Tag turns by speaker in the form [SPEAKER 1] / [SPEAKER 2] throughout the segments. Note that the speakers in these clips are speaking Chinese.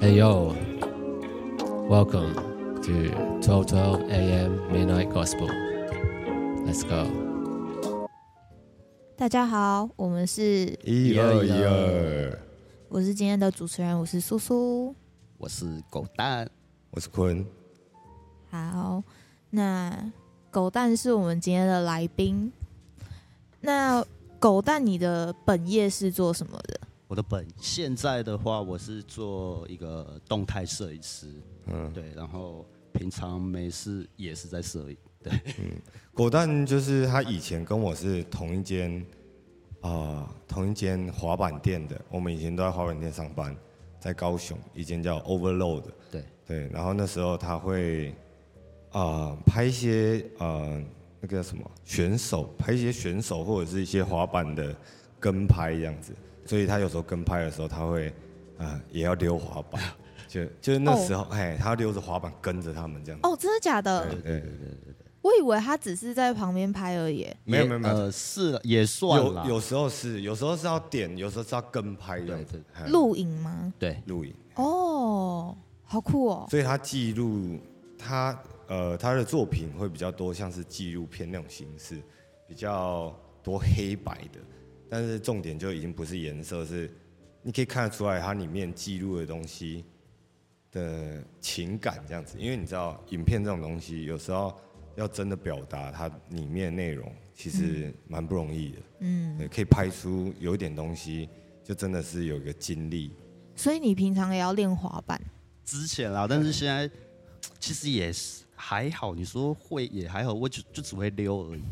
[SPEAKER 1] Hey yo, welcome to 1212 a.m. Midnight Gospel. Let's go.
[SPEAKER 2] 大家好，我们是，
[SPEAKER 3] 一二一二，
[SPEAKER 2] 我是今天的主持人，我是苏苏。
[SPEAKER 4] 我是狗蛋，
[SPEAKER 3] 我是坤，
[SPEAKER 2] 好，那狗蛋是我们今天的来宾。那狗蛋，你的本业是做什么的？
[SPEAKER 4] 我的本现在的话，我是做一个动态摄影师，
[SPEAKER 3] 嗯，
[SPEAKER 4] 对，然后平常没事也是在摄影，
[SPEAKER 3] 狗蛋就是他以前跟我是同一间啊、同一间滑板店的，我们以前都在滑板店上班，在高雄一间叫 Overload，
[SPEAKER 4] 对
[SPEAKER 3] 对，然后那时候他会啊、拍一些呃那个叫什么选手，拍一些选手或者是一些滑板的跟拍这样子，所以他有时候跟拍的时候他会啊、也要溜滑板，就就是那时候
[SPEAKER 4] 哦
[SPEAKER 3] 哎、他溜着滑板跟着他们这样子，
[SPEAKER 2] 哦，真的假的？
[SPEAKER 3] 对。
[SPEAKER 2] 我以为他只是在旁边拍而已。
[SPEAKER 3] 没有
[SPEAKER 4] 也
[SPEAKER 3] 没有没有
[SPEAKER 4] 呃，是也算
[SPEAKER 3] 有
[SPEAKER 4] 了，
[SPEAKER 3] 有时候是，有时候是要点，有时候是要跟拍这样子
[SPEAKER 4] 对，
[SPEAKER 3] 哎
[SPEAKER 2] 录影吗？
[SPEAKER 4] 对，
[SPEAKER 3] 录影，
[SPEAKER 2] 哦，好酷哦！
[SPEAKER 3] 所以他记录他呃他的作品会比较多，像是纪录片那种形式，比较多黑白的，但是重点就已经不是颜色，是你可以看得出来它里面记录的东西的情感这样子，因为你知道影片这种东西有时候要真的表达它里面内容，其实蛮不容易的。
[SPEAKER 2] 嗯，
[SPEAKER 3] 对，可以拍出有一点东西，就真的是有一个经历。
[SPEAKER 2] 所以你平常也要练滑板？
[SPEAKER 4] 之前啦，但是现在其实也是还好，你说会也还好，我就就只会溜而已，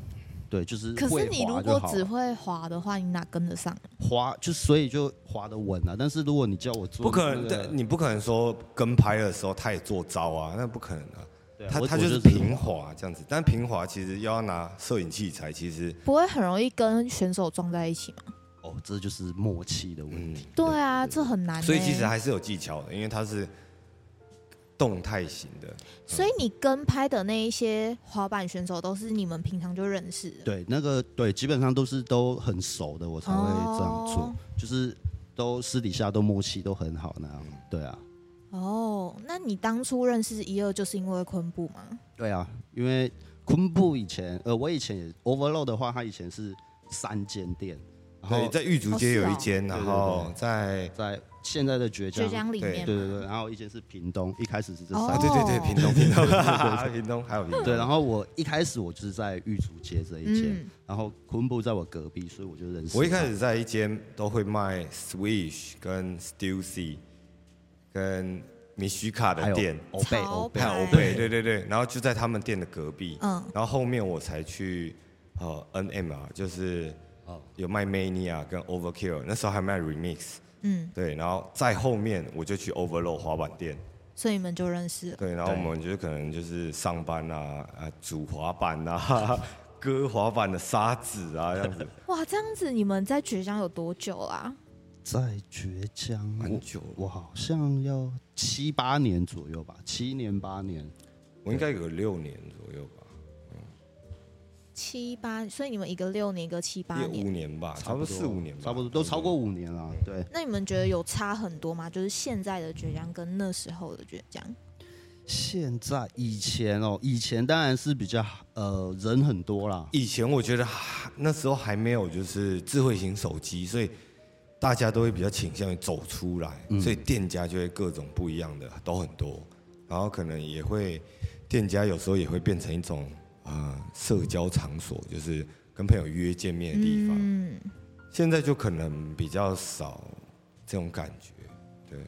[SPEAKER 4] 对，就是
[SPEAKER 3] 啊
[SPEAKER 2] 可
[SPEAKER 4] 会
[SPEAKER 2] 是你如
[SPEAKER 4] 滑就
[SPEAKER 2] 果
[SPEAKER 4] 好
[SPEAKER 2] 只
[SPEAKER 4] 了
[SPEAKER 2] 会滑的话，你哪跟得上？
[SPEAKER 4] 滑，就所以就滑的稳啊了，但是如果你叫我做、
[SPEAKER 3] 不可能，
[SPEAKER 4] 对
[SPEAKER 3] 对，你不可能说跟拍的时候他也做招啊，那不可能啊。
[SPEAKER 4] 对啊
[SPEAKER 3] 他
[SPEAKER 4] 我
[SPEAKER 3] 他
[SPEAKER 4] 我
[SPEAKER 3] 就是
[SPEAKER 4] 只
[SPEAKER 3] 平滑这样子，但平滑其实要拿摄影器材，其实
[SPEAKER 2] 不会很容易跟选手撞在一起吗？
[SPEAKER 4] 哦，这就是默契的问
[SPEAKER 3] 嗯
[SPEAKER 4] 题，，
[SPEAKER 2] 对啊，这很难欸。
[SPEAKER 3] 所以其实还是有技巧的，因为它是动态型的。嗯
[SPEAKER 2] 所以你跟拍的那一些滑板选手都是你们平常就认识的，
[SPEAKER 4] 对，那个对，基本上都是都很熟的，我才会这样做，
[SPEAKER 2] 哦
[SPEAKER 4] 就是都私底下都默契都很好那样。对啊，
[SPEAKER 2] 哦，那你当初认识一二就是因为昆布吗？
[SPEAKER 4] 对啊，因为昆布以前，呃，我以前也 Overload 的话，他以前是三间店，然
[SPEAKER 2] 哦
[SPEAKER 3] 对，
[SPEAKER 4] 后
[SPEAKER 3] 在玉竹街
[SPEAKER 2] 啊
[SPEAKER 3] 有一间，
[SPEAKER 4] 哦是哦
[SPEAKER 3] 然
[SPEAKER 4] 对
[SPEAKER 3] 后
[SPEAKER 4] 对
[SPEAKER 3] 在
[SPEAKER 4] 在现在的
[SPEAKER 2] 浙
[SPEAKER 4] 倔强，
[SPEAKER 2] 江里面
[SPEAKER 4] 对
[SPEAKER 2] 吗
[SPEAKER 4] 对对，然后以前是屏东，一开始是这
[SPEAKER 2] 哦
[SPEAKER 3] 啊，
[SPEAKER 4] 三
[SPEAKER 3] 对对对，屏东屏 东屏东还有屏东，
[SPEAKER 4] 对，然后我一开始我就是在玉竹街这一间，
[SPEAKER 2] 嗯
[SPEAKER 4] 然后昆布在我隔壁，所以我就认识他。
[SPEAKER 3] 我一开始在一间都会卖 Swish 跟 Stussy 跟米须卡
[SPEAKER 4] 还
[SPEAKER 3] 的
[SPEAKER 4] 有哦
[SPEAKER 3] 店，
[SPEAKER 4] 欧贝
[SPEAKER 2] 潮
[SPEAKER 4] 欧贝
[SPEAKER 3] 还
[SPEAKER 2] 牌
[SPEAKER 3] 有欧贝，对对对，然后就在他们店的隔壁，
[SPEAKER 2] 嗯
[SPEAKER 3] 然后后面我才去呃 NMR，就是呃
[SPEAKER 4] 哦
[SPEAKER 3] 有卖 Mania 跟 Overkill，那时候还卖 Remix，
[SPEAKER 2] 嗯，
[SPEAKER 3] 对，然后在后面我就去 Overload 滑板店，
[SPEAKER 2] 所以你们就认识了。
[SPEAKER 3] 对，然后我
[SPEAKER 4] 对
[SPEAKER 3] 们就可能就是上班啊，啊煮滑板啊， 割滑板的沙子 啊这样子，
[SPEAKER 2] 哇，这样子你们在浙江有多久啊啦？
[SPEAKER 4] 在倔强
[SPEAKER 3] 蛮
[SPEAKER 4] 我
[SPEAKER 3] 久了
[SPEAKER 4] 我好像要七八年左右吧，七年八年。
[SPEAKER 3] 我应该有六年左右吧。
[SPEAKER 2] 七八，所以你们一个六年，一个七八
[SPEAKER 3] 也五
[SPEAKER 2] 年，
[SPEAKER 3] 年吧，差不多嗯四五年吧，
[SPEAKER 4] 差不多都超过五年了。对，
[SPEAKER 2] 那你们觉得有差很多吗？就是现在的浙江跟那时候的浙江，
[SPEAKER 4] 现在以前哦，以前当然是比较呃人很多啦，
[SPEAKER 3] 以前我觉得哈那时候还没有就是智慧型手机，所以大家都会比较倾向于走出来，所以店家就会各种不一样的都很多，然后可能也会店家有时候也会变成一种呃社交场所，就是跟朋友约见面的地方。
[SPEAKER 2] 嗯，
[SPEAKER 3] 现在就可能比较少这种感觉，对。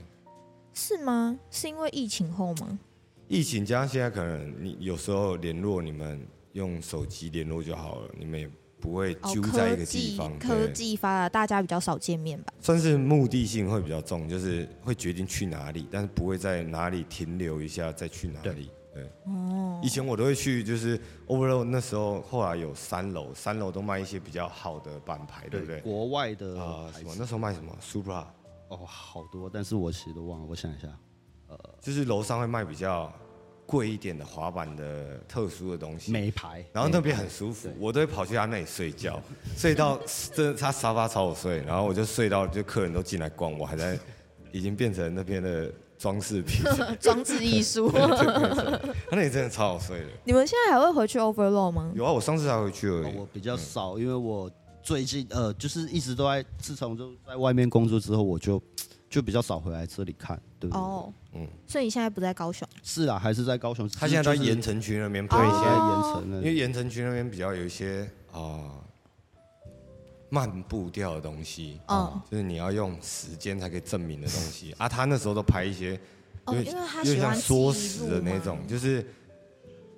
[SPEAKER 2] 是吗？是因为疫情后吗？
[SPEAKER 3] 疫情加上现在可能你有时候联络你们用手机联络就好了，你们也不会
[SPEAKER 2] 哦
[SPEAKER 3] 揪，
[SPEAKER 2] 科
[SPEAKER 3] 在一个地
[SPEAKER 2] 技
[SPEAKER 3] 方，
[SPEAKER 2] 科
[SPEAKER 3] 对，
[SPEAKER 2] 技发达，大家比较少见面吧？
[SPEAKER 3] 算是目的性会比较重，就是会决定去哪里，但是不会在哪里停留一下再去哪里。对，
[SPEAKER 2] 哦，
[SPEAKER 3] 以前我都会去，就是 Overload 那时候，后来有三楼，三楼都卖一些比较好的板牌，对不对？
[SPEAKER 4] 国外的
[SPEAKER 3] 啊、什
[SPEAKER 4] 牌子
[SPEAKER 3] 么那时候卖什么 Supra，
[SPEAKER 4] 哦好多，但是我其实都忘了，我想一下，
[SPEAKER 3] 嗯就是楼上会卖比较贵一点的滑板的特殊的东西，
[SPEAKER 4] 美牌，
[SPEAKER 3] 然后那边很舒服，我都会跑去他那里睡觉，睡到真的他沙发朝我睡，然后我就睡到就客人都进来逛，我还在，已经变成那边的装饰品，
[SPEAKER 2] 装置艺 术。
[SPEAKER 3] 他那里真的超好睡的。
[SPEAKER 2] 你们现在还会回去 Overload 吗？
[SPEAKER 3] 有啊，我上次才回去而
[SPEAKER 4] 哦
[SPEAKER 3] 已。
[SPEAKER 4] 我比较少，因为我最近呃，就是一直都在，自从就在外面工作之后，我就就比较少回来这里看，对不对？
[SPEAKER 2] 哦，
[SPEAKER 3] 嗯
[SPEAKER 2] 所以你现在不在高雄？
[SPEAKER 4] 是啊，还是在高雄。
[SPEAKER 3] 他现在在
[SPEAKER 4] 就是
[SPEAKER 3] 盐城区那边
[SPEAKER 4] 对，
[SPEAKER 3] 拍一
[SPEAKER 4] 现
[SPEAKER 3] 些，
[SPEAKER 4] 在盐城
[SPEAKER 3] 因
[SPEAKER 4] 了，
[SPEAKER 3] 为盐城区那边比较有一些啊、呃慢步调的东西，
[SPEAKER 2] 嗯，
[SPEAKER 3] 就是你要用时间才可以证明的东西啊。他那时候都拍一些
[SPEAKER 2] 哦，
[SPEAKER 3] 有
[SPEAKER 2] 因
[SPEAKER 3] 点
[SPEAKER 2] 为他
[SPEAKER 3] 有点
[SPEAKER 2] 喜
[SPEAKER 3] 像
[SPEAKER 2] 欢
[SPEAKER 3] 缩
[SPEAKER 2] 记
[SPEAKER 3] 时
[SPEAKER 2] 录
[SPEAKER 3] 的
[SPEAKER 2] 嘛
[SPEAKER 3] 那种，。就是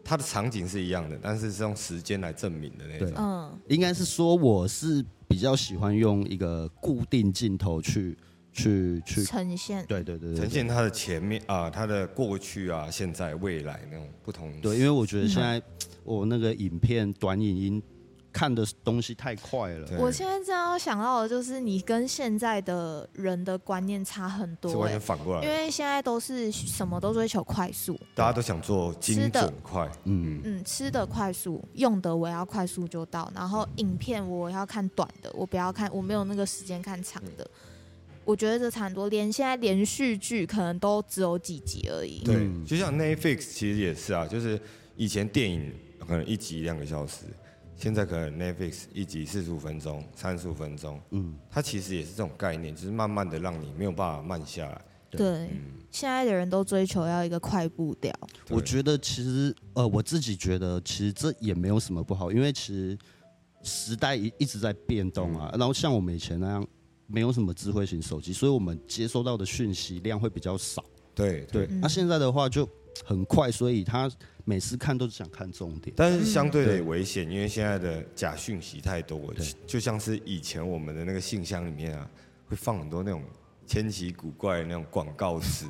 [SPEAKER 3] 它的场景是一样的，但是是用时间来证明的那种
[SPEAKER 4] 对。
[SPEAKER 2] 嗯，
[SPEAKER 4] 应该是说我是比较喜欢用一个固定镜头去去去，
[SPEAKER 2] 呈现。
[SPEAKER 4] 对对对对，
[SPEAKER 3] 呈现它的前面啊，它的过去啊，现在、未来那种不同。
[SPEAKER 4] 对，因为我觉
[SPEAKER 3] 嗯
[SPEAKER 4] 得现在我那个影片短影音看的东西太快了，
[SPEAKER 3] 对
[SPEAKER 2] 我现在正要想到的就是，你跟现在的人的观念差很
[SPEAKER 3] 是
[SPEAKER 2] 多、
[SPEAKER 3] 完
[SPEAKER 2] 欸
[SPEAKER 3] 全，反过
[SPEAKER 2] 因
[SPEAKER 3] 来，
[SPEAKER 2] 为现在都是什么都追求快速，
[SPEAKER 3] 大家都想做精
[SPEAKER 2] 吃的
[SPEAKER 3] 准快，
[SPEAKER 4] 嗯，
[SPEAKER 2] 嗯，吃的快速，用的我要快速就到，然后影片我要看短的，我不要看，我没有那个时间看长的。我觉得这差很多，连现在连续剧可能都只有几集而已。
[SPEAKER 3] 对，
[SPEAKER 4] 嗯
[SPEAKER 3] 就像 Netflix 其实也是啊，就是以前电影可能一集两个小时，现在可能 Netflix 一集四十五分钟、三十五分钟，嗯，它其实也是这种概念，就是慢慢的让你没有办法慢下来。嗯
[SPEAKER 2] 对，嗯现在的人都追求要一个快步调。
[SPEAKER 3] 对
[SPEAKER 4] 我觉得其实呃，我自己觉得其实这也没有什么不好，因为其实时代一一直在变动
[SPEAKER 3] 嗯
[SPEAKER 4] 啊。然后像我们以前那样，没有什么智慧型手机，所以我们接收到的讯息量会比较少。
[SPEAKER 3] 对
[SPEAKER 4] 对，
[SPEAKER 3] 对
[SPEAKER 4] 那、现在的话就很快，所以他每次看都是想看重点。
[SPEAKER 3] 但是相
[SPEAKER 2] 嗯
[SPEAKER 3] 对的也危险，因为现在的假讯息太多了，就像是以前我们的那个信箱里面啊，会放很多那种千奇古怪的那种广告词，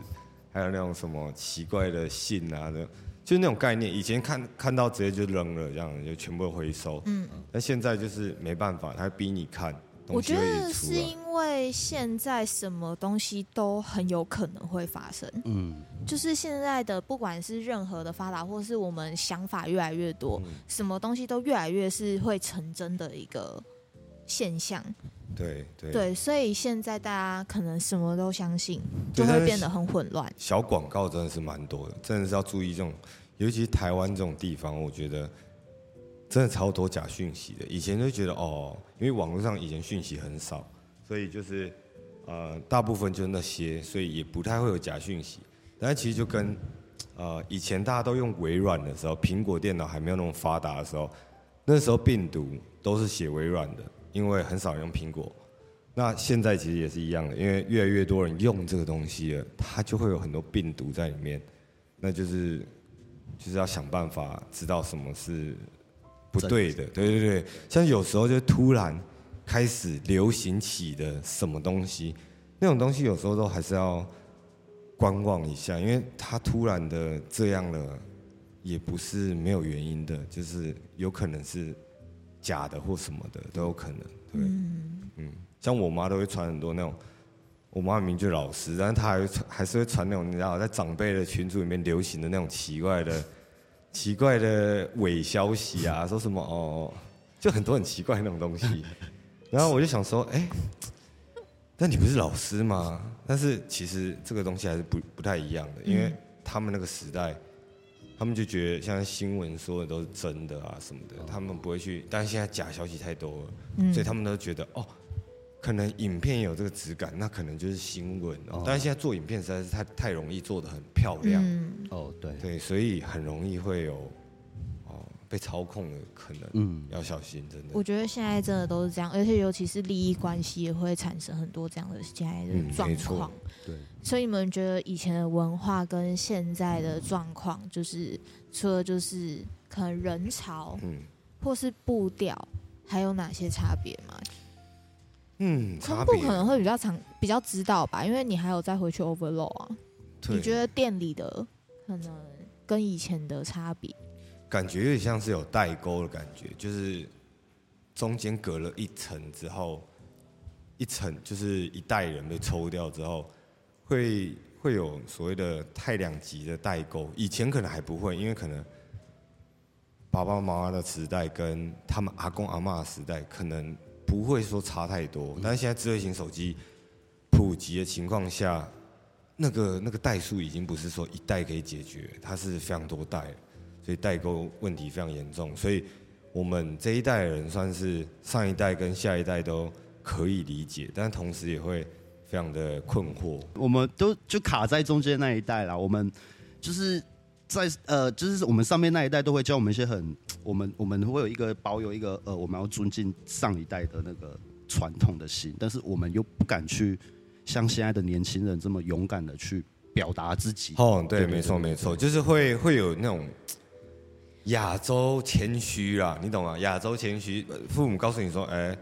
[SPEAKER 3] 还有那种什么奇怪的信啊的，就是那种概念。以前看看到直接就扔了，这样就全部回收。嗯，但现在就是没办法，他逼你看，
[SPEAKER 2] 我
[SPEAKER 3] 东西
[SPEAKER 2] 觉
[SPEAKER 3] 会一
[SPEAKER 2] 得
[SPEAKER 3] 直出啊
[SPEAKER 2] 是
[SPEAKER 3] 来。
[SPEAKER 2] 因为现在什么东西都很有可能会发生，
[SPEAKER 4] 嗯，
[SPEAKER 2] 就是现在的不管是任何的发达，或是我们想法越来越多，
[SPEAKER 3] 嗯
[SPEAKER 2] 什么东西都越来越是会成真的一个现象。
[SPEAKER 3] 对对
[SPEAKER 2] 对，所以现在大家可能什么都相信，就
[SPEAKER 3] 对
[SPEAKER 2] 会
[SPEAKER 3] 但
[SPEAKER 2] 变
[SPEAKER 3] 是
[SPEAKER 2] 得很混乱。
[SPEAKER 3] 小广告真的是蛮多的，真的是要注意这种，尤其是台湾这种地方，我觉得真的超多假讯息的。以前就觉得哦，因为网络上以前讯息很少，所以就是呃，大部分就是那些，所以也不太会有假讯息。但是其实就跟呃以前大家都用微软的时候，苹果电脑还没有那么发达的时候，那时候病毒都是写微软的，因为很少人用苹果。那现在其实也是一样的，因为越来越多人用这个东西了，它就会有很多病毒在里面，那就是就是要想办法知道什么是不对的。对对对，像有时候就突然开始流行起的什么东西，那种东西有时候都还是要观望一下，因为它突然的这样了，也不是没有原因的，就是有可能是假的或什么的都有可能。对，嗯像我妈都会传很多那种。我妈明明就老师，但是她还会传，还是会传那种你知道，在长辈的群组里面流行的那种奇怪的、奇怪的伪消息啊，说什么哦，就很多很奇怪的那种东西。然后我就想说，哎、那你不是老师吗？但是其实这个东西还是不不太一样的，因为他们那个时代，他们就觉得像新闻说的都是真的啊什么的，他们不会去。但是现在假消息太多了，所以他们都觉得哦，可能影片有这个质感，那可能就是新闻哦。但是现在做影片实在是太太容易做的很漂亮，
[SPEAKER 2] 嗯，
[SPEAKER 4] 哦，对，
[SPEAKER 3] 对，所以很容易会有哦被操控的可能，
[SPEAKER 4] 嗯，
[SPEAKER 3] 要小心，真的
[SPEAKER 2] 我。觉得现在真的都是这样，而且尤其是利益关系也会产生很多这样的现在
[SPEAKER 3] 嗯没
[SPEAKER 2] 的状
[SPEAKER 3] 错
[SPEAKER 2] 况。
[SPEAKER 4] 对，
[SPEAKER 2] 所以你们觉得以前的文化跟现在的状况，就是除了就是可能人潮
[SPEAKER 3] 嗯
[SPEAKER 2] 或是步调，还有哪些差别吗？
[SPEAKER 3] 嗯，
[SPEAKER 2] 昆
[SPEAKER 3] 差
[SPEAKER 2] 布
[SPEAKER 3] 别
[SPEAKER 2] 可能会比较常比较知道吧，因为你还有再回去 overload 啊。
[SPEAKER 3] 对
[SPEAKER 2] 你觉得店里的可能跟以前的差别？
[SPEAKER 3] 感觉有点像是有代沟的感觉，就是中间隔了一层之后，一层就是一代人被抽掉之后，会会有所谓的太两极的代沟。以前可能还不会，因为可能爸爸妈妈的时代跟他们阿公阿妈的时代可能不会说差太多，但是现在智慧型手机普及的情况下，那个那个代数已经不是说一代可以解决，它是非常多代，所以代沟问题非常严重。所以我们这一代人算是上一代跟下一代都可以理解，但同时也会非常的困惑。
[SPEAKER 4] 我们都就卡在中间那一代啦。我们就是在呃，就是我们上面那一代都会教我们一些很，我们我们会有一个保有一个呃，我们要尊敬上一代的那个传统的心，但是我们又不敢去像现在的年轻人这么勇敢的去表达自己。
[SPEAKER 3] 哦，对，
[SPEAKER 4] 对对
[SPEAKER 3] 没错
[SPEAKER 4] 对
[SPEAKER 3] 没错，就是会会有那种亚洲谦虚啦，你懂吗？亚洲谦虚，呃父母告诉你说，哎、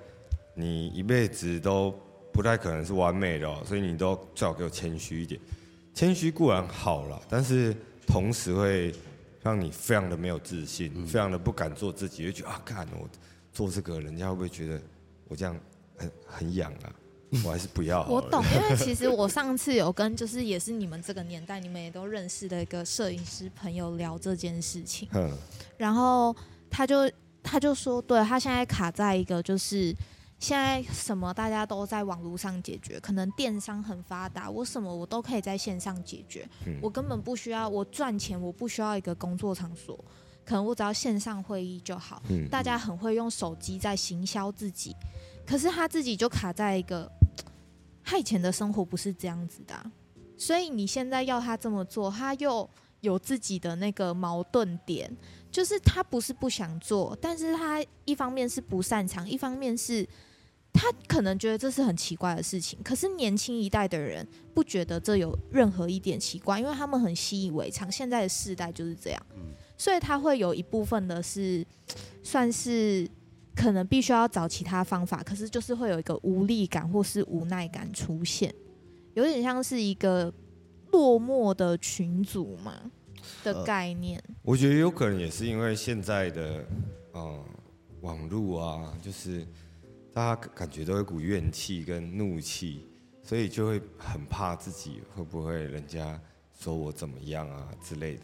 [SPEAKER 3] 你一辈子都不太可能是完美的、哦，所以你都最好给我谦虚一点。谦虚固然好啦，但是同时会让你非常的没有自信，
[SPEAKER 4] 嗯
[SPEAKER 3] 非常的不敢做自己，就觉得啊，干我做这个，人家会不会觉得我这样很很痒啊？我还是不要好了。
[SPEAKER 2] 我懂，因为其实我上次有跟就是也是你们这个年代，你们也都认识的一个摄影师朋友聊这件事情，
[SPEAKER 3] 哼，
[SPEAKER 2] 然后他就他就说，对他现在卡在一个就是现在什么大家都在网络上解决，可能电商很发达，我什么我都可以在线上解决，
[SPEAKER 3] 嗯
[SPEAKER 2] 我根本不需要我赚钱，我不需要一个工作场所，可能我只要线上会议就好。
[SPEAKER 3] 嗯
[SPEAKER 2] 大家很会用手机在行销自己，可是他自己就卡在一个，他以前的生活不是这样子的啊、所以你现在要他这么做，他又有自己的那个矛盾点，就是他不是不想做，但是他一方面是不擅长，一方面是他可能觉得这是很奇怪的事情，可是年轻一代的人不觉得这有任何一点奇怪，因为他们很习以为常，现在的世代就是这样，所以他会有一部分的是算是可能必须要找其他方法，可是就是会有一个无力感或是无奈感出现，有点像是一个落寞的群组嘛的
[SPEAKER 4] 呃
[SPEAKER 2] 概念，
[SPEAKER 3] 我觉得有可能也是因为现在的呃网络啊，就是大家感觉都有一股怨气跟怒气，所以就会很怕自己会不会人家说我怎么样啊之类的。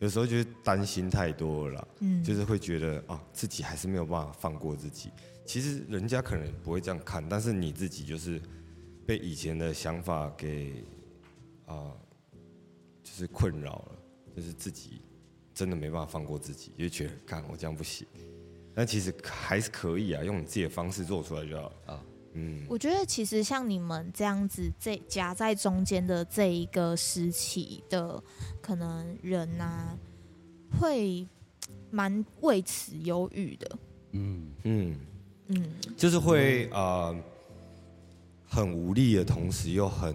[SPEAKER 3] 有时候就是担心太多了啦，
[SPEAKER 2] 嗯，
[SPEAKER 3] 就是会觉得啊自己还是没有办法放过自己。其实人家可能不会这样看，但是你自己就是被以前的想法给啊、就是困扰了，就是自己真的没办法放过自己，就觉得干我这样不行。但其实还是可以啊，用你自己的方式做出来就好了。
[SPEAKER 4] 啊
[SPEAKER 3] 嗯，
[SPEAKER 2] 我觉得其实像你们这样子这夹在中间的这一个时期的可能人呐、会蛮为此忧郁的。
[SPEAKER 3] 嗯，
[SPEAKER 2] 嗯，
[SPEAKER 3] 就是会呃很无力的同时又很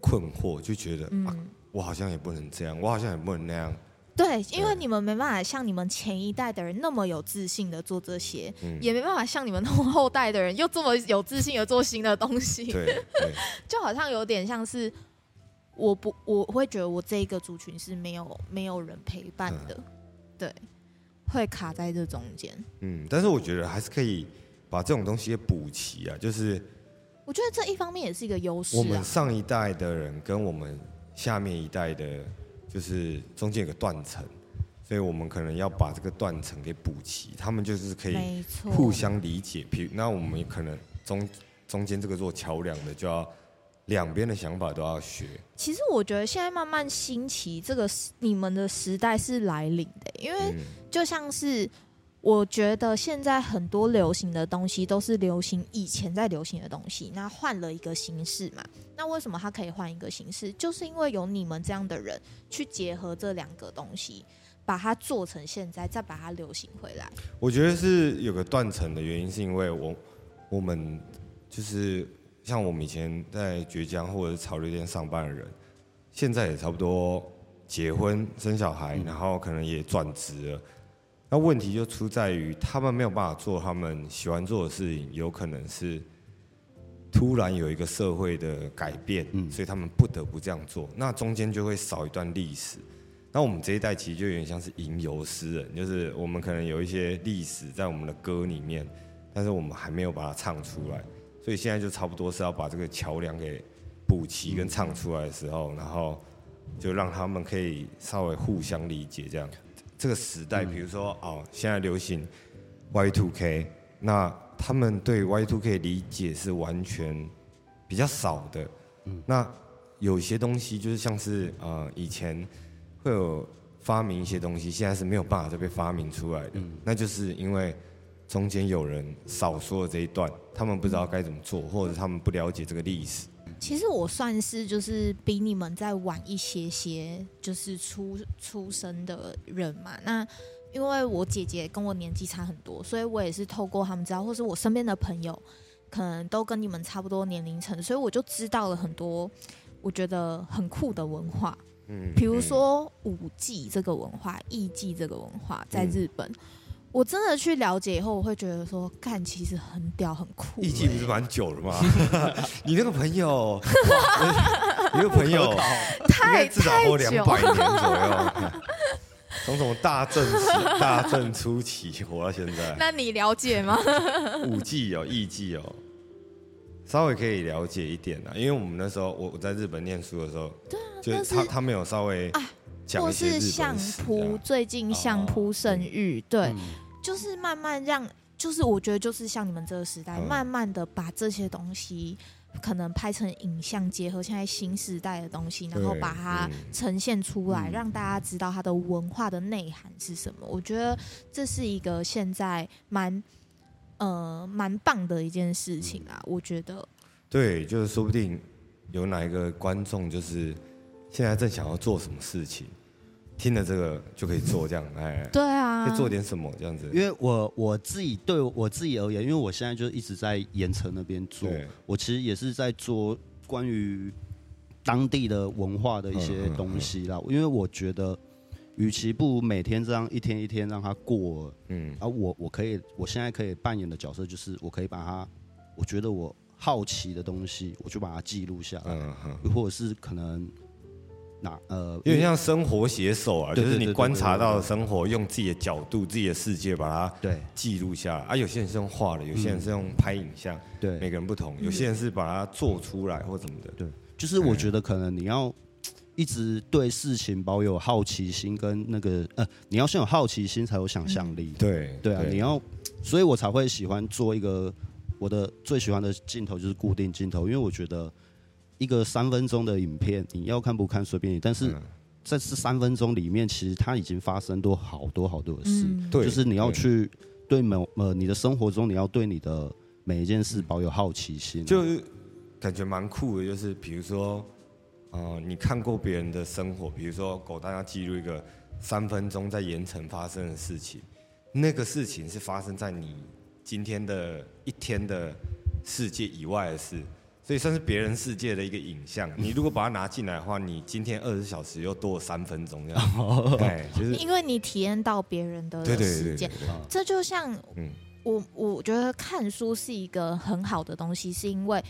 [SPEAKER 3] 困惑，就觉得、啊，我好像也不能这样，我好像也不能那样。
[SPEAKER 2] 对，因为你们没办法像你们前一代的人那么有自信的做这些，
[SPEAKER 3] 嗯，
[SPEAKER 2] 也没办法像你们那么后代的人又这么有自信的做新的东西，
[SPEAKER 3] 对对，
[SPEAKER 2] 就好像有点像是。我不，我会觉得我这一个族群是没有没有人陪伴的，对，会卡在这中间。
[SPEAKER 3] 嗯，但是我觉得还是可以把这种东西也补齐啊，就是
[SPEAKER 2] 我觉得这一方面也是一个优势
[SPEAKER 3] 我们
[SPEAKER 2] 啊。
[SPEAKER 3] 上一代的人跟我们下面一代的，就是中间有个断层，所以我们可能要把这个断层给补齐，他们就是可以
[SPEAKER 2] 没错，
[SPEAKER 3] 互相理解。譬如，那我们可能中中间这个做桥梁的，就要两边的想法都要学。
[SPEAKER 2] 其实我觉得现在慢慢兴起这个时你们的时代是来临的，欸因为
[SPEAKER 3] 嗯
[SPEAKER 2] 就像是我觉得现在很多流行的东西都是流行以前在流行的东西，那换了一个形式嘛。那为什么它可以换一个形式？就是因为有你们这样的人去结合这两个东西，把它做成现在，再把它流行回来。
[SPEAKER 3] 我觉得是有个断层的原因，是因为我我们就是像我们以前在绝江或者是潮流店上班的人，现在也差不多结婚生小孩，然后可能也转职了。那问题就出在于他们没有办法做他们喜欢做的事情，有可能是突然有一个社会的改变，所以他们不得不这样做。那中间就会少一段历史。那我们这一代其实就有点像是吟游诗人，就是我们可能有一些历史在我们的歌里面，但是我们还没有把它唱出来，所以现在就差不多是要把这个桥梁给补齐跟唱出来的时候，然后就让他们可以稍微互相理解这样。这个时代，比如说哦，现在流行 Y two K，那他们对 Y two K 理解是完全比较少的，那有些东西就是像是呃以前会有发明一些东西，现在是没有办法再被发明出来的，
[SPEAKER 2] 嗯
[SPEAKER 3] 那就是因为中间有人少说了这一段，他们不知道该怎么做，或者他们不了解这个历史。
[SPEAKER 2] 其实我算是就是比你们再晚一些些，就是出出生的人嘛。那因为我姐姐跟我年纪差很多，所以我也是透过他们知道，或是我身边的朋友，可能都跟你们差不多年龄层，所以我就知道了很多我觉得很酷的文化。
[SPEAKER 3] 嗯
[SPEAKER 2] 比如，说舞技这个文化、艺伎这个文化，在
[SPEAKER 3] 嗯
[SPEAKER 2] 日本，我真的去了解以后，我会觉得说，干其实很屌、很酷、欸
[SPEAKER 3] 嗯艺伎不是蛮久了吗？
[SPEAKER 2] 嗯
[SPEAKER 3] 你那个朋友，你那个 朋友，
[SPEAKER 2] 太
[SPEAKER 3] 应该至少活
[SPEAKER 2] 太久
[SPEAKER 3] 两百年左右。 从什么大正时大正初期活到现在，
[SPEAKER 2] 那你了解吗？
[SPEAKER 3] 五 G 哦，艺伎哦，稍微可以了解一点啊啦。因为我们那时候，我我在日本念书的时候，就
[SPEAKER 2] 啊但
[SPEAKER 3] 是
[SPEAKER 2] 是啊
[SPEAKER 3] 他他们有稍微讲
[SPEAKER 2] 或
[SPEAKER 3] 一些日
[SPEAKER 2] 是
[SPEAKER 3] 本史
[SPEAKER 2] 相扑，
[SPEAKER 3] 啊
[SPEAKER 2] 最近相扑盛誉，对，
[SPEAKER 4] 嗯
[SPEAKER 2] 就是慢慢让，就是我觉得就是像你们这个时代，
[SPEAKER 3] 嗯
[SPEAKER 2] 慢慢的把这些东西可能拍成影像，结合现在新时代的东西，然后
[SPEAKER 3] 对
[SPEAKER 2] 把它
[SPEAKER 3] 嗯
[SPEAKER 2] 呈现出来，
[SPEAKER 4] 嗯
[SPEAKER 2] 让大家知道它的文化的内涵是什么。我觉得这是一个现在蛮。呃，蛮棒的一件事情
[SPEAKER 3] 嗯
[SPEAKER 2] 啊，我觉得
[SPEAKER 3] 对，就是说不定有哪一个观众就是现在正想要做什么事情，听了这个就可以做这样，哎，
[SPEAKER 2] 对啊
[SPEAKER 3] 可以，做点什么这样子。
[SPEAKER 4] 因为我我自己对我自己而言，因为我现在就一直在盐城那边做
[SPEAKER 3] 对，
[SPEAKER 4] 我其实也是在做关于当地的文化的一些
[SPEAKER 3] 嗯
[SPEAKER 4] 东西啦。因为我觉得，与其不如每天这样一天一天让它过，
[SPEAKER 3] 嗯
[SPEAKER 4] 而、我我可以我现在可以扮演的角色就是，我可以把它，我觉得我好奇的东西，我就把它记录下来，
[SPEAKER 3] 嗯哼，
[SPEAKER 4] 或者是可能哪呃，
[SPEAKER 3] 有点像生活写手啊，
[SPEAKER 4] 对
[SPEAKER 3] 就
[SPEAKER 4] 对
[SPEAKER 3] 是你观察到
[SPEAKER 4] 对
[SPEAKER 3] 的
[SPEAKER 4] 对对对
[SPEAKER 3] 生活，用自己的角度、自己的世界把它
[SPEAKER 4] 对
[SPEAKER 3] 记录下来。啊，有些人是用画
[SPEAKER 4] 嗯
[SPEAKER 3] 的，有些人是用拍影像，
[SPEAKER 4] 对
[SPEAKER 3] 每个人不同。有些人是把它做出来或怎么的。
[SPEAKER 4] 对，就是
[SPEAKER 3] 嗯
[SPEAKER 4] 我觉得可能你要一直对事情保有好奇心，跟那个呃，你要先有好奇心，才有想象力。
[SPEAKER 3] 对
[SPEAKER 4] 对啊，你要，所以我才会喜欢做一个我的最喜欢的镜头就是固定镜头，因为我觉得一个三分钟的影片，你要看不看随便你，但是
[SPEAKER 3] 嗯
[SPEAKER 4] 在这三分钟里面，其实它已经发生多好多好多的事，
[SPEAKER 2] 嗯，
[SPEAKER 3] 对，
[SPEAKER 4] 就是你要
[SPEAKER 3] 对。
[SPEAKER 4] 去对某呃你的生活中，你要对你的每一件事保有好奇心啊、
[SPEAKER 3] 就是感觉蛮酷的，就是比如说，呃，你看过别人的生活，比如说狗蛋要记录一个三分钟在盐城发生的事情，那个事情是发生在你今天的一天的世界以外的事，所以算是别人世界的一个影像。你如果把它拿进来的话，你今天二十小时又多了三分钟这样，哎，就是
[SPEAKER 2] 因为你体验到别人的
[SPEAKER 3] 对对对
[SPEAKER 2] 时
[SPEAKER 3] 对
[SPEAKER 2] 间
[SPEAKER 3] 对，
[SPEAKER 2] 这就像
[SPEAKER 3] 嗯
[SPEAKER 2] 我我觉得看书是一个很好的东西，是因为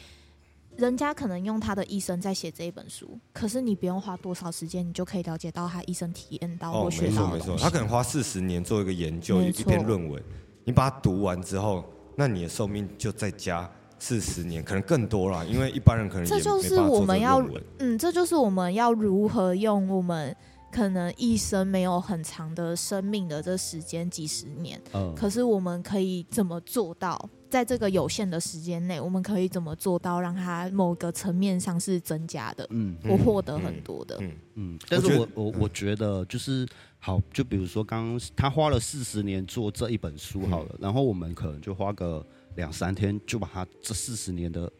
[SPEAKER 2] 人家可能用他的一生在写这一本书，可是你不用花多少时间，你就可以了解到他一生体验到
[SPEAKER 3] 哦，
[SPEAKER 2] 或
[SPEAKER 3] 没
[SPEAKER 2] 学
[SPEAKER 3] 错
[SPEAKER 2] 到
[SPEAKER 3] 没
[SPEAKER 2] 的
[SPEAKER 3] 错，
[SPEAKER 2] 东西。
[SPEAKER 3] 他可能花四十年做一个研究，
[SPEAKER 2] 没
[SPEAKER 3] 一篇
[SPEAKER 2] 错
[SPEAKER 3] 论文，你把它读完之后，那你的寿命就再加四十年，可能更多啦，因为一般人可能也
[SPEAKER 2] 这就
[SPEAKER 3] 没
[SPEAKER 2] 是
[SPEAKER 3] 办法做
[SPEAKER 2] 我们
[SPEAKER 3] 这个
[SPEAKER 2] 要
[SPEAKER 3] 论文
[SPEAKER 2] 嗯，这就是我们要如何用我们可能一生没有很长的生命的这时间几十年，
[SPEAKER 4] 嗯
[SPEAKER 2] 可是我们可以怎么做到？在这个有限的时间内，我们可以怎么做到让它某个层面上是增加的？
[SPEAKER 4] 嗯。
[SPEAKER 2] 我获得很多的，
[SPEAKER 3] 嗯，
[SPEAKER 4] 嗯，但
[SPEAKER 3] 我
[SPEAKER 4] 是
[SPEAKER 3] 觉
[SPEAKER 4] 我
[SPEAKER 3] 得
[SPEAKER 4] 我我觉得就是好，就比如说刚刚他花了四十年做这一本书好了，
[SPEAKER 3] 嗯
[SPEAKER 4] 然后我们可能就花个两三天就把他这四十年的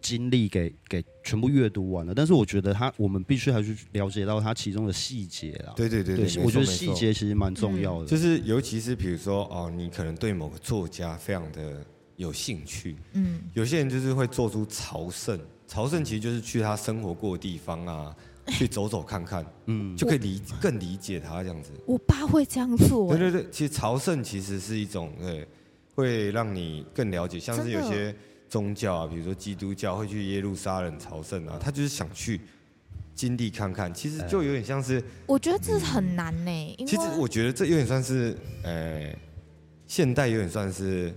[SPEAKER 4] 经历给给全部阅读完了。但是我觉得他我们必须还去了解到他其中的细节啦。
[SPEAKER 3] 对对对对，
[SPEAKER 4] 我觉得
[SPEAKER 3] 没错嗯
[SPEAKER 4] 细。节其实蛮重要的。
[SPEAKER 3] 就是，尤其是比如说，哦，你可能对某个作家非常的有兴趣，
[SPEAKER 2] 嗯，
[SPEAKER 3] 有些人就是会做出朝圣，朝圣其实就是去他生活过的地 方啊，去走走看看，嗯，就可以理更理解他这样子。
[SPEAKER 2] 我爸会这样做、
[SPEAKER 3] 对
[SPEAKER 2] 欸，
[SPEAKER 3] 对对，其实朝圣其实是一种对，会让你更了解，像是
[SPEAKER 2] 真的
[SPEAKER 3] 有些宗教啊，比如说基督教会去耶路撒冷朝圣啊，他就是想去经历看看。其实就有点像是，
[SPEAKER 2] 我觉得这很难呢、因为
[SPEAKER 3] 其实我觉得这有点算是，呃，现代有点算是，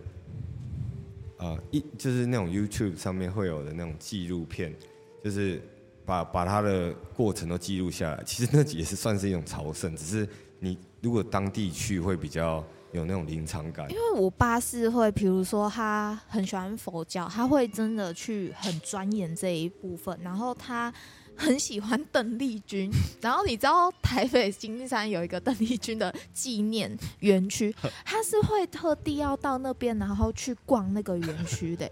[SPEAKER 3] 呃，一就是那种 YouTube 上面会有的那种纪录片，就是把把他的过程都记录下来。其实那也是算是一种朝圣，只是你如果当地去会比较有那种临场感。
[SPEAKER 2] 因为我爸是会，比如说他很喜欢佛教，他会真的去很钻研这一部分，然后他很喜欢邓丽君， 然后你知道台北金山有一个邓丽君的纪 念园区，他是会特地要到那边，然后去逛那个园区 的。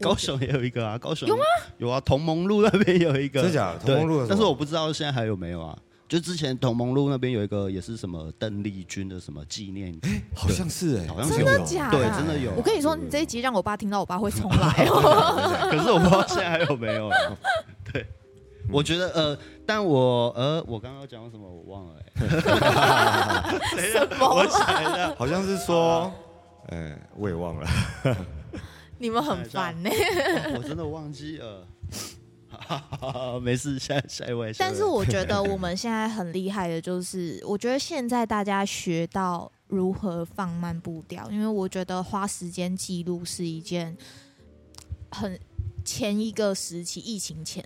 [SPEAKER 4] 高雄也有一个啊，高雄有吗？有啊，同盟路那边有一个，
[SPEAKER 3] 真假的
[SPEAKER 4] 对
[SPEAKER 3] 同盟路有什么
[SPEAKER 4] 但是我不知道现在还有没有啊。就之前同盟路那边有一个也是什么邓丽君的什么纪念，
[SPEAKER 3] 好像是哎、
[SPEAKER 4] 好像是
[SPEAKER 3] 真
[SPEAKER 4] 有
[SPEAKER 3] 的
[SPEAKER 2] 假的
[SPEAKER 4] 对，真的有啊。
[SPEAKER 2] 我跟你说，你这一集让我爸听到，我爸会重来哦。
[SPEAKER 4] 可是我不知道现在还有没有啊。
[SPEAKER 3] 嗯
[SPEAKER 4] 对， 我觉得呃，但我呃，我刚刚讲什么我忘了哎、欸。什
[SPEAKER 2] 么啊
[SPEAKER 4] 我想一下，
[SPEAKER 3] 好像是说， 哎、我也忘了。
[SPEAKER 2] 你们很烦呢、
[SPEAKER 4] 哦我真的忘记了。 没事，下下一位。下一
[SPEAKER 2] 但
[SPEAKER 4] 位
[SPEAKER 2] 是我觉得我们现在很厉害的就是，我觉得现在大家学到如何放慢步调，因为我觉得花时间记录是一件很前一个时期疫情前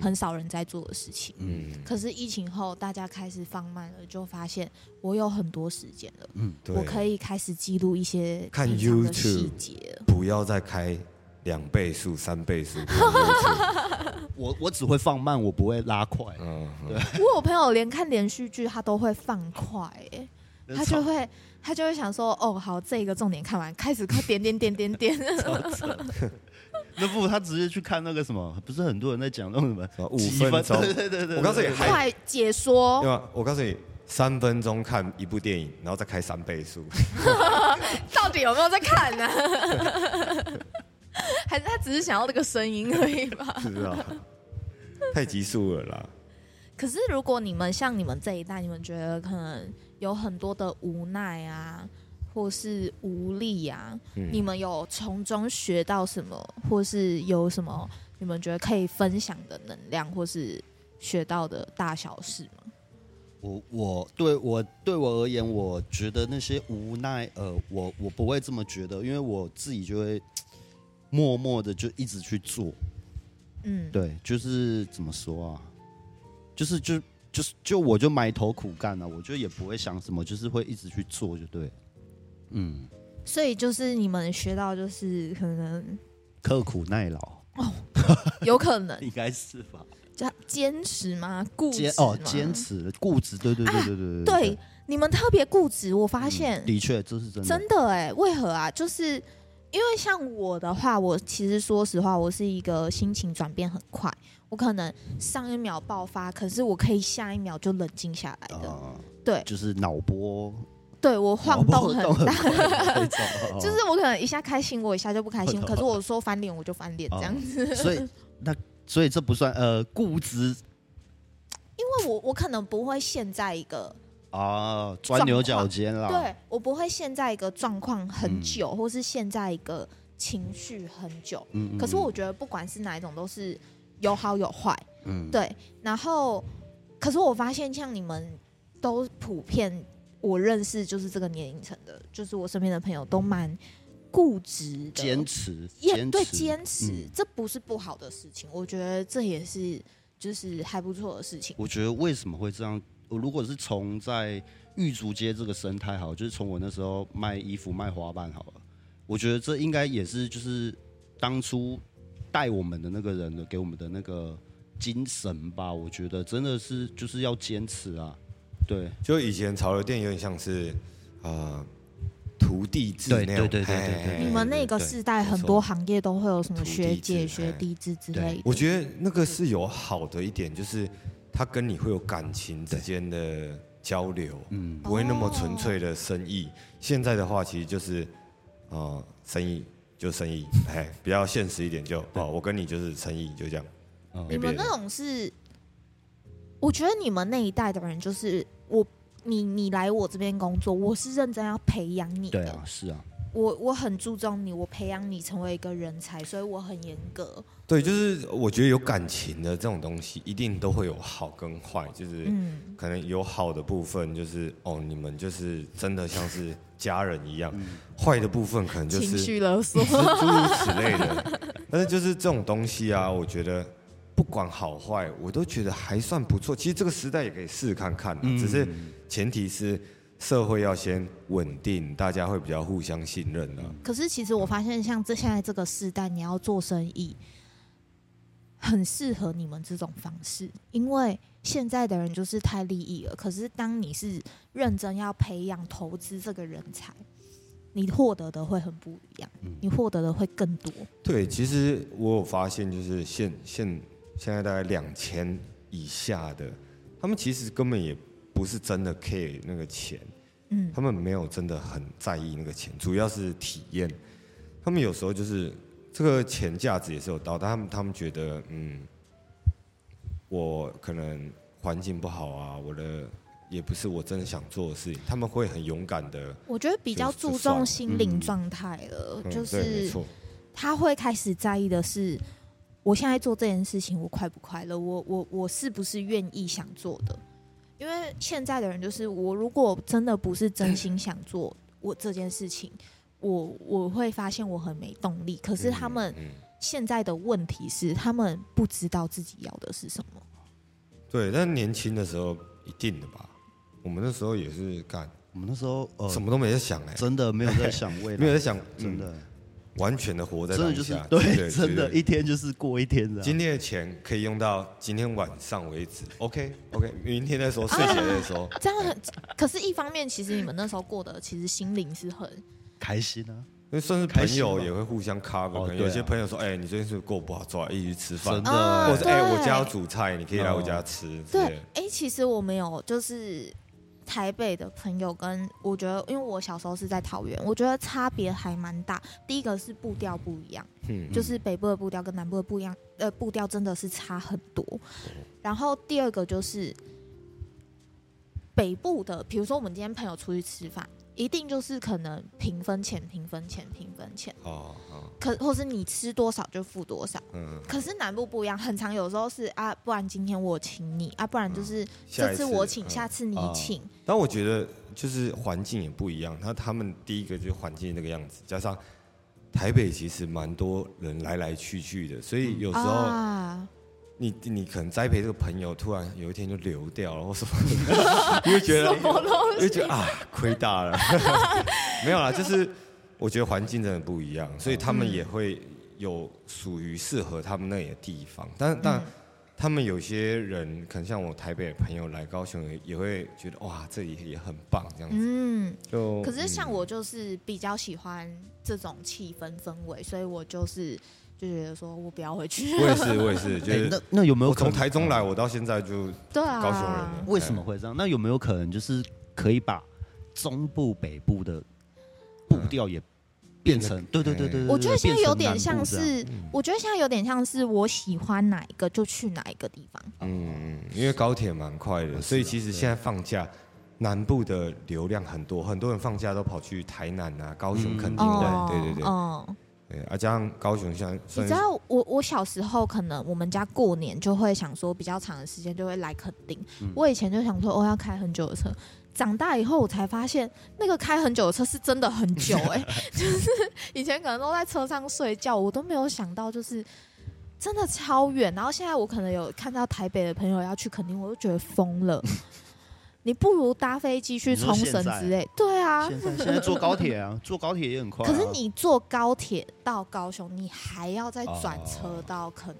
[SPEAKER 2] 很少人在做的事情。
[SPEAKER 3] 嗯，
[SPEAKER 2] 可是疫情后，大家开始放慢了，就发现我有很多时间了，
[SPEAKER 3] 对，
[SPEAKER 2] 我可以开始记录一些
[SPEAKER 3] 看
[SPEAKER 2] 平常的
[SPEAKER 3] YouTube
[SPEAKER 2] 细节了。
[SPEAKER 3] 不要再开两倍速、三倍速。这 种东西
[SPEAKER 4] 我我只会放慢，我不会拉快。
[SPEAKER 3] 嗯，嗯
[SPEAKER 2] 我有朋友连看连续剧他都会放快、欸，他就会他就会想说，哦，好，这个重点看完，开始快点点点点点，
[SPEAKER 4] 那不如他直接去看那个什么，不是很多人在讲那种什么
[SPEAKER 3] 什么五
[SPEAKER 4] 积
[SPEAKER 3] 分钟
[SPEAKER 4] 对对对对，
[SPEAKER 3] 我告诉你
[SPEAKER 4] 对
[SPEAKER 3] 还
[SPEAKER 2] 快解说
[SPEAKER 3] 对，吧？我告诉你，三分钟看一部电影，然后再开三倍速。
[SPEAKER 2] 到底有没有在看呢、 还是他只是想要那个声音而已吧？
[SPEAKER 3] 是不是啊？太急速了啦！
[SPEAKER 2] 可是如果你们像你们这一代，你们觉得可能有很多的无奈啊，或是无力啊，
[SPEAKER 4] 嗯
[SPEAKER 3] 嗯
[SPEAKER 2] 你们有从中学到什么，或是有什么你们觉得可以分享的能量，或是学到的大小事吗？
[SPEAKER 4] 我我对我对我而言，我觉得那些无奈，呃，我我不会这么觉得，因为我自己就会默默的就一直去做。
[SPEAKER 2] 嗯，
[SPEAKER 4] 对，就是怎么说啊，就是就就是就我就埋头苦干啊，我就也不会想什么，就是会一直去做就对了。嗯，
[SPEAKER 2] 所以就是你们学到，就是可能
[SPEAKER 4] 刻苦耐劳
[SPEAKER 2] 有可能
[SPEAKER 4] 应该是吧？
[SPEAKER 2] 叫坚持吗？固执
[SPEAKER 4] 坚哦，
[SPEAKER 2] 吗啊
[SPEAKER 4] 坚。持固执，对对对对对嗯
[SPEAKER 2] 对，你们特别固执，我发现、
[SPEAKER 4] 的确这是真的。
[SPEAKER 2] 真的哎、为何啊？就是因为像我的话，我其实说实话，我是一个心情转变很快，我可能上一秒爆发，可是我可以下一秒就冷静下来的。
[SPEAKER 4] 啊，
[SPEAKER 2] 对
[SPEAKER 4] 就是脑波
[SPEAKER 2] 对我晃 动
[SPEAKER 4] 脑波
[SPEAKER 2] 很大，
[SPEAKER 4] 哦快的那种 哦
[SPEAKER 2] 就是我可能一下开心，我一下就不开心，
[SPEAKER 4] 我懂
[SPEAKER 2] 可是我说翻脸我就翻
[SPEAKER 4] 哦
[SPEAKER 2] 脸这样子。
[SPEAKER 4] 所以那所以这不算呃固执
[SPEAKER 2] 因为我我可能不会陷在一个
[SPEAKER 4] 啊，钻牛角尖啦。
[SPEAKER 2] 对我不会陷在一个状况
[SPEAKER 4] 嗯
[SPEAKER 2] 很久，或是陷在一个情绪很久。
[SPEAKER 4] 嗯，嗯
[SPEAKER 2] 可是我觉得不管是哪一种，都是有好有坏。
[SPEAKER 4] 嗯
[SPEAKER 2] 对，然后可是我发现，像你们都普遍我认识就是这个年龄层的，就是我身边的朋友都蛮固执的，
[SPEAKER 4] 坚持
[SPEAKER 2] 也对
[SPEAKER 4] 持
[SPEAKER 2] 坚持，
[SPEAKER 4] 嗯
[SPEAKER 2] 这不是不好的事情，我觉得这也是就是还不错的事情。
[SPEAKER 4] 我觉得为什么会这样？我如果是从在玉竹街这个生态好，就是从我那时候卖衣服、卖花瓣好了，我觉得这应该也是就是当初带我们的那个人的给我们的那个精神吧。我觉得真的是就是要坚持啊，对，
[SPEAKER 3] 就以前潮流店有点像是呃徒弟制那样，
[SPEAKER 4] 对对对对对对
[SPEAKER 3] 嘿
[SPEAKER 2] 你们那个
[SPEAKER 3] 哎对
[SPEAKER 2] 世代
[SPEAKER 3] 没错
[SPEAKER 2] 很多行业都会有什么
[SPEAKER 3] 徒弟
[SPEAKER 2] 学姐、
[SPEAKER 3] 制
[SPEAKER 2] 学
[SPEAKER 3] 哎
[SPEAKER 2] 弟制之类的。
[SPEAKER 3] 我觉得那个是有好的一点，就是他跟你会有感情之间的交流，嗯，不会那么纯粹的生意。现在的话，其实就是呃生意就生意，哎，比较现实一点就哦，我跟你就是生意就这样，
[SPEAKER 4] 嗯
[SPEAKER 2] 你
[SPEAKER 3] 别
[SPEAKER 2] 们
[SPEAKER 3] 的
[SPEAKER 2] 那种是，我觉得你们那一代的人，就是我，你你来我这边工作，我是认真要培养你
[SPEAKER 4] 对
[SPEAKER 2] 的，
[SPEAKER 4] 啊，是啊，
[SPEAKER 2] 我我很注重你，我培养你成为一个人才，所以我很严格。
[SPEAKER 3] 对，就是我觉得有感情的这种东西，一定都会有好跟坏，就是
[SPEAKER 2] 嗯，
[SPEAKER 3] 可能有好的部分，就是哦，你们就是真的像是家人一样；坏的部分可能就是是
[SPEAKER 2] 勒索
[SPEAKER 3] 诸如此类的。但是就是这种东西啊，我觉得不管好坏，我都觉得还算不错。其实这个时代也可以试看看啊、只是前提是社会要先稳定，大家会比较互相信任啊。
[SPEAKER 2] 可是其实我发现，像这现在这个时代，你要做生意，很适合你们这种方式，因为现在的人就是太利益了。可是当你是认真要培养投资这个人才，你获得的会很不一样，
[SPEAKER 3] 嗯
[SPEAKER 2] 你获得的会更多。
[SPEAKER 3] 对，其实我有发现，就是现现现在大概两千以下的，他们其实根本也不是真的 care 那个钱，
[SPEAKER 2] 嗯，
[SPEAKER 3] 他们没有真的很在意那个钱，主要是体验。他们有时候就是这个钱价值也是有到，但他们他们觉得，嗯，我可能环境不好啊，我的也不是我真的想做的事情，他们会很勇敢的，
[SPEAKER 2] 我觉得比较
[SPEAKER 3] 就就
[SPEAKER 2] 注
[SPEAKER 3] 算了
[SPEAKER 2] 重心灵状态了，
[SPEAKER 3] 嗯
[SPEAKER 2] 就
[SPEAKER 3] 对，没
[SPEAKER 2] 是
[SPEAKER 3] 错，
[SPEAKER 2] 他会开始在意的是，我现在做这件事情，我快不快乐？我我我是不是愿意想做的？因为现在的人就是，我如果真的不是真心想做我这件事情，我我会发现我很没动力。可是他们
[SPEAKER 3] 嗯。嗯
[SPEAKER 2] 现在的问题是，他们不知道自己要的是什么。
[SPEAKER 3] 对，但年轻的时候一定的吧。我们那时候也是干
[SPEAKER 4] 我们那时候呃，
[SPEAKER 3] 什么都没在想哎、
[SPEAKER 4] 真的没有在想 未来，
[SPEAKER 3] 没有在想
[SPEAKER 4] 真
[SPEAKER 3] 嗯
[SPEAKER 4] 的，
[SPEAKER 3] 完全的活在
[SPEAKER 4] 真的
[SPEAKER 3] 当
[SPEAKER 4] 就是
[SPEAKER 3] 下。
[SPEAKER 4] 对， 真的，
[SPEAKER 3] 对
[SPEAKER 4] 一天就是过一天的啊。
[SPEAKER 3] 今天的钱可以用到今天晚上为止。OK OK，明天再说，睡起来再说。
[SPEAKER 2] 这样很， 可是一方面，其实你们那时候过的，其实心灵是很
[SPEAKER 4] 开心啊，
[SPEAKER 3] 因为算是朋友也会互相 cover，
[SPEAKER 4] 哦
[SPEAKER 3] 可能
[SPEAKER 4] 对啊
[SPEAKER 3] 有些朋友说：“哎，你最近是不是过不好，走啊，一起去吃饭
[SPEAKER 4] 真。的”哦
[SPEAKER 2] 啊
[SPEAKER 4] 欸，
[SPEAKER 3] 或者“哎，
[SPEAKER 2] 对
[SPEAKER 3] 我家有煮菜，你可以来我家吃。”之
[SPEAKER 2] 对
[SPEAKER 3] 类的，
[SPEAKER 2] 哎、其实我们有就是台北的朋友跟我觉得，因为我小时候是在桃园，我觉得差别还蛮大。第一个是步调不一样，
[SPEAKER 3] 嗯，
[SPEAKER 2] 就是北部的步调跟南部的不一样，呃，步调真的是差很多。然后第二个就是北部的，比如说我们今天朋友出去吃饭，一定就是可能平分钱、平分钱、平分钱，
[SPEAKER 3] 哦哦，
[SPEAKER 2] 可或是你吃多少就付多少。
[SPEAKER 3] 嗯，
[SPEAKER 2] 可是南部不一样，很常有时候是啊，不然今天我请你啊，不然就是
[SPEAKER 3] 下
[SPEAKER 2] 这
[SPEAKER 3] 一
[SPEAKER 2] 次我请，
[SPEAKER 3] 嗯
[SPEAKER 2] 下次你请，
[SPEAKER 3] 但我觉得就是环境也不一样，那他们第一个就是环境那个样子，加上台北其实蛮多人来来去去的，所以有时候
[SPEAKER 2] 啊，
[SPEAKER 3] 你、你可能栽培这个朋友，突然有一天就流掉了或什么，你 会觉得你 会觉得啊亏大了，没有啦，就是我觉得环境真的不一样，所以他们也会有属于适合他们那里的地方，
[SPEAKER 2] 嗯
[SPEAKER 3] 但但。他们有些人可能像我台北的朋友来高雄也也会觉得哇，这里也很棒这样子。
[SPEAKER 2] 嗯，
[SPEAKER 3] 就
[SPEAKER 2] 可是像我就是比较喜欢这种气氛氛围，所以我就是就觉得说我不要回去
[SPEAKER 3] 嗯，我也是，我也是，就
[SPEAKER 4] 哎
[SPEAKER 3] 是
[SPEAKER 4] 那那有没有
[SPEAKER 3] 我
[SPEAKER 4] 可能
[SPEAKER 3] 从台中来，我到现在就嗯
[SPEAKER 2] 对啊，
[SPEAKER 3] 高雄人了
[SPEAKER 4] 为什么会这样？那有没有可能就是可以把中部、北部的步调也变成？对对
[SPEAKER 3] 哎
[SPEAKER 4] 对对对，
[SPEAKER 2] 我觉得现在有点像
[SPEAKER 4] 变成南部
[SPEAKER 2] 是，
[SPEAKER 3] 嗯
[SPEAKER 2] 我觉得现在有点像是我喜欢哪一个就去哪一个地方。
[SPEAKER 3] 嗯，因为高铁蛮快
[SPEAKER 4] 哦啊
[SPEAKER 3] 的，所以其实现在放假，南部的流量很多，很多人放假都跑去台南啊、高雄、垦丁
[SPEAKER 2] 哦
[SPEAKER 3] 玩，，对对对，
[SPEAKER 2] 嗯，
[SPEAKER 3] 对啊，加上高雄像
[SPEAKER 2] 你
[SPEAKER 3] 算
[SPEAKER 2] 知
[SPEAKER 3] 是
[SPEAKER 2] 道我我小时候可能我们家过年就会想说比较长的时间就会来垦丁，
[SPEAKER 4] 嗯
[SPEAKER 2] 我以前就想说哦要开很久的车，长大以后我才发现那个开很久的车是真的很 久哎、就是以前可能都在车上睡觉，我都没有想到就是真的超远，然后现在我可能有看到台北的朋友要去垦丁，我就觉得疯 了。你不如搭飞机去
[SPEAKER 4] 你说
[SPEAKER 2] 冲
[SPEAKER 4] 现
[SPEAKER 2] 绳
[SPEAKER 4] 在
[SPEAKER 2] 之类，对啊，
[SPEAKER 4] 现在现在坐高铁啊，坐高铁也很快啊。
[SPEAKER 2] 可是你坐高铁到高雄，你还要再转
[SPEAKER 4] 哦
[SPEAKER 2] 车到垦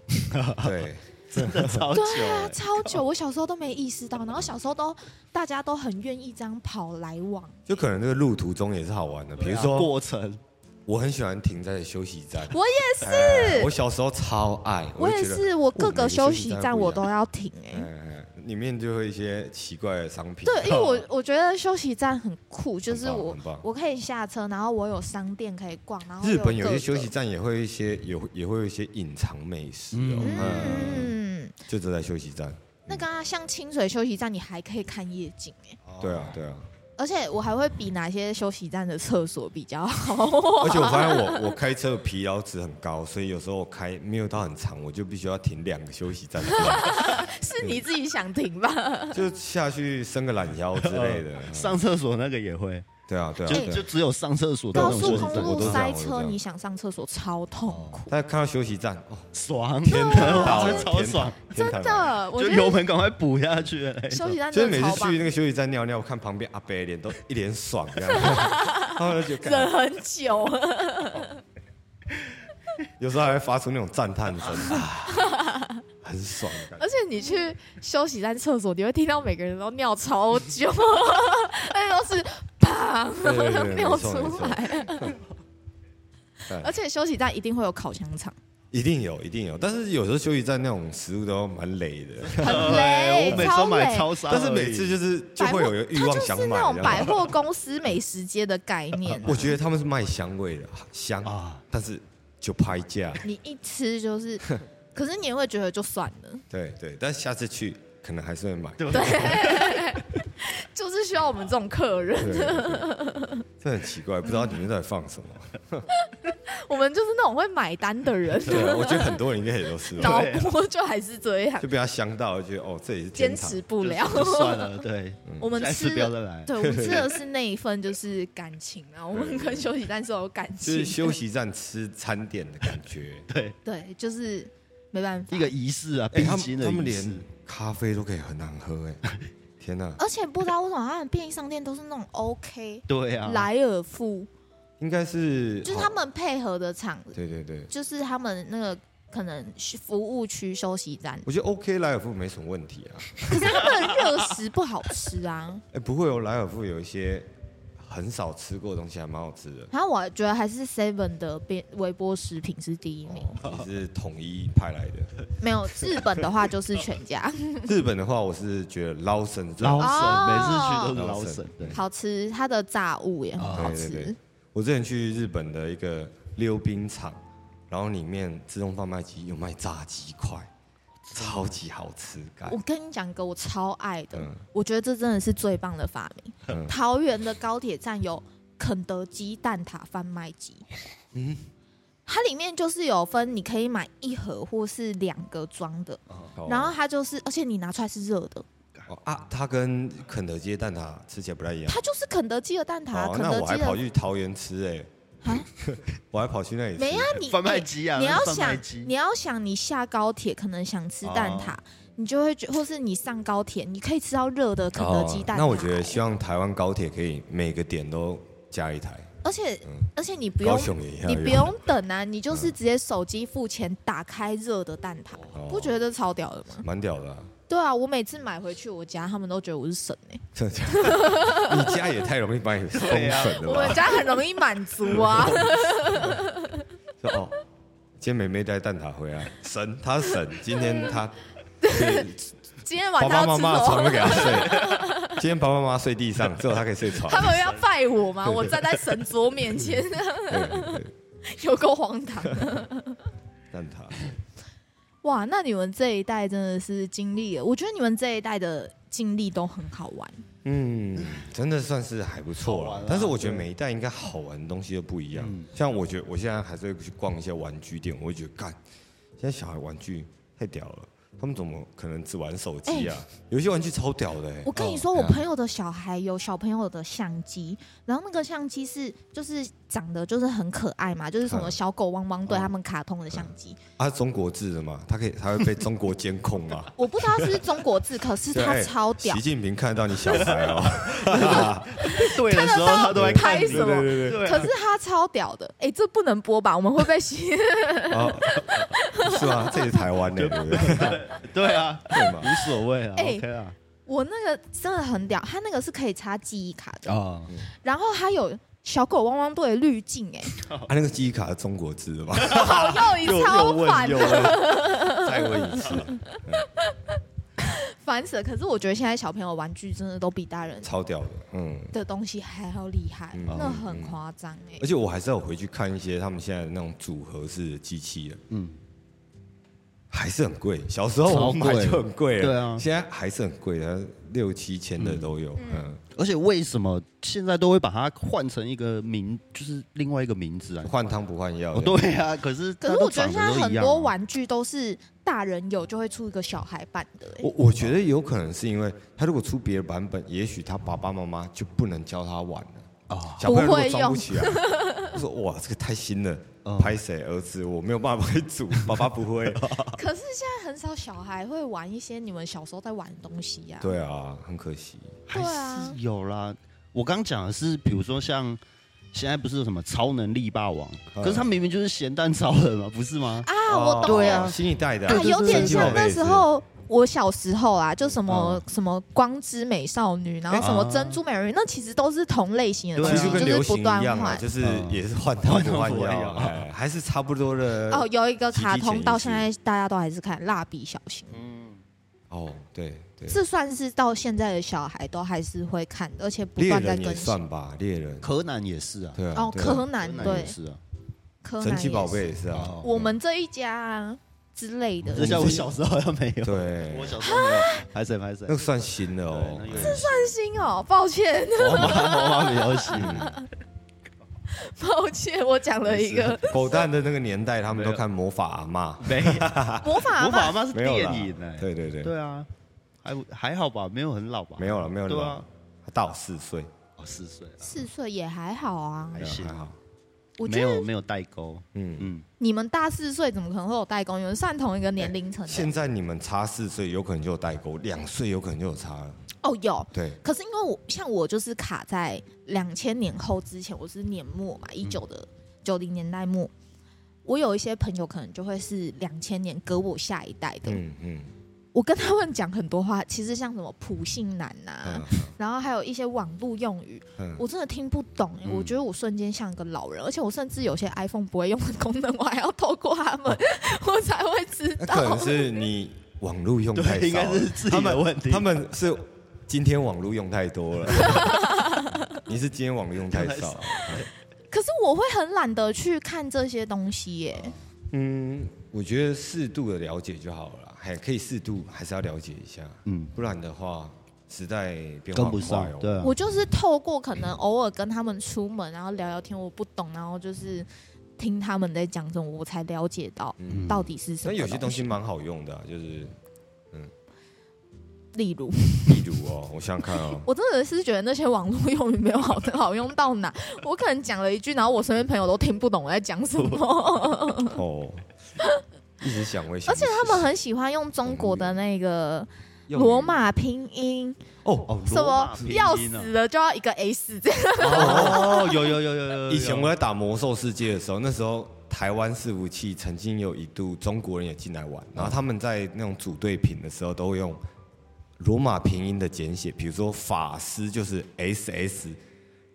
[SPEAKER 3] 对，
[SPEAKER 4] 真的超久
[SPEAKER 2] 对啊，
[SPEAKER 4] 欸，
[SPEAKER 2] 超久！我小时候都没意识到，然后小时候都大家都很愿意这样跑来往。
[SPEAKER 3] 就可能这个路途中也是好玩的，比如说
[SPEAKER 4] 啊过程，
[SPEAKER 3] 我很喜欢停在休息站，
[SPEAKER 2] 我也
[SPEAKER 3] 是，我小时候超爱，
[SPEAKER 2] 我也
[SPEAKER 3] 就觉得
[SPEAKER 2] 是，我
[SPEAKER 3] 哦
[SPEAKER 2] 各
[SPEAKER 3] 每
[SPEAKER 2] 个
[SPEAKER 3] 个
[SPEAKER 2] 休
[SPEAKER 3] 休
[SPEAKER 2] 息
[SPEAKER 3] 息
[SPEAKER 2] 站
[SPEAKER 3] 站
[SPEAKER 2] 我
[SPEAKER 3] 不一
[SPEAKER 2] 都要停哎、
[SPEAKER 3] 哎，里面就会一些奇怪的商品，
[SPEAKER 2] 对，因为我我觉得休息站很酷，就是
[SPEAKER 3] 很棒
[SPEAKER 2] 我
[SPEAKER 3] 很棒
[SPEAKER 2] 我可以下车，然后我有商店可以逛，然后
[SPEAKER 3] 日本有
[SPEAKER 2] 各个
[SPEAKER 3] 些休息，站也会一些有也会有一些隐藏美食哦，嗯，
[SPEAKER 2] 嗯，
[SPEAKER 3] 就只在休息站。
[SPEAKER 2] 那个啊，像清水休息站，你还可以看夜景哎、
[SPEAKER 4] 哦
[SPEAKER 3] 对啊，对啊，
[SPEAKER 2] 而且我还会比哪些休息站的厕所比较好，
[SPEAKER 3] 而且我发现我我开车的疲劳值很高，所以有时候我开没有到很长，我就必须要停两个休息站，
[SPEAKER 2] 是你自己想停吧？
[SPEAKER 3] 就下去伸个懒腰之类的。
[SPEAKER 4] 上厕所那个也会，
[SPEAKER 3] 对啊，对啊，
[SPEAKER 4] 嗯就
[SPEAKER 3] 对
[SPEAKER 4] 就
[SPEAKER 3] 啊。
[SPEAKER 4] 只有上厕所的
[SPEAKER 2] 哎高
[SPEAKER 4] 那种
[SPEAKER 2] 速
[SPEAKER 4] 就是
[SPEAKER 2] 公
[SPEAKER 4] 这样
[SPEAKER 3] 我都
[SPEAKER 2] 路
[SPEAKER 3] 这样
[SPEAKER 2] 塞
[SPEAKER 3] 我都这
[SPEAKER 2] 车，
[SPEAKER 3] 样哦
[SPEAKER 2] 你想上厕所超痛苦，
[SPEAKER 3] 但看到休息站， 哦，
[SPEAKER 4] 爽，
[SPEAKER 3] 天
[SPEAKER 4] 啊
[SPEAKER 3] 堂，
[SPEAKER 4] 真超爽，
[SPEAKER 3] 天
[SPEAKER 2] 真
[SPEAKER 3] 堂，
[SPEAKER 2] 的，我
[SPEAKER 4] 就
[SPEAKER 2] 觉
[SPEAKER 4] 油
[SPEAKER 2] 得
[SPEAKER 4] 门赶快补下去哎的那一
[SPEAKER 2] 休
[SPEAKER 4] 种。
[SPEAKER 2] 息站
[SPEAKER 3] 就
[SPEAKER 2] 真
[SPEAKER 3] 是每
[SPEAKER 2] 的
[SPEAKER 3] 次
[SPEAKER 2] 超棒
[SPEAKER 3] 去，那个休息站尿尿，看旁边阿伯脸都一脸爽这样， 他们就觉得
[SPEAKER 2] 忍很久，
[SPEAKER 3] 有时候还会发出那种赞叹声，啊很爽的感觉。
[SPEAKER 2] 而且你去休息站厕所，你会听到每个人都尿超 久，而且都是
[SPEAKER 3] 对 对对，没
[SPEAKER 2] 尿
[SPEAKER 3] 错
[SPEAKER 2] 出
[SPEAKER 3] 没错哎
[SPEAKER 2] 来。
[SPEAKER 3] 对
[SPEAKER 2] 而且休息站一定会有烤香 肠，
[SPEAKER 3] 一定有，一定有。但是有时候休息站那种食物都蛮累 的，
[SPEAKER 2] 很
[SPEAKER 4] 对，
[SPEAKER 2] 累，
[SPEAKER 3] 哎
[SPEAKER 4] 我每
[SPEAKER 2] 哎
[SPEAKER 4] 次
[SPEAKER 2] 超
[SPEAKER 4] 都买
[SPEAKER 2] 累
[SPEAKER 4] 超商而
[SPEAKER 3] 但
[SPEAKER 4] 已，
[SPEAKER 3] 是每次就是就
[SPEAKER 2] 百货
[SPEAKER 3] 会有欲望想
[SPEAKER 2] 它就
[SPEAKER 3] 买
[SPEAKER 2] 是那
[SPEAKER 3] 这
[SPEAKER 2] 种
[SPEAKER 3] 样。
[SPEAKER 2] 百货公司美食街的概念
[SPEAKER 3] 我觉得他们是卖香味的，香
[SPEAKER 4] 啊
[SPEAKER 3] 啊，但是就拍价。
[SPEAKER 2] 你一吃 就是，可是你也会觉得就算了，
[SPEAKER 3] 对对，但下次去可能还是会买。
[SPEAKER 4] 对吧
[SPEAKER 2] 就是需要我们这种客人，
[SPEAKER 3] 对，对这很奇怪，不知道你们在放什么。
[SPEAKER 2] 我们就是那种会买单的人，
[SPEAKER 3] 对，啊我觉得很多人应该也都是吧，
[SPEAKER 2] 脑波就还是这样
[SPEAKER 3] 就，被他香到，就觉得哦，这里是天
[SPEAKER 2] 坚
[SPEAKER 3] 堂
[SPEAKER 2] 持不了。
[SPEAKER 4] 就算了，对，
[SPEAKER 2] 我们
[SPEAKER 4] 下次
[SPEAKER 2] 吃
[SPEAKER 4] 不要
[SPEAKER 2] 的，
[SPEAKER 4] 再来。
[SPEAKER 2] 对我们吃 的是那一份就是感情啊，我们跟休息站是有感
[SPEAKER 3] 就
[SPEAKER 2] 情的，
[SPEAKER 3] 是休息站吃餐点的感 觉。
[SPEAKER 4] 对，
[SPEAKER 2] 对，就是没办法
[SPEAKER 4] 一个仪式啊，
[SPEAKER 3] 哎，
[SPEAKER 4] 必
[SPEAKER 3] 他
[SPEAKER 4] 经
[SPEAKER 3] 们
[SPEAKER 4] 的
[SPEAKER 3] 他们
[SPEAKER 4] 仪式
[SPEAKER 3] 连。咖啡都可以很难喝，哎，天哪！
[SPEAKER 2] 而且不知道为什么他们便利商店都是那种 OK、
[SPEAKER 4] 对啊，
[SPEAKER 2] 莱尔富，
[SPEAKER 3] 应该是
[SPEAKER 2] 就是他们配合的厂，
[SPEAKER 3] 哦对对对，
[SPEAKER 2] 就是他们那个可能是服务区休息站，
[SPEAKER 3] 我觉得 OK 莱尔富没什么问题啊。
[SPEAKER 2] 可是他们的热食不好吃啊。
[SPEAKER 3] 哎，不会哦，莱尔富有一些很少吃过的东西，还蛮好吃 的。
[SPEAKER 2] 然后我觉得还是 Seven 的便微波食品是第一名，
[SPEAKER 3] 你是统一派来的。
[SPEAKER 2] 没有日本的话就是全家，
[SPEAKER 3] 日本的话，我是觉得捞神最
[SPEAKER 4] 捞
[SPEAKER 3] 好。
[SPEAKER 4] 神，每
[SPEAKER 2] 哦
[SPEAKER 4] 次去都是捞
[SPEAKER 3] 捞
[SPEAKER 4] 神
[SPEAKER 3] 神，
[SPEAKER 4] 对，
[SPEAKER 2] 好吃，它的炸物也很好
[SPEAKER 3] 啊对对对
[SPEAKER 2] 吃，
[SPEAKER 3] 我之前去日本的一个溜冰场，然后里面自动贩卖机有卖炸鸡块，超级好吃，干
[SPEAKER 2] 我跟你讲一个我超爱的，
[SPEAKER 3] 嗯
[SPEAKER 2] 我觉得这真的是最棒的发明。
[SPEAKER 3] 嗯
[SPEAKER 2] 桃园的高铁站有肯德基蛋挞贩卖机，它里面就是有分，你可以买一盒或是两个装的，
[SPEAKER 3] 哦
[SPEAKER 2] 然后它就是，而且你拿出来是热的，
[SPEAKER 3] 哦啊，它跟肯德基的蛋挞吃起来不太一样。
[SPEAKER 2] 它就是肯德基的蛋挞，啊
[SPEAKER 3] 哦，
[SPEAKER 2] 肯
[SPEAKER 3] 那
[SPEAKER 2] 德
[SPEAKER 3] 我还
[SPEAKER 2] 基
[SPEAKER 3] 跑
[SPEAKER 2] 的。
[SPEAKER 3] 去桃园吃哎、
[SPEAKER 2] 啊
[SPEAKER 3] 我还跑去那里吃。
[SPEAKER 2] 没啊，你
[SPEAKER 4] 贩卖
[SPEAKER 2] 哎
[SPEAKER 4] 机啊，
[SPEAKER 2] 你要
[SPEAKER 4] 贩卖
[SPEAKER 2] 想，
[SPEAKER 4] 机
[SPEAKER 2] 你要想，你下高铁可能想吃蛋挞，
[SPEAKER 3] 哦
[SPEAKER 2] 你就会觉，或是你上高铁，你可以吃到热的肯德基蛋挞、
[SPEAKER 3] 哦那我觉得希望台湾高铁可以每个点都加一台，
[SPEAKER 2] 而且、而且你不
[SPEAKER 3] 嗯高
[SPEAKER 2] 用
[SPEAKER 3] 雄也要
[SPEAKER 2] 你
[SPEAKER 3] 有。
[SPEAKER 2] 不用等啊，你就是直接手机付钱，打开热的蛋挞，
[SPEAKER 3] 哦
[SPEAKER 2] 不觉得这超屌的吗？
[SPEAKER 3] 蛮屌的、啊，
[SPEAKER 2] 对啊，我每次买回去我家，他们都觉得我是神哎、
[SPEAKER 3] 真的假的你家也太容易把你封神了
[SPEAKER 2] 啊我
[SPEAKER 3] 吧
[SPEAKER 2] 们？家很容易满足 啊。
[SPEAKER 3] 说哦，今天妹妹带蛋挞回来，神，她是神，今天 她对
[SPEAKER 2] 今天晚
[SPEAKER 3] 爸
[SPEAKER 2] 上要
[SPEAKER 3] 爸妈
[SPEAKER 2] 吃
[SPEAKER 3] 妈
[SPEAKER 2] 什
[SPEAKER 3] 的 床
[SPEAKER 2] 么？
[SPEAKER 3] 都给她睡，今天爸爸妈妈睡地上，只有她可以睡 床
[SPEAKER 2] 他。们要拜我吗？我站在神桌面 前，
[SPEAKER 3] 对对对，
[SPEAKER 2] 有够荒唐的。
[SPEAKER 3] 蛋挞，
[SPEAKER 2] 哇，那你们这一代真的是经历了，我觉得你们这一代的经历都很好玩。
[SPEAKER 3] 嗯，真的算是还不错嗯
[SPEAKER 4] 好玩
[SPEAKER 3] 了
[SPEAKER 4] 啊。
[SPEAKER 3] 嗯但是我觉得每一代应该好玩的东西都不一样。像我觉得我现在还是会去逛一些玩具店，我会觉得干，现在小孩玩具太屌了，他们怎么可能只玩手机啊？有一些玩具超屌的、欸。
[SPEAKER 2] 哎我跟你
[SPEAKER 3] 哦
[SPEAKER 2] 说，我
[SPEAKER 3] 对啊
[SPEAKER 2] 朋友的小孩有小朋友的相机，然后那个相机是就是长得就是很可爱嘛，就是什么
[SPEAKER 3] 嗯
[SPEAKER 2] 小狗汪汪队他们卡通的相机，？
[SPEAKER 3] 啊，中国制的嘛，他可以，他会被中国监控 嘛
[SPEAKER 2] 我不知道是不是中国字，可是
[SPEAKER 3] 对
[SPEAKER 2] 它
[SPEAKER 3] 哎
[SPEAKER 2] 超屌
[SPEAKER 3] 习。近平看得到你小孩 哦，
[SPEAKER 4] 对的时候他都在看
[SPEAKER 2] 拍
[SPEAKER 4] 你，
[SPEAKER 2] 什么？
[SPEAKER 4] 啊
[SPEAKER 2] 可是它超屌的，哎，这不能播吧？我们会被 洗。
[SPEAKER 3] 哦，是吗？这也是台湾的，对不对？
[SPEAKER 4] 对啊，
[SPEAKER 3] 对嘛？
[SPEAKER 4] 无所谓啊
[SPEAKER 2] 哎
[SPEAKER 4] ，OK 啊，
[SPEAKER 2] 我那个真的很屌，它那个是可以插记忆卡的，
[SPEAKER 4] 啊，
[SPEAKER 2] 然后它有小狗汪汪队的滤镜， 哎，
[SPEAKER 3] 啊，那个记忆卡是中国制的吧？
[SPEAKER 2] 好又一
[SPEAKER 4] 又 又
[SPEAKER 2] 超
[SPEAKER 4] 问
[SPEAKER 2] 反
[SPEAKER 4] 又
[SPEAKER 2] 的，
[SPEAKER 4] 问，
[SPEAKER 3] 再问一次，
[SPEAKER 2] 烦死了。可是我觉得现在小朋友玩具真的都比大人
[SPEAKER 3] 超屌的，嗯。
[SPEAKER 2] 的东西还要厉害，
[SPEAKER 3] 嗯
[SPEAKER 2] 那很夸张哎
[SPEAKER 3] 而。且我还是要回去看一些他们现在的那种组合式的机器的，
[SPEAKER 4] 嗯，
[SPEAKER 3] 还是很贵。小时候我们买
[SPEAKER 4] 超贵
[SPEAKER 3] 就很贵了，
[SPEAKER 4] 对啊
[SPEAKER 3] 现在还是很贵的，六七千的都有。嗯，
[SPEAKER 4] 而且为什么现在都会把它换成一个名，就是另外一个名字啊？
[SPEAKER 3] 嗯换汤不换药。
[SPEAKER 4] 哦，对啊，可是
[SPEAKER 2] 可
[SPEAKER 4] 它
[SPEAKER 2] 是
[SPEAKER 4] 都
[SPEAKER 2] 我觉得
[SPEAKER 4] 长
[SPEAKER 2] 现在
[SPEAKER 4] 都
[SPEAKER 2] 很
[SPEAKER 4] 一样啊
[SPEAKER 2] 多玩具都是大人有就会出一个小孩版的、欸，
[SPEAKER 3] 我我觉得有可能是因为他如果出别的版本，也许他爸爸妈妈就不能教他玩了。
[SPEAKER 4] 啊，
[SPEAKER 3] 小朋友
[SPEAKER 2] 不
[SPEAKER 3] 如果
[SPEAKER 2] 会
[SPEAKER 3] 装不
[SPEAKER 2] 用
[SPEAKER 3] 起来，我说哇，这个太新了
[SPEAKER 4] 嗯，
[SPEAKER 3] 拍谁儿子，我没有办法会煮，爸爸不 会。
[SPEAKER 2] 可是现在很少小孩会玩一些你们小时候在玩的东西呀、
[SPEAKER 3] 对啊，很可惜。
[SPEAKER 4] 还
[SPEAKER 2] 对啊
[SPEAKER 4] 是有啦。我刚讲的是，比如说像现在不是有什么超能力霸王，
[SPEAKER 3] 嗯
[SPEAKER 4] 可是他明明就是咸蛋超人嘛，不是吗？
[SPEAKER 2] 啊，我懂了。
[SPEAKER 4] 对啊
[SPEAKER 3] 新一代哦的啊
[SPEAKER 2] 啊，有点像
[SPEAKER 3] 神奇宝贝
[SPEAKER 2] 那
[SPEAKER 3] 也是嗯
[SPEAKER 2] 时候我小时候啊，就什么、什么光之美少女，然后什么
[SPEAKER 4] 啊
[SPEAKER 2] 珍珠美人鱼，那其实都是同类型的
[SPEAKER 4] 对
[SPEAKER 2] 东
[SPEAKER 4] 啊
[SPEAKER 3] 其
[SPEAKER 2] 西，
[SPEAKER 3] 实就跟
[SPEAKER 2] 是
[SPEAKER 3] 流
[SPEAKER 2] 不
[SPEAKER 3] 行
[SPEAKER 2] 断
[SPEAKER 3] 一样啊，
[SPEAKER 2] 换。
[SPEAKER 3] 就是
[SPEAKER 4] 嗯
[SPEAKER 3] 也是换汤不换
[SPEAKER 4] 换汤不啊换
[SPEAKER 3] 药
[SPEAKER 4] 药，
[SPEAKER 3] 哎还是差不多的。
[SPEAKER 2] 哦，有一个卡
[SPEAKER 3] 集体潜
[SPEAKER 2] 通
[SPEAKER 3] 意识嗯
[SPEAKER 2] 到现在大家都还是看《蜡笔小新》，
[SPEAKER 3] 哦，对对，
[SPEAKER 2] 这算是到现在的小孩都还是会看，而且不
[SPEAKER 3] 猎
[SPEAKER 2] 断在
[SPEAKER 3] 人也
[SPEAKER 2] 更新。
[SPEAKER 3] 算吧，猎人。
[SPEAKER 4] 柯南也是啊，
[SPEAKER 3] 对啊，
[SPEAKER 2] 哦，
[SPEAKER 3] 对啊
[SPEAKER 2] 柯南
[SPEAKER 4] 柯南
[SPEAKER 2] 对
[SPEAKER 4] 也，是啊，
[SPEAKER 2] 柯南
[SPEAKER 3] 神奇宝贝
[SPEAKER 2] 也
[SPEAKER 3] 也
[SPEAKER 2] 是，
[SPEAKER 3] 是啊
[SPEAKER 4] 哦，
[SPEAKER 2] 我们这一家啊之类的
[SPEAKER 3] 我
[SPEAKER 4] 这
[SPEAKER 3] 们。
[SPEAKER 4] 像我小时候好像没有，
[SPEAKER 3] 对，
[SPEAKER 4] 我小时候没有，还谁还谁
[SPEAKER 3] 那个，算新的哦
[SPEAKER 4] 对那。有
[SPEAKER 3] 哎
[SPEAKER 2] 担心哦，抱歉，
[SPEAKER 4] 我妈我妈比较喜
[SPEAKER 2] 抱歉，我讲了一个
[SPEAKER 3] 狗蛋的那个年代，他们都看魔法阿妈。
[SPEAKER 4] 没
[SPEAKER 2] 魔法阿
[SPEAKER 4] 魔法
[SPEAKER 2] 嬷
[SPEAKER 4] 阿妈是
[SPEAKER 3] 没有啦
[SPEAKER 4] 电影哎，
[SPEAKER 3] 对对对，
[SPEAKER 4] 对啊，还还好吧，没有很老吧，
[SPEAKER 3] 没有了没有
[SPEAKER 4] 对啊
[SPEAKER 3] 了，，他大我四岁，
[SPEAKER 4] 哦四岁了，
[SPEAKER 2] 四岁也还好啊，
[SPEAKER 4] 还
[SPEAKER 3] 对啊
[SPEAKER 4] 行
[SPEAKER 3] 还好。
[SPEAKER 2] 我
[SPEAKER 4] 没
[SPEAKER 2] 觉得
[SPEAKER 4] 有没有代沟，
[SPEAKER 3] 嗯，
[SPEAKER 4] 嗯，
[SPEAKER 2] 你们大四岁怎么可能会有代沟？你们算同一个年龄层的、
[SPEAKER 3] 现在你们差四岁，有可能就有代沟；两岁有可能就有差了。
[SPEAKER 2] 哦，有。
[SPEAKER 3] 对，
[SPEAKER 2] 可是因为我像我就是卡在两千年后之前，我是年末
[SPEAKER 3] 嗯
[SPEAKER 2] 嘛，一九的九零年代末，我有一些朋友可能就会是两千年隔我下一代的，
[SPEAKER 3] 嗯嗯
[SPEAKER 2] 我跟他们讲很多话，其实像什么普信男啊呐、
[SPEAKER 3] 嗯
[SPEAKER 4] 啊
[SPEAKER 2] 然后还有一些网络用语，
[SPEAKER 3] 嗯，
[SPEAKER 2] 我真的听不懂、欸
[SPEAKER 4] 嗯
[SPEAKER 2] 我觉得我瞬间像个老人，而且我甚至有些
[SPEAKER 3] 嗯
[SPEAKER 2] iPhone 不会用的功能，我还要透过他们，我才会知
[SPEAKER 3] 哦那
[SPEAKER 2] 道。
[SPEAKER 3] 可能是你网络用太
[SPEAKER 4] 对，应
[SPEAKER 3] 少
[SPEAKER 4] 该是
[SPEAKER 3] 了，
[SPEAKER 4] 自己的问题，
[SPEAKER 3] 他们是今天网络用太多了。 你是今天网络用太少，
[SPEAKER 2] 可是我会很懒得去看这些东西耶、
[SPEAKER 3] 嗯，我觉得适度的了解就好了啦，还可以适度，还是要了解一下，
[SPEAKER 4] 嗯
[SPEAKER 3] 不然的话，时代变化
[SPEAKER 4] 跟不
[SPEAKER 3] 很快
[SPEAKER 4] 上
[SPEAKER 3] 哦，。
[SPEAKER 4] 对啊，
[SPEAKER 2] 我就是透过可能偶尔跟他们出门，然后聊聊天，我不懂，然后就是听他们在讲什么，我才了解到
[SPEAKER 3] 嗯
[SPEAKER 2] 到底是什
[SPEAKER 3] 但
[SPEAKER 2] 么。
[SPEAKER 3] 有些东西，蛮好用的啊、就是
[SPEAKER 2] 例如，，
[SPEAKER 3] 例如哦， 我想想看哦
[SPEAKER 2] 我真的是觉得那些网络用语没有好好用到哪。我可能讲了一句，然后我身边朋友都听不懂我在讲什 么，
[SPEAKER 3] 哦，一直想会想
[SPEAKER 2] 而
[SPEAKER 3] 不起
[SPEAKER 2] 且
[SPEAKER 3] 来，
[SPEAKER 2] 他们很喜欢用中国的那个
[SPEAKER 3] 用
[SPEAKER 2] 罗马拼音，
[SPEAKER 4] 哦
[SPEAKER 3] 啊
[SPEAKER 2] 什么要死啊了就要一个 S 这样。
[SPEAKER 4] 哦，有有有有有，
[SPEAKER 3] 以前我在打魔兽世界的时候，那时候台湾伺服器曾经有一度中国人也进来玩，然
[SPEAKER 4] 嗯
[SPEAKER 3] 后他们在那种组队品的时候都会用罗马拼音的简写，比如说法师就是 S S，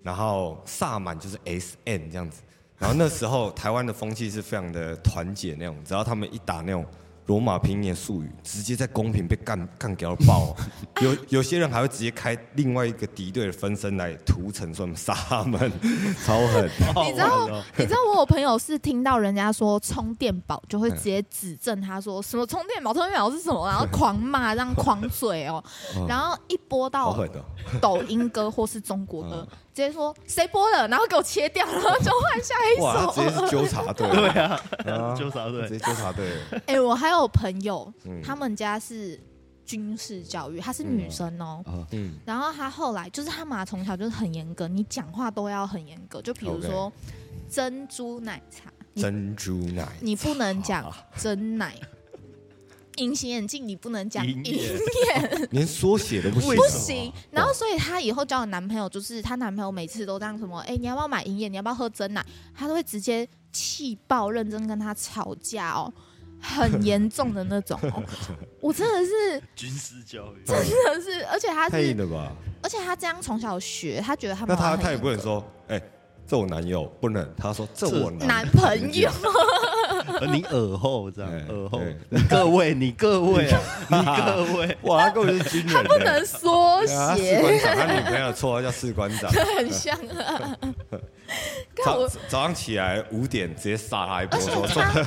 [SPEAKER 3] 然后萨满就是 S N 这样子。然后那时候台湾的风气是非常的团结那种，只要他们一打那种罗马拼音的术语，直接在公屏被干干掉 爆、有有些人还会直接开另外一个敌对的分身来屠城，说我们杀他 们，超狠。
[SPEAKER 2] 你知道，你知道我有朋友是听到人家说充电宝，就会直接指正他说什么充电宝，充电宝是什么，然后狂骂，这样狂嘴 哦，然后一播
[SPEAKER 3] 好
[SPEAKER 2] 到
[SPEAKER 3] 狠嗯哦！
[SPEAKER 2] 抖音歌或是中国 歌，直接说谁播的，然后给我切掉，然后就换下一
[SPEAKER 3] 哇，
[SPEAKER 2] 首
[SPEAKER 3] 他。直接是纠察队，
[SPEAKER 4] 对啊，
[SPEAKER 3] 啊
[SPEAKER 4] 纠察
[SPEAKER 3] 直接
[SPEAKER 4] 队，
[SPEAKER 3] 纠察队。
[SPEAKER 2] 哎、我还有朋友，
[SPEAKER 3] 嗯
[SPEAKER 2] 他们家是军事教育，她是女生哦、
[SPEAKER 3] 嗯，
[SPEAKER 2] 然后她后来就是她妈从小就是很严格，你讲话都要很严格，就比如
[SPEAKER 3] OK
[SPEAKER 2] 说珍珠奶茶，你
[SPEAKER 3] 珍珠奶，
[SPEAKER 2] 你不能讲真奶，隐形眼镜你不能讲
[SPEAKER 4] 银
[SPEAKER 2] 隐
[SPEAKER 4] 眼
[SPEAKER 3] 连缩写都不行，
[SPEAKER 4] 为
[SPEAKER 2] 不
[SPEAKER 4] 什么
[SPEAKER 2] 行。然后所以她以后交的男朋友就是她男朋友每次都这样什么，哎、你要不要买银眼？你要不要喝真奶？她都会直接气爆，认真跟他吵架哦。很严重的那种、 哦，我真的是，
[SPEAKER 4] 军事教育，
[SPEAKER 2] 真的是，而且她
[SPEAKER 3] 太硬
[SPEAKER 2] 是，
[SPEAKER 3] 了吧？
[SPEAKER 2] 而且她这样从小学，她觉得她妈
[SPEAKER 3] 那
[SPEAKER 2] 妈
[SPEAKER 3] 他
[SPEAKER 2] 很
[SPEAKER 3] 他也不
[SPEAKER 2] 严
[SPEAKER 3] 能说，哎，这我男友不能，他说这我
[SPEAKER 2] 格男朋友，
[SPEAKER 4] 你耳后这样
[SPEAKER 3] 哎，
[SPEAKER 4] 耳后
[SPEAKER 3] 对，
[SPEAKER 4] 你各位，你各位啊，你各 位，
[SPEAKER 3] 哇，他根本是军人，
[SPEAKER 2] 不能缩
[SPEAKER 3] 啊。他士
[SPEAKER 2] 写，
[SPEAKER 3] 官长，他女朋友的绰号叫士官长。
[SPEAKER 2] 很像 啊。 看
[SPEAKER 3] 早
[SPEAKER 2] 我
[SPEAKER 3] 早上起来五点直接杀他一波，
[SPEAKER 2] 而且
[SPEAKER 3] 说
[SPEAKER 2] 他，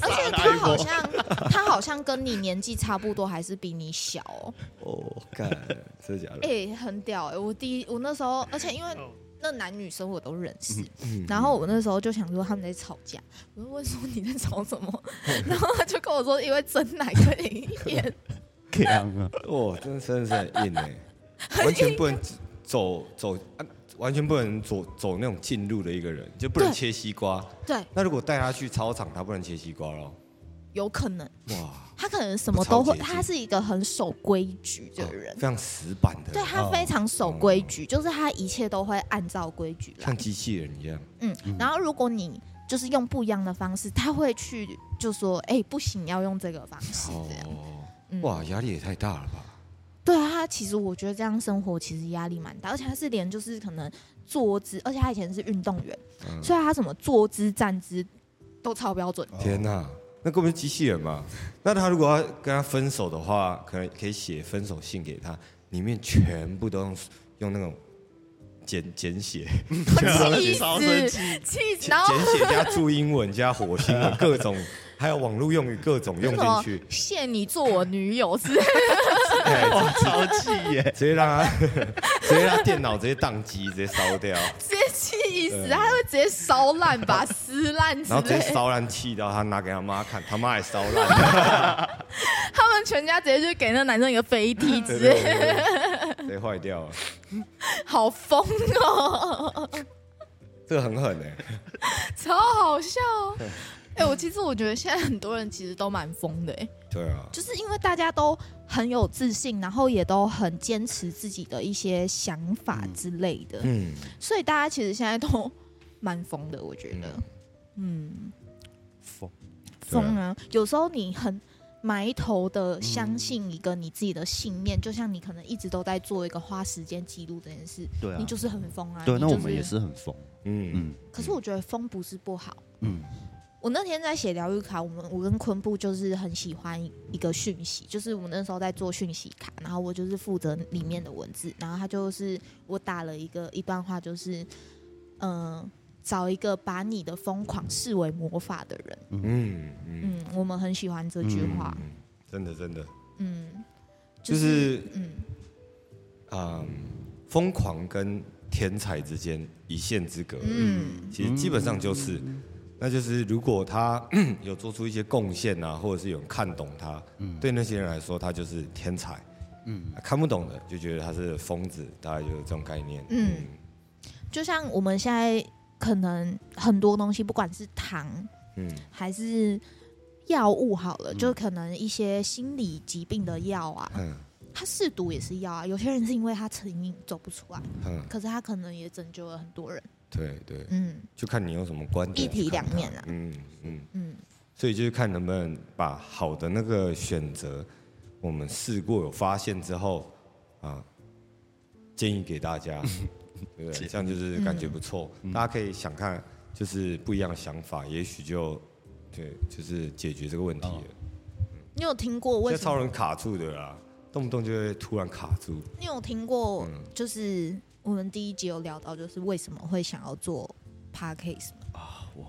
[SPEAKER 2] 而 且他好像，他好像跟你年纪差不多，还是比你小、哦。
[SPEAKER 3] 哦，干，真的假哦的？
[SPEAKER 2] 哎、很屌哎、我第一，我那时候，而且因为那男女生我都认识，
[SPEAKER 3] 嗯
[SPEAKER 2] 然后我那时候就想说他们在吵架，我就问说你在吵什么， 然后他就跟我说因为真奶 跟银眼，
[SPEAKER 4] 这样啊，
[SPEAKER 3] 欸哇，真的真的是很硬哎，完全不能走走啊，完全不能走走那种近路的一个人，就不能
[SPEAKER 2] 对
[SPEAKER 3] 切西瓜。
[SPEAKER 2] 对，
[SPEAKER 3] 那如果带他去操场，他不能切西瓜喽？
[SPEAKER 2] 有可能
[SPEAKER 3] 哇，
[SPEAKER 2] 他可能什么都会，
[SPEAKER 3] 不超节制哦
[SPEAKER 2] 他是一个很守规矩的人
[SPEAKER 3] 非，常死板的，哦
[SPEAKER 2] 对他非常守规矩，就是他一切都会按照规矩来
[SPEAKER 3] 像。机器人一样。
[SPEAKER 2] 嗯，然后如果你就是用不一样的方式，他会去就说，哎、不行，要用这个方式这样。
[SPEAKER 3] 哦，
[SPEAKER 2] 嗯
[SPEAKER 3] 哇，压力也太大了吧？
[SPEAKER 2] 对啊，他其实我觉得这样生活其实压力蛮大，而且他是连就是可能坐姿，而且他以前是运动员，
[SPEAKER 3] 嗯
[SPEAKER 2] 所以他什么坐姿、站姿都超标准。
[SPEAKER 3] 天哪、那根本是机器人嘛！ 那他如果要跟他分手的话，可能可以写分手信给他，里面全部都用用那种简简写，
[SPEAKER 2] 气
[SPEAKER 4] 啊超
[SPEAKER 2] 死，
[SPEAKER 4] 生
[SPEAKER 2] 气死！
[SPEAKER 3] 简
[SPEAKER 2] 然后
[SPEAKER 3] 写加注英文加火星 文各种，还有网络用语各种用
[SPEAKER 2] 什
[SPEAKER 3] 进
[SPEAKER 2] 么
[SPEAKER 3] 去，
[SPEAKER 2] 限你做我女友是
[SPEAKER 3] 哎
[SPEAKER 4] 超气耶！
[SPEAKER 3] 直接让他 直接让他电脑直接宕机，直接 烧掉，
[SPEAKER 2] 直接气死，他会直接烧烂吧，撕烂之
[SPEAKER 3] 然后直接
[SPEAKER 2] 类。
[SPEAKER 3] 烧烂气到他拿给他妈看，他妈也烧烂，
[SPEAKER 2] 他们全家直接就给那个男生一个飞踢， 直
[SPEAKER 3] 对
[SPEAKER 2] 接
[SPEAKER 3] 对对对直接坏掉了，
[SPEAKER 2] 好疯哦，
[SPEAKER 3] 这个很狠哎、
[SPEAKER 2] 超好笑哦。哎、我其实我觉得现在很多人其实都蛮疯的、哎，
[SPEAKER 3] 对啊，
[SPEAKER 2] 就是因为大家都很有自信，然后也都很坚持自己的一些想法之类的，
[SPEAKER 3] 嗯，
[SPEAKER 2] 所以大家其实现在都蛮疯的，我觉得，嗯，
[SPEAKER 4] 疯
[SPEAKER 3] 对啊
[SPEAKER 2] 疯啊！有时候你很埋头的相信一个你自己的信
[SPEAKER 4] 嗯
[SPEAKER 2] 念，就像你可能一直都在做一个花时间记录这件事，
[SPEAKER 4] 对啊
[SPEAKER 2] 你，就是很疯啊。
[SPEAKER 4] 对，
[SPEAKER 2] 你
[SPEAKER 4] 那
[SPEAKER 2] 就
[SPEAKER 4] 我们也。是很疯，
[SPEAKER 3] 嗯
[SPEAKER 4] 嗯
[SPEAKER 2] 可是我觉得疯不是不好。
[SPEAKER 4] 嗯，
[SPEAKER 2] 我那天在写疗愈卡，我们我跟昆布就是很喜欢一个讯息，就是我那时候在做讯息卡，然后我就是负责里面的文字，然后他就是我打了一个一段话，就是嗯、呃找一个把你的疯狂视为魔法的人。
[SPEAKER 3] 嗯嗯，
[SPEAKER 2] 嗯，我们很喜欢这句话。
[SPEAKER 3] 真的真的。
[SPEAKER 2] 嗯，
[SPEAKER 3] 就是
[SPEAKER 2] 嗯，
[SPEAKER 3] 嗯，疯狂跟天才之间一线之隔，
[SPEAKER 2] 嗯
[SPEAKER 3] 其实基本上就是，那就是如果他 有做出一些贡献啊，或者是有人看懂他，对那些人来说，他就是天才，嗯，看不懂的就觉得他是疯子，大概就是这种概念，
[SPEAKER 2] 嗯就像我们现在可能很多东西，不管是糖
[SPEAKER 3] 嗯
[SPEAKER 2] 还是药物好了，就可能一些心理疾病的药啊，
[SPEAKER 3] 嗯
[SPEAKER 2] 它试毒也是药啊。有些人是因为他成瘾走不出来，
[SPEAKER 3] 嗯，
[SPEAKER 2] 可是他可能也拯救了很多人。
[SPEAKER 3] 对对，
[SPEAKER 2] 嗯
[SPEAKER 3] 就看你用什么观点
[SPEAKER 2] 一体
[SPEAKER 3] 去看
[SPEAKER 2] 两
[SPEAKER 3] 它
[SPEAKER 2] 面啊
[SPEAKER 3] 嗯嗯。
[SPEAKER 2] 嗯，
[SPEAKER 3] 所以就是看能不能把好的那个选择，我们试过有发现之后，啊，建议给大 家，对不对？这样就是感觉不错，
[SPEAKER 4] 嗯
[SPEAKER 3] 大家可以想看，就是不一样的想法，也许就对，就是解决这个问题了。
[SPEAKER 4] 哦
[SPEAKER 2] 你有听过为
[SPEAKER 3] 现在
[SPEAKER 2] 什
[SPEAKER 3] 超
[SPEAKER 2] 么？
[SPEAKER 3] 人卡住的啦，动不动就会突然卡 住。
[SPEAKER 2] 你有听过？
[SPEAKER 3] 嗯
[SPEAKER 2] 就是我们第一集有聊到，就是为什么会想要做 podcast 吗？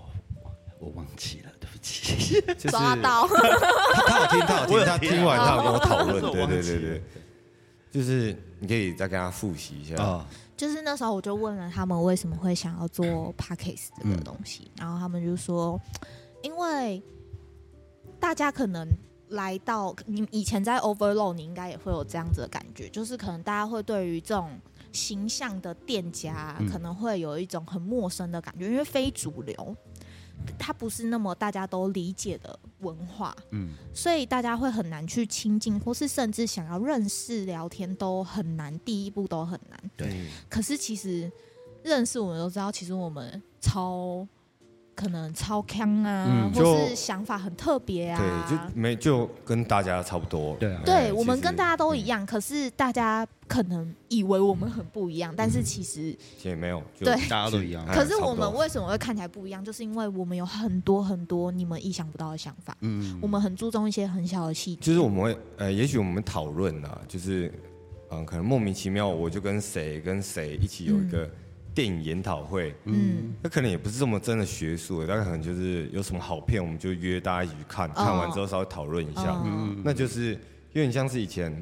[SPEAKER 4] 我忘记了，对不 起。
[SPEAKER 3] 就是
[SPEAKER 2] 抓到。
[SPEAKER 3] 他他有听，他有
[SPEAKER 4] 我
[SPEAKER 3] 听，
[SPEAKER 4] 有
[SPEAKER 3] 他
[SPEAKER 4] 听
[SPEAKER 3] 听完他有跟我讨
[SPEAKER 4] 但
[SPEAKER 3] 论，
[SPEAKER 4] 是我
[SPEAKER 3] 对
[SPEAKER 4] 忘
[SPEAKER 3] 对
[SPEAKER 4] 记
[SPEAKER 3] 对
[SPEAKER 4] 了
[SPEAKER 3] 对，就是你可以再跟他复习一下。
[SPEAKER 4] 啊，
[SPEAKER 2] 就是那时候我就问了他们为什么会想要做 podcast 这
[SPEAKER 4] 嗯
[SPEAKER 2] 个东西，然后他们就说，因为大家可能来到你以前在 Overload，你应该也会有这样子的感觉，就是可能大家会对于这种形象的店家
[SPEAKER 4] 嗯
[SPEAKER 2] 可能会有一种很陌生的感觉，因为非主流，它不是那么大家都理解的文化，
[SPEAKER 4] 嗯
[SPEAKER 2] 所以大家会很难去亲近，或是甚至想要认识、聊天都很难，第一步都很难。
[SPEAKER 3] 嗯
[SPEAKER 2] 可是其实认识我们都知道，其实我们超可能超康啊，
[SPEAKER 4] 嗯
[SPEAKER 2] 或
[SPEAKER 3] 就是
[SPEAKER 2] 想法很特别
[SPEAKER 3] 对，就
[SPEAKER 2] 啊。
[SPEAKER 3] 没就跟大家差不多。
[SPEAKER 4] 对啊
[SPEAKER 3] 哎
[SPEAKER 2] 对，
[SPEAKER 3] 其
[SPEAKER 2] 我们
[SPEAKER 3] 实嗯
[SPEAKER 2] 跟大家都一样，可是大家可能以为我们很不一样，但是其实，
[SPEAKER 3] 也没有。就
[SPEAKER 2] 对
[SPEAKER 4] 大家都一样
[SPEAKER 3] 嗯哎
[SPEAKER 2] 可是
[SPEAKER 3] 差不
[SPEAKER 2] 我们
[SPEAKER 3] 多
[SPEAKER 2] 为什么会看起来不一样？就是因为我们有很多很多你们意想不到的想法，
[SPEAKER 4] 嗯
[SPEAKER 2] 我们很注重一些很小的细节。
[SPEAKER 3] 就是我们会呃，也许我们讨论啦，就是嗯、可能莫名其妙我就跟谁跟谁一起有一个电影研讨会，
[SPEAKER 2] 嗯，
[SPEAKER 3] 那、可能也不是这么真的学术，但可能就是有什么好片，我们就约大家一起去
[SPEAKER 2] 哦
[SPEAKER 3] 看，看完之后稍微讨论一下，
[SPEAKER 2] 嗯
[SPEAKER 3] 那就是有点像是以前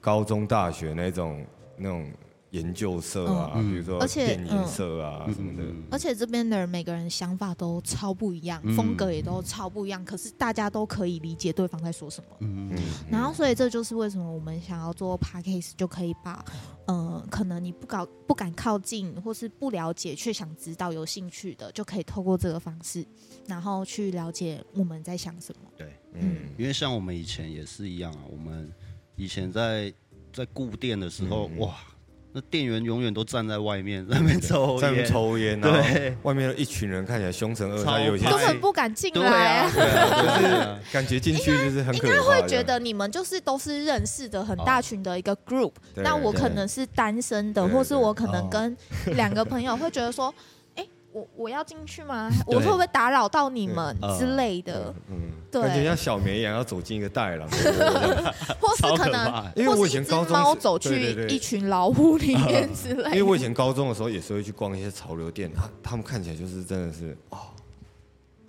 [SPEAKER 3] 高中大学那种那种研究社啊，
[SPEAKER 4] 嗯
[SPEAKER 3] 比如说
[SPEAKER 2] 而且
[SPEAKER 3] 电影社啊什么的，
[SPEAKER 2] 而且这边的人每个人想法都超不一样，
[SPEAKER 4] 嗯
[SPEAKER 2] 风格也都超不一样，可是大家都可以理解对方在说什么。
[SPEAKER 4] 嗯
[SPEAKER 3] 嗯，
[SPEAKER 2] 然后，所以这就是为什么我们想要做 p a c a s e 就可以把，呃，可能你不搞不敢靠近，或是不了解却想知道、有兴趣的，就可以透过这个方式，然后去了解我们在想什么。
[SPEAKER 4] 对，
[SPEAKER 3] 嗯
[SPEAKER 4] 因为像我们以前也是一样啊，我们以前在在顾店的时候，
[SPEAKER 3] 嗯
[SPEAKER 4] 哇，那店员永远都站在外面在那边嗯抽
[SPEAKER 3] 在那边
[SPEAKER 4] 烟，
[SPEAKER 3] 抽烟，然后
[SPEAKER 4] 对，
[SPEAKER 3] 外面的一群人看起来凶神恶
[SPEAKER 4] 超
[SPEAKER 3] 煞，有一些
[SPEAKER 4] 怕
[SPEAKER 2] 根本不敢进
[SPEAKER 4] 哎对
[SPEAKER 2] 来、
[SPEAKER 4] 啊，对啊对啊
[SPEAKER 3] 感觉进去就是很
[SPEAKER 2] 应
[SPEAKER 3] 可
[SPEAKER 2] 该
[SPEAKER 3] 怕
[SPEAKER 2] 会
[SPEAKER 3] 的，
[SPEAKER 2] 觉得你们就是都是认识的很大群的一
[SPEAKER 4] 哦
[SPEAKER 2] 个 group，、
[SPEAKER 3] 对
[SPEAKER 2] 那我
[SPEAKER 3] 对
[SPEAKER 2] 可能是单身的，
[SPEAKER 3] 对
[SPEAKER 2] 或是我可
[SPEAKER 4] 哦
[SPEAKER 2] 能跟两个朋友会觉得说，哎、我我要进去吗？
[SPEAKER 4] 对
[SPEAKER 2] 我会不会打扰到你们
[SPEAKER 4] 对
[SPEAKER 2] 之类的？
[SPEAKER 3] 嗯，
[SPEAKER 2] 对
[SPEAKER 3] 感觉像小绵羊要走进一个大野狼，
[SPEAKER 2] 或是
[SPEAKER 4] 超
[SPEAKER 2] 可
[SPEAKER 4] 可
[SPEAKER 2] 能，
[SPEAKER 4] 怕。
[SPEAKER 3] 因为
[SPEAKER 2] 或
[SPEAKER 3] 我以
[SPEAKER 2] 是一
[SPEAKER 3] 前
[SPEAKER 2] 只
[SPEAKER 3] 高中
[SPEAKER 2] 猫
[SPEAKER 3] 是
[SPEAKER 2] 走去
[SPEAKER 3] 对对对嗯
[SPEAKER 2] 一群老虎里面之类的。
[SPEAKER 3] 因为我以前高中的时候也是会去逛一些潮流店，他他们看起来就是真的是哦，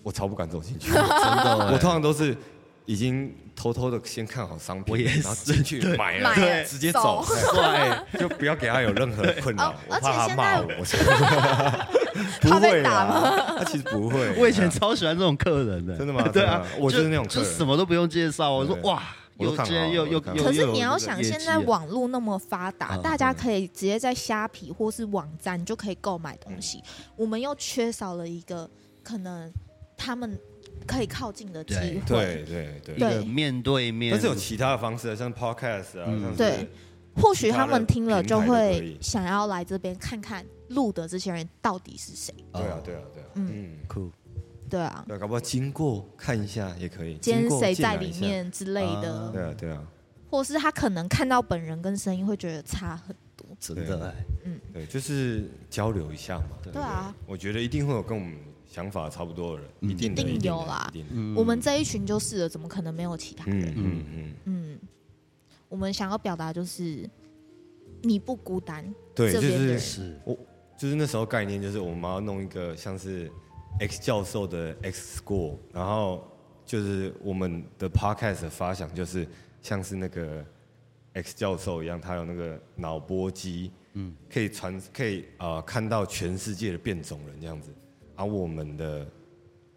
[SPEAKER 3] 我超不敢走进去，
[SPEAKER 4] 真的欸
[SPEAKER 3] 我通常都是已经偷偷的先看好商品，
[SPEAKER 4] 我也是
[SPEAKER 3] 然后进去买了，
[SPEAKER 2] 买了
[SPEAKER 3] 直接走，
[SPEAKER 4] 帅，
[SPEAKER 3] 就不要给他有 任何困扰
[SPEAKER 2] 哦，
[SPEAKER 3] 我怕
[SPEAKER 2] 而且
[SPEAKER 3] 他
[SPEAKER 2] 现
[SPEAKER 3] 骂
[SPEAKER 2] 在
[SPEAKER 3] 我。
[SPEAKER 2] 怕
[SPEAKER 3] 不
[SPEAKER 2] 被
[SPEAKER 3] 会
[SPEAKER 2] 打
[SPEAKER 3] 啦，他其实不会。
[SPEAKER 4] 我以前超喜欢这种客人的，
[SPEAKER 3] 真的吗
[SPEAKER 4] 对
[SPEAKER 3] 真
[SPEAKER 4] 啊
[SPEAKER 3] 的吗，我就是那种客
[SPEAKER 4] 就
[SPEAKER 3] 人
[SPEAKER 4] 什么都不用介绍，我说
[SPEAKER 3] 对
[SPEAKER 4] 哇，
[SPEAKER 3] 我
[SPEAKER 4] 又
[SPEAKER 3] 都看好
[SPEAKER 4] 接
[SPEAKER 3] 了
[SPEAKER 4] 又
[SPEAKER 3] 我
[SPEAKER 4] 又
[SPEAKER 3] 都看好
[SPEAKER 4] 又
[SPEAKER 3] 了
[SPEAKER 2] 可
[SPEAKER 4] 又
[SPEAKER 2] 是
[SPEAKER 4] 有
[SPEAKER 2] 你
[SPEAKER 4] 那
[SPEAKER 2] 要
[SPEAKER 4] 个
[SPEAKER 2] 想，
[SPEAKER 4] 业
[SPEAKER 2] 现
[SPEAKER 4] 绩
[SPEAKER 3] 啊
[SPEAKER 2] 在
[SPEAKER 4] 了
[SPEAKER 2] 网络那么发达，
[SPEAKER 4] 嗯
[SPEAKER 2] 大家可以直接在虾皮或是网站就可以购买东
[SPEAKER 3] 嗯
[SPEAKER 2] 西，我们又缺少了一个可能他们可以靠近的机
[SPEAKER 4] 对
[SPEAKER 2] 会。
[SPEAKER 3] 对对对
[SPEAKER 4] 一
[SPEAKER 2] 对
[SPEAKER 4] 个面对面，
[SPEAKER 3] 但是有其他的方式啊，像 podcast 啊，
[SPEAKER 4] 嗯
[SPEAKER 3] 像是
[SPEAKER 2] 对或许
[SPEAKER 3] 其他
[SPEAKER 2] 他们
[SPEAKER 3] 的
[SPEAKER 2] 听了
[SPEAKER 3] 平
[SPEAKER 2] 就
[SPEAKER 3] 台都可
[SPEAKER 2] 会
[SPEAKER 3] 以
[SPEAKER 2] 想要来这边看看录的这些人到底是谁。
[SPEAKER 3] 对啊对啊对啊，嗯，
[SPEAKER 4] 酷，
[SPEAKER 2] 对啊，
[SPEAKER 3] 对，搞不好经过看一下也可以，
[SPEAKER 2] 今天
[SPEAKER 3] 经过
[SPEAKER 2] 谁
[SPEAKER 3] 进来
[SPEAKER 2] 在里
[SPEAKER 3] 一下？
[SPEAKER 2] 面之类
[SPEAKER 4] 啊
[SPEAKER 2] 的，
[SPEAKER 3] 对啊对啊，
[SPEAKER 2] 或是他可能看到本人跟声音会觉得差很多。
[SPEAKER 4] 真的欸，
[SPEAKER 3] 对，啊就是交流一下嘛。
[SPEAKER 4] 对
[SPEAKER 2] 对啊，
[SPEAKER 3] 我觉得一定会有跟我们想法差不多的人，一定的
[SPEAKER 2] 一定
[SPEAKER 3] 一定
[SPEAKER 2] 有
[SPEAKER 3] 的
[SPEAKER 2] 啦
[SPEAKER 3] 一定的
[SPEAKER 4] 嗯
[SPEAKER 2] 我们这一群就是了，怎么可能没有其他人？
[SPEAKER 3] 嗯嗯嗯，
[SPEAKER 2] 嗯，我们想要表达就是你不孤单，
[SPEAKER 3] 对，
[SPEAKER 2] 这
[SPEAKER 3] 就
[SPEAKER 2] 边的人
[SPEAKER 3] 是
[SPEAKER 4] 是
[SPEAKER 3] 就是那时候概念就是我们要弄一个像是 X 教授的 X School，然后就是我们的 Podcast 的发想就是像是那个 X 教授一样，他有那个脑波机，嗯，可以传可以呃看到全世界的变种人这样子，而、我们的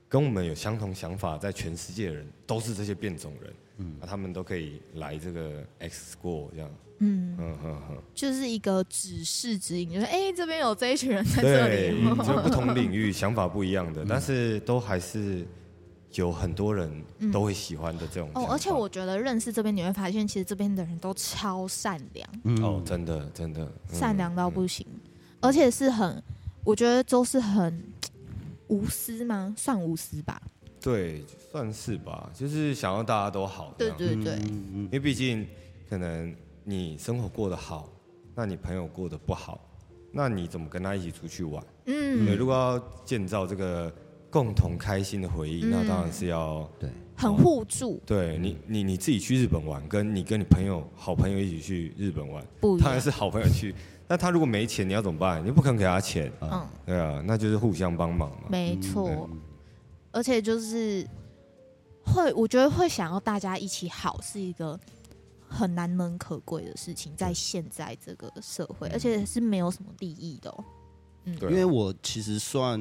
[SPEAKER 3] 跟我们有相同想法，在全世界的人都是这些变种人，嗯，啊、他们都可以来这个 X School 这样，
[SPEAKER 2] 嗯，
[SPEAKER 3] 嗯哼哼。
[SPEAKER 2] 就是一个指示指引，就是哎、这边有这一群人在这
[SPEAKER 3] 对，
[SPEAKER 2] 里，
[SPEAKER 3] 就不同领域想法不一样的，但是都还是有很多人都会喜欢的这种想
[SPEAKER 2] 哦，
[SPEAKER 3] 法。
[SPEAKER 2] 而且我觉得认识这边你会发现，其实这边的人都超善良，
[SPEAKER 3] 哦，真的真的嗯
[SPEAKER 2] 善良到不行，而且是很，我觉得都是很无私吗？算无私吧，
[SPEAKER 3] 对，算是吧，就是想要大家都好。嗯
[SPEAKER 2] 对
[SPEAKER 3] 这样
[SPEAKER 2] 对对，
[SPEAKER 3] 因为毕竟可能你生活过得好，那你朋友过得不好，那你怎么跟他一起出去玩？
[SPEAKER 2] 嗯，
[SPEAKER 3] 对，如果要建造这个共同开心的回忆，
[SPEAKER 2] 嗯
[SPEAKER 3] 那当然是要。
[SPEAKER 4] 对，
[SPEAKER 2] 很互助，
[SPEAKER 3] 对你，你你自己去日本玩，跟你跟你朋友、好朋友一起去日本玩，
[SPEAKER 2] 不一
[SPEAKER 3] 当
[SPEAKER 2] 样
[SPEAKER 3] 然，是好朋友去。那他如果没钱，你要怎么办？你不肯给他钱，
[SPEAKER 2] 嗯，
[SPEAKER 3] 对啊，那就是互相帮忙嘛。
[SPEAKER 2] 没错，而且就是会，我觉得会想要大家一起好是一个很难能可贵的事情，在现在这个社会，而且是没有什么利益的、哦。
[SPEAKER 3] 对啊，
[SPEAKER 4] 因为我其实算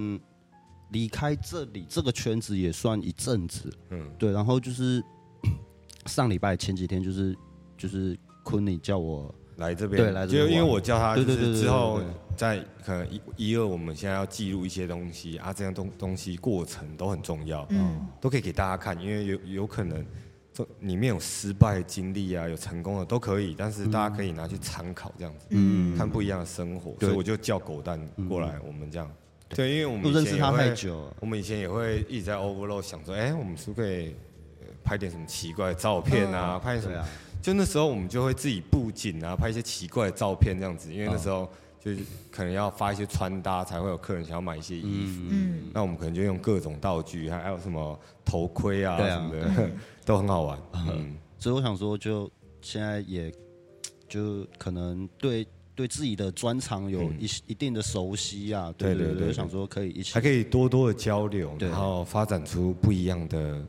[SPEAKER 4] 离开这里这个圈子也算一阵子，
[SPEAKER 3] 嗯
[SPEAKER 4] 对，然后就是上礼拜前几天就是就是昆尼叫我，
[SPEAKER 3] 来这边，
[SPEAKER 4] 对来这边
[SPEAKER 3] 就因为
[SPEAKER 4] 玩
[SPEAKER 3] 我叫他，啊就
[SPEAKER 4] 对对对
[SPEAKER 3] 是
[SPEAKER 4] 对
[SPEAKER 3] 之后
[SPEAKER 4] 对对
[SPEAKER 3] 在可能一一二，我们现在要记录一些东西啊，这样东东西过程都很重要，
[SPEAKER 2] 嗯，
[SPEAKER 3] 都可以给大家看，因为有有可能这里面有失败经历啊，有成功的都可以，但是大家可以拿去参考这样子。
[SPEAKER 4] 嗯，
[SPEAKER 3] 看不一样的生活，
[SPEAKER 4] 对
[SPEAKER 3] 所以我就叫狗蛋过
[SPEAKER 4] 嗯
[SPEAKER 3] 来，我们这样。对，因为我们
[SPEAKER 4] 都
[SPEAKER 3] 以
[SPEAKER 4] 认
[SPEAKER 3] 前
[SPEAKER 4] 识
[SPEAKER 3] 也
[SPEAKER 4] 他
[SPEAKER 3] 会
[SPEAKER 4] 太，久了，
[SPEAKER 3] 我们以前也会一直在 overload 想说，哎，我们是不是可以呃拍点什么奇怪的照片啊？拍什
[SPEAKER 4] 对
[SPEAKER 3] 么？
[SPEAKER 4] 啊，
[SPEAKER 3] 就那时候我们就会自己布景啊，拍一些奇怪的照片这样子，因为那时
[SPEAKER 4] 嗯
[SPEAKER 3] 候就是可能要发一些穿搭，才会有客人想要买一些衣服。
[SPEAKER 2] 嗯，
[SPEAKER 3] 那我们可能就用各种道具，还还有什么头盔啊
[SPEAKER 4] 对啊
[SPEAKER 3] 什么的， 都很好 玩。嗯，
[SPEAKER 4] 所以我想说就现在也就可能对。对自己的专长有
[SPEAKER 3] 嗯
[SPEAKER 4] 一些一定的熟悉啊，
[SPEAKER 3] 对
[SPEAKER 4] 对
[SPEAKER 3] 对对
[SPEAKER 4] 我想说可以一起
[SPEAKER 3] 还可以多多的交流，
[SPEAKER 4] 对
[SPEAKER 3] 然后发展出不一样的、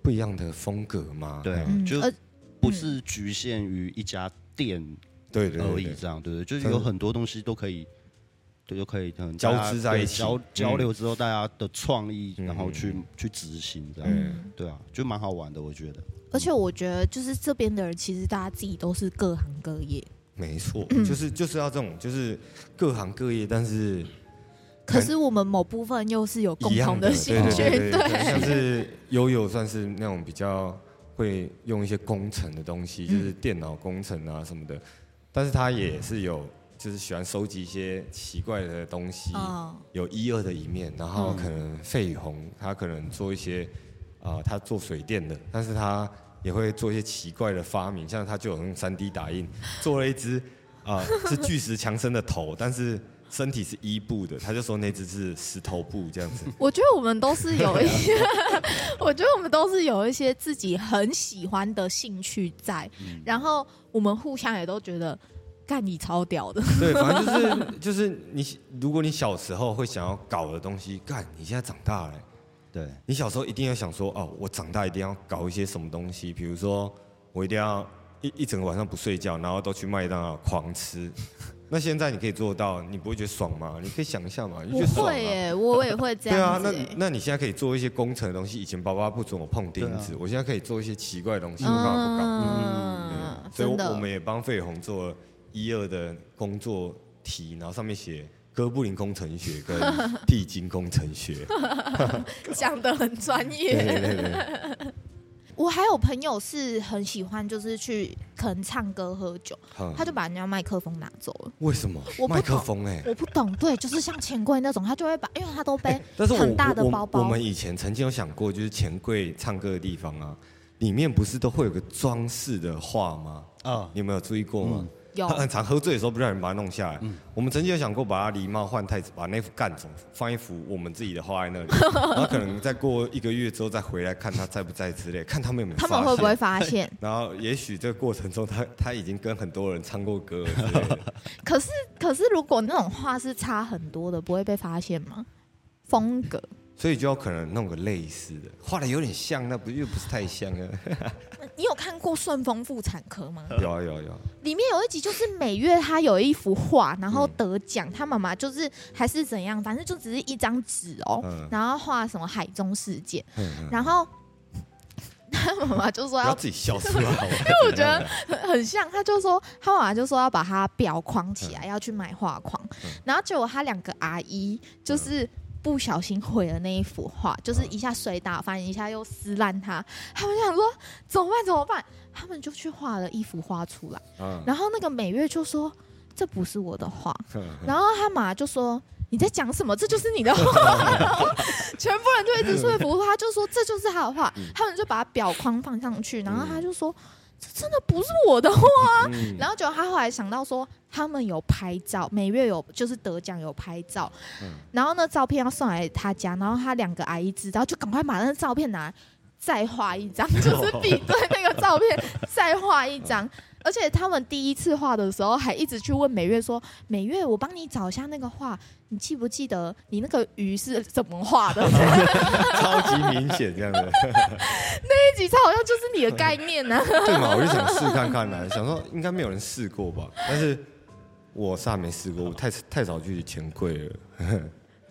[SPEAKER 3] 不一样的风格嘛。
[SPEAKER 4] 对
[SPEAKER 3] 嗯
[SPEAKER 2] 嗯
[SPEAKER 4] 就
[SPEAKER 2] 而
[SPEAKER 4] 不是局限于一家店
[SPEAKER 3] 对对
[SPEAKER 4] 而
[SPEAKER 3] 对
[SPEAKER 4] 已，
[SPEAKER 3] 对，
[SPEAKER 4] 这样对不对？就是有很多东西都可以，对，都可以很
[SPEAKER 3] 交
[SPEAKER 4] 大家
[SPEAKER 3] 织在一
[SPEAKER 4] 对
[SPEAKER 3] 起
[SPEAKER 4] 交
[SPEAKER 3] 嗯
[SPEAKER 4] 交流之后，大家的创意，然后去
[SPEAKER 3] 嗯
[SPEAKER 4] 去执行这样，
[SPEAKER 3] 嗯
[SPEAKER 4] 对啊，就蛮好玩的，我觉得。
[SPEAKER 2] 而且我觉得，就是这边的人，其实大家自己都是各行各业，
[SPEAKER 3] 没错，
[SPEAKER 2] 嗯
[SPEAKER 3] 就是就是要这种，就是各行各业，但是
[SPEAKER 2] 可是我们某部分又是有共
[SPEAKER 3] 哎一样
[SPEAKER 2] 同
[SPEAKER 3] 的
[SPEAKER 2] 兴趣，
[SPEAKER 3] 对对对对像是悠悠算是那种比较会用一些工程的东西，
[SPEAKER 2] 嗯
[SPEAKER 3] 就是电脑工程啊什么的，但是他也是有就是喜欢收集一些奇怪的东西，
[SPEAKER 2] 嗯，
[SPEAKER 3] 有一二的一面，然后
[SPEAKER 2] 嗯
[SPEAKER 3] 可能费宇红他可能做一些，啊、他做水电的，但是他也会做一些奇怪的发明，像他就有用三 D 打印做了一只啊、是巨石强森的头，但是身体是伊布的，他就说那只是石头布这样子。
[SPEAKER 2] 我觉得我们都是有一些，
[SPEAKER 3] 啊
[SPEAKER 2] 我觉得我们都是有一些自己很喜欢的兴趣在，
[SPEAKER 3] 嗯
[SPEAKER 2] 然后我们互相也都觉得，干你超屌的，
[SPEAKER 3] 对，反正就是就是你，如果你小时候会想要搞的东西，干，你现在长大了、欸
[SPEAKER 4] 对，
[SPEAKER 3] 你小时候一定要想说，哦，我长大一定要搞一些什么东西，比如说我一定要一一整个晚上不睡觉，然后都去麦当劳狂吃。 那现在你可以做到，你不会觉得爽吗？你可以想一下嘛，你就觉
[SPEAKER 2] 我
[SPEAKER 3] 得爽
[SPEAKER 2] 会
[SPEAKER 3] 啊。
[SPEAKER 2] 耶，我也会这
[SPEAKER 3] 对啊
[SPEAKER 2] 样，子
[SPEAKER 3] 那
[SPEAKER 2] 耶，
[SPEAKER 3] 那你现在可以做一些工程的东西，以前爸爸不准我碰钉子，
[SPEAKER 4] 对
[SPEAKER 3] 我现在可以做一些奇怪的东西，我干嘛不搞？
[SPEAKER 2] 嗯，
[SPEAKER 3] 所以
[SPEAKER 2] 真
[SPEAKER 3] 我我
[SPEAKER 2] 的
[SPEAKER 3] 们，也帮费红做了一二的工作题，然后上面写哥布林工程学 跟地精工程学。
[SPEAKER 2] 讲的很专
[SPEAKER 3] 对
[SPEAKER 2] 业。
[SPEAKER 3] 啊对 对对，
[SPEAKER 2] 我还有朋友是很喜欢，就是去可能唱歌喝酒，
[SPEAKER 3] 嗯
[SPEAKER 2] 他就把人家麦克风拿走了。
[SPEAKER 3] 为什么
[SPEAKER 2] 我不懂
[SPEAKER 3] 麦克风哎、欸
[SPEAKER 2] 我不懂，对，就是像钱柜那种，他就会把，因为他都背
[SPEAKER 3] 哎但是我
[SPEAKER 2] 很大的包包
[SPEAKER 3] 我我们以前曾经有想过，就是钱柜唱歌的地方啊，里面不是都会有个装饰的画吗？
[SPEAKER 4] 啊，
[SPEAKER 3] 你有没有注意过吗？
[SPEAKER 2] 有
[SPEAKER 3] 他很常喝醉的时候，不让人把它弄下来。我们曾经有想过把它狸猫换太子，把那幅干走，放一幅我们自己的画在 那里，然后可能再过一个月之后再回来看他在不在之类，看他们有没有
[SPEAKER 2] 他
[SPEAKER 3] 发
[SPEAKER 2] 们会
[SPEAKER 3] 现
[SPEAKER 2] 不会？发现？
[SPEAKER 3] 然后也许这个过程中他，他已经跟很多人唱过歌了之类 的。
[SPEAKER 2] 可是，可是如果那种画是差很多的，不会被发现吗？风格，
[SPEAKER 3] 所以就要可能弄个类似的，画的有点像，那不又不是太像 了。
[SPEAKER 2] 呃你有看过《顺丰妇产科》吗？
[SPEAKER 3] 有啊有啊有啊，
[SPEAKER 2] 里面有一集就是每月他有一幅画，然
[SPEAKER 3] 嗯
[SPEAKER 2] 后得奖，他妈妈就是还是怎样，反正就只是一张纸哦，
[SPEAKER 3] 嗯
[SPEAKER 2] 然后画什么海中世界，
[SPEAKER 3] 嗯嗯
[SPEAKER 2] 然后 他妈妈就说
[SPEAKER 3] 不
[SPEAKER 2] 要
[SPEAKER 3] 要自己笑出 来，好吗因为
[SPEAKER 2] 我觉得很像，他就说他妈妈就说要把它裱框起
[SPEAKER 3] 嗯
[SPEAKER 2] 来，要去买画框，然后结果他两个阿姨
[SPEAKER 3] 嗯
[SPEAKER 2] 就是。不小心毁了那一幅画，就是一下水打翻，一下又撕烂它。他们想说怎么办？怎么办？他们就去画了一幅画出来。
[SPEAKER 3] 嗯
[SPEAKER 2] 然后那个美月就说：“这不是我的画。
[SPEAKER 3] 嗯”
[SPEAKER 2] 然后他妈就说：“你在讲什么？这就是你的画。”然后全部人就一直说服他，就说这就是他的画。
[SPEAKER 3] 嗯
[SPEAKER 2] 他们就把表框放上去，然后他就说：“这真的不是我的画。”
[SPEAKER 3] 嗯
[SPEAKER 2] 然后结果他后来想到说，他们有拍照，每月有就是得奖有拍照，然后呢照片要送来他家，然后他两个阿姨知道，就赶快把那个照片拿来再画一张，就是比对那个照片再画一张。而且他们第一次画的时候，还一直去问美月说：“美月，我帮你找一下那个画，你记不记得你那个鱼是怎么画的？”
[SPEAKER 3] 超级明显这 样的，
[SPEAKER 2] 这几次好像就是你的概念啊呢、
[SPEAKER 3] 对嘛？我就想试看看呢，想说应该没有人试过吧，但是我是还没试过，我太太早去钱柜了。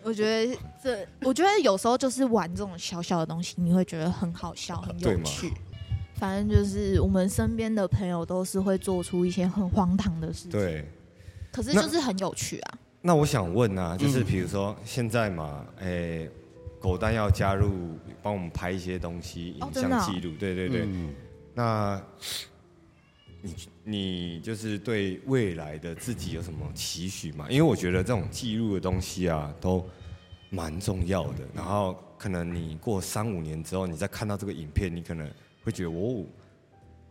[SPEAKER 2] 我觉得这，我觉得有时候就是玩这种小小的东西，你会觉得很好笑、很
[SPEAKER 3] 对
[SPEAKER 2] 有
[SPEAKER 3] 嘛
[SPEAKER 2] 趣。反正就是我们身边的朋友都是会做出一些很荒唐的事情，
[SPEAKER 3] 对，
[SPEAKER 2] 可是
[SPEAKER 3] 那
[SPEAKER 2] 就是很有趣啊。
[SPEAKER 3] 那我想问
[SPEAKER 4] 嗯
[SPEAKER 3] 啊，就是比如说现在嘛，诶、狗蛋要加入帮我们拍一些东西，
[SPEAKER 2] 哦
[SPEAKER 3] 影
[SPEAKER 2] 真的
[SPEAKER 4] 啊
[SPEAKER 3] 像
[SPEAKER 2] 哦
[SPEAKER 3] 记录，对对对。
[SPEAKER 4] 嗯
[SPEAKER 3] 那你你就是对未来的自己有什么期许吗？因为我觉得这种记录的东西啊，都蛮重要的。然后可能你过三五年之后，你再看到这个影片，你可能会觉得哦，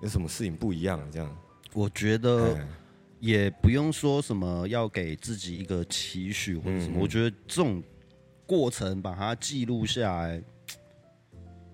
[SPEAKER 3] 有什么事情不一样这样。
[SPEAKER 4] 我觉得
[SPEAKER 3] 嗯
[SPEAKER 4] 也不用说什么要给自己一个期许或者什么，
[SPEAKER 3] 嗯嗯
[SPEAKER 4] 我觉得这种过程把它记录下来，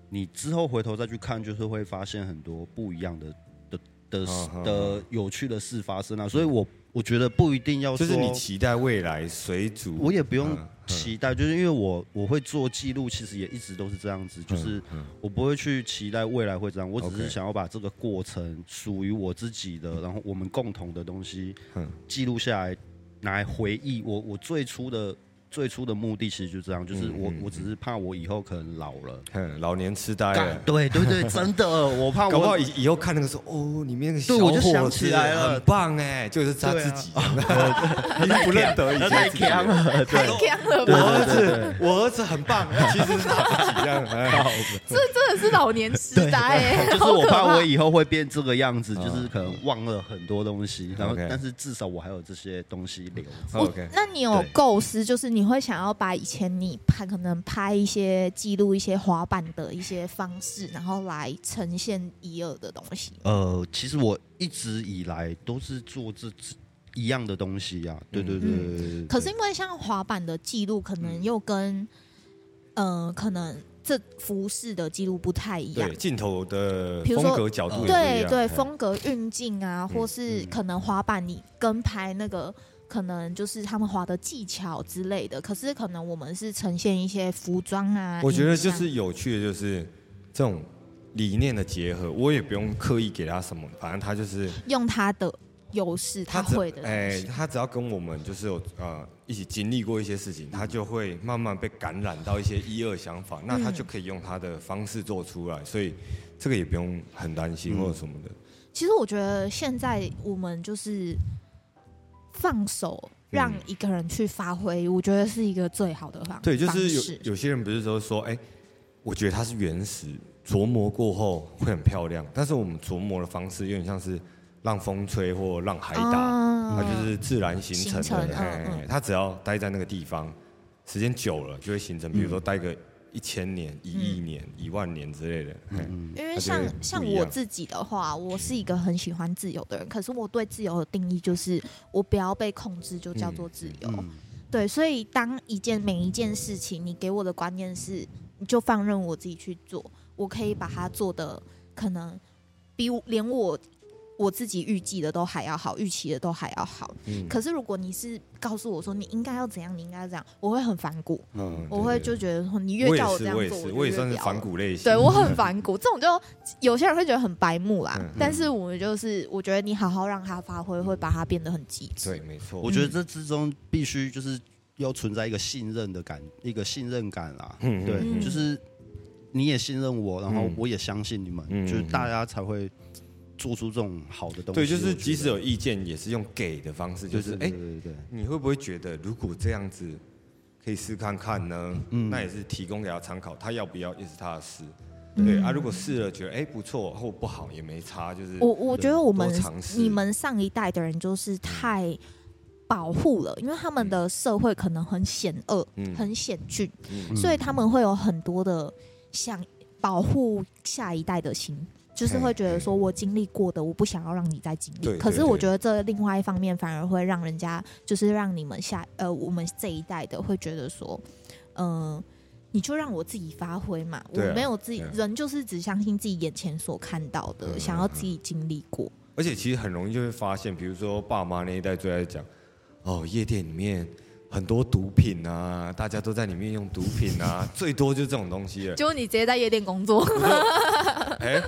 [SPEAKER 4] 你之后回头再去看，就是会发现很多不一样的的的
[SPEAKER 3] 好好好
[SPEAKER 4] 的有趣的事发生啊。所以我我觉得不一定要
[SPEAKER 3] 就
[SPEAKER 4] 说，
[SPEAKER 3] 是你期待未来水煮，
[SPEAKER 4] 我也不用
[SPEAKER 3] 嗯
[SPEAKER 4] 期待，就是因为我我会做记录，其实也一直都是这样子，
[SPEAKER 3] 嗯
[SPEAKER 4] 就是我不会去期待未来会这样，我只
[SPEAKER 3] OK
[SPEAKER 4] 是想要把这个过程属于我自己的，然后我们共同的东西
[SPEAKER 3] 嗯
[SPEAKER 4] 记录下来，拿来回忆。我我最初的最初的目的其实就这样，就是
[SPEAKER 3] 嗯
[SPEAKER 4] 我
[SPEAKER 3] 嗯
[SPEAKER 4] 我只是怕我以后可能老了。
[SPEAKER 3] 哼老年痴呆
[SPEAKER 4] 干
[SPEAKER 3] 了，
[SPEAKER 4] 对对对， 真的，我怕
[SPEAKER 3] 搞不好
[SPEAKER 4] 啊我
[SPEAKER 3] 以以后看那个时候，哦，里面那个小
[SPEAKER 4] 对我就
[SPEAKER 3] 伙
[SPEAKER 4] 想起
[SPEAKER 3] 子
[SPEAKER 4] 来了
[SPEAKER 3] 很棒哎，就是他
[SPEAKER 4] 对啊
[SPEAKER 3] 自己， 已经不认得以前
[SPEAKER 4] 太
[SPEAKER 3] 自己了
[SPEAKER 4] 强了，对
[SPEAKER 2] 太强了
[SPEAKER 3] 我
[SPEAKER 2] 吧？
[SPEAKER 3] 儿子， 我儿子很棒，其实是他自己这样。 哎
[SPEAKER 2] 这真的是老年痴呆哎，
[SPEAKER 4] 就是
[SPEAKER 2] 好
[SPEAKER 4] 我
[SPEAKER 2] 可
[SPEAKER 4] 怕
[SPEAKER 2] 怕
[SPEAKER 3] 哦
[SPEAKER 4] 我。以后会变这个样子，
[SPEAKER 3] 嗯
[SPEAKER 4] 就是可能忘了很多东西，然后
[SPEAKER 3] OK
[SPEAKER 4] 但是至少我还有这些东西留着。
[SPEAKER 2] 我
[SPEAKER 3] OK，
[SPEAKER 2] 那你有
[SPEAKER 4] 对
[SPEAKER 2] 构思，就是你会想要把以前你拍可能拍一些记录一些滑板的一些方式，然后来呈现一二的东西。
[SPEAKER 4] 呃，其实我一直以来都是做这这一样的东西呀、对对对对对对对
[SPEAKER 2] 嗯可是因为像滑板的记录，可能又跟嗯、呃可能这服饰的记录不太一样
[SPEAKER 3] 对。镜头的
[SPEAKER 2] 比如说
[SPEAKER 3] 风格角度也不一
[SPEAKER 2] 对
[SPEAKER 3] 样
[SPEAKER 2] 对，
[SPEAKER 3] 哎
[SPEAKER 2] 风格运镜啊，或是可能滑板你跟拍那个，可能就是他们滑的技巧之类的。可是可能我们是呈现一些服装啊，
[SPEAKER 3] 我觉得
[SPEAKER 2] 影像
[SPEAKER 3] 就是有趣的，就是这种理念的结合，我也不用刻意给他什么，反正他就是
[SPEAKER 2] 用他的优势，他
[SPEAKER 3] 只
[SPEAKER 2] 会的东
[SPEAKER 3] 哎，
[SPEAKER 2] 西。
[SPEAKER 3] 他只要跟我们就是有呃一起经历过一些事
[SPEAKER 2] 嗯
[SPEAKER 3] 情，他就会慢慢被感染到一些一二想法，那他就可以用他的方式做出来，所以这个也不用很担心
[SPEAKER 2] 嗯
[SPEAKER 3] 或者什么的。
[SPEAKER 2] 其实我觉得现在我们就是放手让一个人去发挥，我觉得是一个最好的方
[SPEAKER 3] 对，就
[SPEAKER 2] 方
[SPEAKER 3] 是有
[SPEAKER 2] 式
[SPEAKER 3] 有些人不是说说，哎、我觉得它是原始，琢磨过后会很漂亮，但是我们琢磨的方式有点像是让风吹或让海打，
[SPEAKER 2] 啊
[SPEAKER 3] 它就是自然形成
[SPEAKER 2] 形成
[SPEAKER 3] 的。哎、
[SPEAKER 2] 嗯嗯
[SPEAKER 3] 它只要待在那个地方，时间久了就会形成，比如说待个一千年、一亿年、一万年之类的。
[SPEAKER 2] 嗯
[SPEAKER 3] 哎
[SPEAKER 4] 嗯
[SPEAKER 2] 因为
[SPEAKER 3] 它就
[SPEAKER 2] 像
[SPEAKER 3] 会不
[SPEAKER 2] 像
[SPEAKER 3] 一
[SPEAKER 2] 我
[SPEAKER 3] 样
[SPEAKER 2] 自己的话，我是一个很喜欢自由的人，可是我对自由的定义就是我不要被控制，就叫做自由。
[SPEAKER 4] 嗯
[SPEAKER 2] 对，所以当一件每一件事情，你给我的观念是，你就放任我自己去做，我可以把它做的可能比我连我我自己预计的都还要好，预期的都还要好。
[SPEAKER 3] 嗯
[SPEAKER 2] 可是如果你是告诉我说你应该要怎样，你应该要怎样，我会很反骨，
[SPEAKER 3] 嗯
[SPEAKER 2] 我会就
[SPEAKER 3] 对
[SPEAKER 2] 觉得说你
[SPEAKER 3] 对
[SPEAKER 2] 越
[SPEAKER 3] 我也
[SPEAKER 2] 叫我
[SPEAKER 3] 是
[SPEAKER 2] 这样
[SPEAKER 3] 我也
[SPEAKER 2] 做，
[SPEAKER 3] 是，
[SPEAKER 2] 我
[SPEAKER 3] 我也
[SPEAKER 2] 就
[SPEAKER 3] 算
[SPEAKER 2] 越不
[SPEAKER 3] 是
[SPEAKER 2] 要
[SPEAKER 3] 反
[SPEAKER 2] 了
[SPEAKER 3] 骨类型。
[SPEAKER 2] 对我很反骨，这种就有些人会觉得很白目啦，
[SPEAKER 3] 嗯嗯
[SPEAKER 2] 但是我们就是我觉得你好好让他发挥，会把它变得很极致。
[SPEAKER 3] 对，没错。
[SPEAKER 4] 我觉得
[SPEAKER 2] 嗯
[SPEAKER 4] 这之中必须就是要存在一个信任的感，一个信任感啦。
[SPEAKER 3] 嗯嗯
[SPEAKER 4] 对，
[SPEAKER 2] 嗯
[SPEAKER 4] 就是你也信任我，然后
[SPEAKER 3] 嗯
[SPEAKER 4] 我也相信你们，
[SPEAKER 3] 嗯
[SPEAKER 4] 就是
[SPEAKER 3] 嗯
[SPEAKER 4] 大家才会做出这种好的东西。
[SPEAKER 3] 对，就
[SPEAKER 4] 我
[SPEAKER 3] 是
[SPEAKER 4] 觉得
[SPEAKER 3] 即使有意见，也是用给的方式，就
[SPEAKER 4] 对
[SPEAKER 3] 是
[SPEAKER 4] 对
[SPEAKER 3] 哎、
[SPEAKER 4] 对对对。
[SPEAKER 3] 你会不会觉得，如果这样子可以试看看呢？
[SPEAKER 4] 嗯
[SPEAKER 3] 那也是提供给他参考，他要不要也是他的事。
[SPEAKER 2] 嗯
[SPEAKER 3] 对、啊，如果试了觉得哎、不错或不好也没差，就是
[SPEAKER 2] 我我觉得我们
[SPEAKER 3] 多尝试嗯
[SPEAKER 2] 你们上一代的人就是太保护了，因为他们的社会可能很险恶、
[SPEAKER 3] 嗯
[SPEAKER 2] 很险峻，
[SPEAKER 3] 嗯
[SPEAKER 2] 所以他们会有很多的想保护下一代的心。就是会觉得说，我经历过的，我不想要让你再经历
[SPEAKER 3] 对。
[SPEAKER 2] 可是
[SPEAKER 3] 对
[SPEAKER 2] 我
[SPEAKER 3] 对
[SPEAKER 2] 觉得这另外一方面反而会让人家，就是让你们下呃，我们这一代的会觉得说，嗯、你就让我自己发挥嘛，我
[SPEAKER 3] 对啊
[SPEAKER 2] 没有自己
[SPEAKER 3] 对啊，
[SPEAKER 2] 人就是只相信自己眼前所看到的，
[SPEAKER 3] 嗯
[SPEAKER 2] 想要自己经历过。
[SPEAKER 3] 而且其实很容易就会发现，比如说爸妈那一代最爱讲，哦，夜店里面很多毒品啊，大家都在里面用毒 品啊，最多就这种东西了。
[SPEAKER 2] 结果你直接在夜店工作，
[SPEAKER 3] 哎、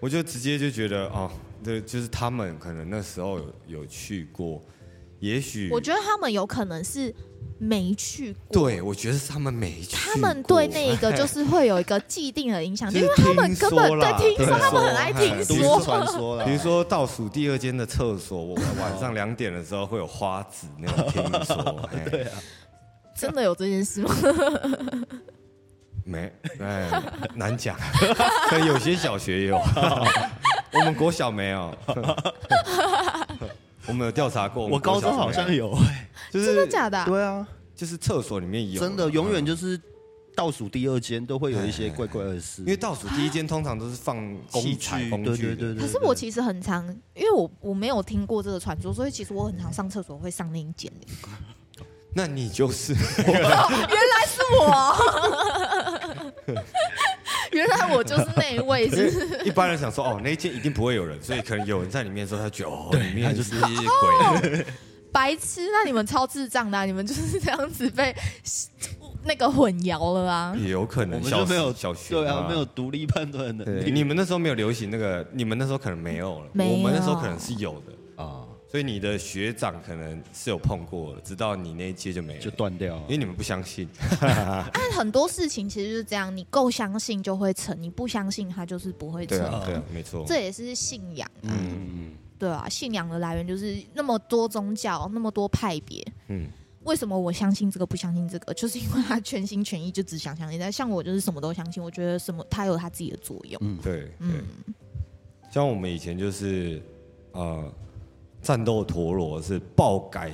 [SPEAKER 3] 我就直接就觉得哦，对，就是他们可能那时候有有去过，也许
[SPEAKER 2] 我觉得他们有可能是没去过，
[SPEAKER 3] 对，我觉得是他们没去过。
[SPEAKER 2] 他们对那个就是会有一个既定的影响，
[SPEAKER 3] 就
[SPEAKER 2] 因
[SPEAKER 3] 是
[SPEAKER 2] 为他们根本
[SPEAKER 3] 听说啦
[SPEAKER 2] 对听
[SPEAKER 3] 对
[SPEAKER 2] 说，他们很爱听
[SPEAKER 4] 都
[SPEAKER 3] 比
[SPEAKER 4] 市
[SPEAKER 3] 如说
[SPEAKER 2] 说。
[SPEAKER 4] 传说啦，
[SPEAKER 3] 比如说倒数第二间的厕所，我晚上两点的时候会有花籽那种听说， 哎
[SPEAKER 2] 啊
[SPEAKER 3] 对，
[SPEAKER 2] 真的有这件事吗？
[SPEAKER 3] 没，哎，难讲， 可能有些小学也有， 我们国小没有， 我们有调查过，
[SPEAKER 4] 我
[SPEAKER 3] 们国
[SPEAKER 4] 高
[SPEAKER 3] 小
[SPEAKER 4] 中好像
[SPEAKER 3] 没有，
[SPEAKER 4] 有，
[SPEAKER 3] 就
[SPEAKER 2] 真的
[SPEAKER 3] 是
[SPEAKER 2] 假的啊？
[SPEAKER 4] 对啊，
[SPEAKER 3] 就是厕所里面有，嗯哎
[SPEAKER 4] 真的永远就是倒数第二间都会有一些怪怪的事，
[SPEAKER 3] 因为倒数第一间通常都是放器材工
[SPEAKER 4] 对
[SPEAKER 3] 具的，
[SPEAKER 4] 对对对。
[SPEAKER 2] 可是我其实很常，因为我我没有听过这个传说，所以其实我很常上厕所会上那一间。
[SPEAKER 3] 那你 就是
[SPEAKER 2] 原来是我，原原来我就是那一位，
[SPEAKER 3] 因
[SPEAKER 2] 是不是
[SPEAKER 3] 为一般人想说哦，那一间一定不会有人，所以可能有人在里面的时候，他觉得哦，里面
[SPEAKER 4] 他就是
[SPEAKER 3] 鬼。
[SPEAKER 2] 白痴，那你们超智障的啊、你们就是这样子被那个混淆了啊！
[SPEAKER 3] 也 有可
[SPEAKER 4] 我
[SPEAKER 3] 能
[SPEAKER 4] 们
[SPEAKER 3] 小
[SPEAKER 4] 就没有
[SPEAKER 3] 小学
[SPEAKER 4] 对啊，没有。独立判断的能
[SPEAKER 3] 对，
[SPEAKER 4] 力
[SPEAKER 3] 你们那时候没有流行那个，你们那时候可能没有了，
[SPEAKER 2] 没有
[SPEAKER 3] 我们那时候可能是有的，
[SPEAKER 4] 啊，
[SPEAKER 3] 所以你的学长可能是有碰过的，直到你那一届就没
[SPEAKER 4] 就
[SPEAKER 3] 了，
[SPEAKER 4] 断掉
[SPEAKER 3] 因
[SPEAKER 4] 啊了
[SPEAKER 3] 为。你们不相信。
[SPEAKER 2] 但很多事情其实就是这样，你够相信就会成，你不相信它就是不会成。
[SPEAKER 3] 对啊，
[SPEAKER 4] 嗯
[SPEAKER 3] 对啊，没错。
[SPEAKER 2] 这也是信仰啊，
[SPEAKER 4] 嗯，
[SPEAKER 2] 对啊，信仰的来源就是那么多宗教，那么多派别。
[SPEAKER 3] 嗯，
[SPEAKER 2] 为什么我相信这个不相信这个？就是因为他全心全意就只想相信。但像我就是什么都相信，我觉得什么他有他自己的作用。
[SPEAKER 3] 对对
[SPEAKER 2] 嗯，，
[SPEAKER 3] 像我们以前就是呃，战斗陀螺是爆改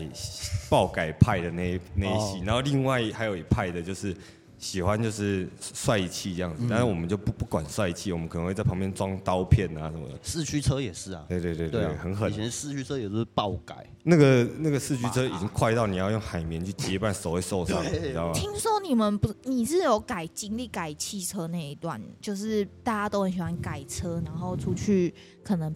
[SPEAKER 3] 爆改派的那一那一系，
[SPEAKER 4] 哦
[SPEAKER 3] 然后另外还有一派的就是喜欢就是帅气这样
[SPEAKER 4] 嗯
[SPEAKER 3] 子，但是我们就不不管帅气，我们可能会在旁边装刀片啊什么的。
[SPEAKER 4] 四驱车也是啊，
[SPEAKER 3] 对对对
[SPEAKER 4] 对啊，
[SPEAKER 3] 很狠
[SPEAKER 4] 以。前四驱车也是爆改，
[SPEAKER 3] 那个那个四驱车已经快到你要用海绵去接，不然手会受伤，
[SPEAKER 4] 对
[SPEAKER 3] 你知道吗？
[SPEAKER 2] 听说你们不，你是有改经历改汽车那一段，就是大家都很喜欢改车，然后出去可能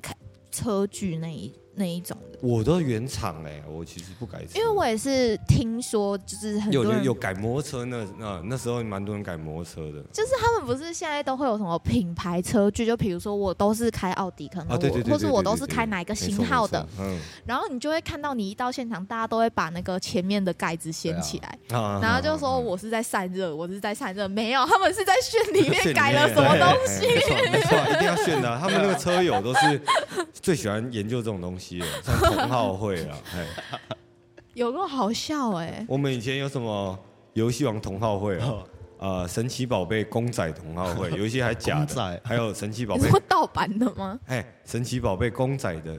[SPEAKER 2] 开车距那一那一种的。
[SPEAKER 3] 我都原厂哎、我其实不改车，
[SPEAKER 2] 因为我也是听说，就是很
[SPEAKER 3] 有
[SPEAKER 2] 多
[SPEAKER 3] 有
[SPEAKER 2] 人
[SPEAKER 3] 有改摩托车那那那时候蛮多人改摩托车的，
[SPEAKER 2] 就是他们不是现在都会有什么品牌车距，就比如说我都是开奥迪，可能我、
[SPEAKER 3] 啊对对对
[SPEAKER 2] 哦
[SPEAKER 3] 对
[SPEAKER 2] 或是我都是
[SPEAKER 3] 对对对
[SPEAKER 2] 开哪一个
[SPEAKER 3] 没错
[SPEAKER 2] 型号，的
[SPEAKER 3] 没，错嗯，
[SPEAKER 2] 然后你就会看到你一到现场，大家都会把那个前面的盖子掀起来，然
[SPEAKER 3] 然
[SPEAKER 2] 后就说我是在散热，我是在散热，没有，他们是在炫里 面
[SPEAKER 3] 炫
[SPEAKER 2] 改了什么东西。
[SPEAKER 3] 没错，哎没错，一定要炫的啊、他们那个车友都是最喜欢研究这种东西的，像同好会啊。哎，
[SPEAKER 2] 有个好笑哎、
[SPEAKER 3] 我们以前有什么游戏王同好会啊？
[SPEAKER 4] 哦
[SPEAKER 3] 呃，神奇宝贝公仔同好 会，有一些还假
[SPEAKER 4] 公
[SPEAKER 3] 的
[SPEAKER 4] 仔，
[SPEAKER 3] 还有神奇宝
[SPEAKER 2] 你
[SPEAKER 3] 贝，
[SPEAKER 2] 说盗版的吗？
[SPEAKER 3] 哎，神奇宝贝公仔的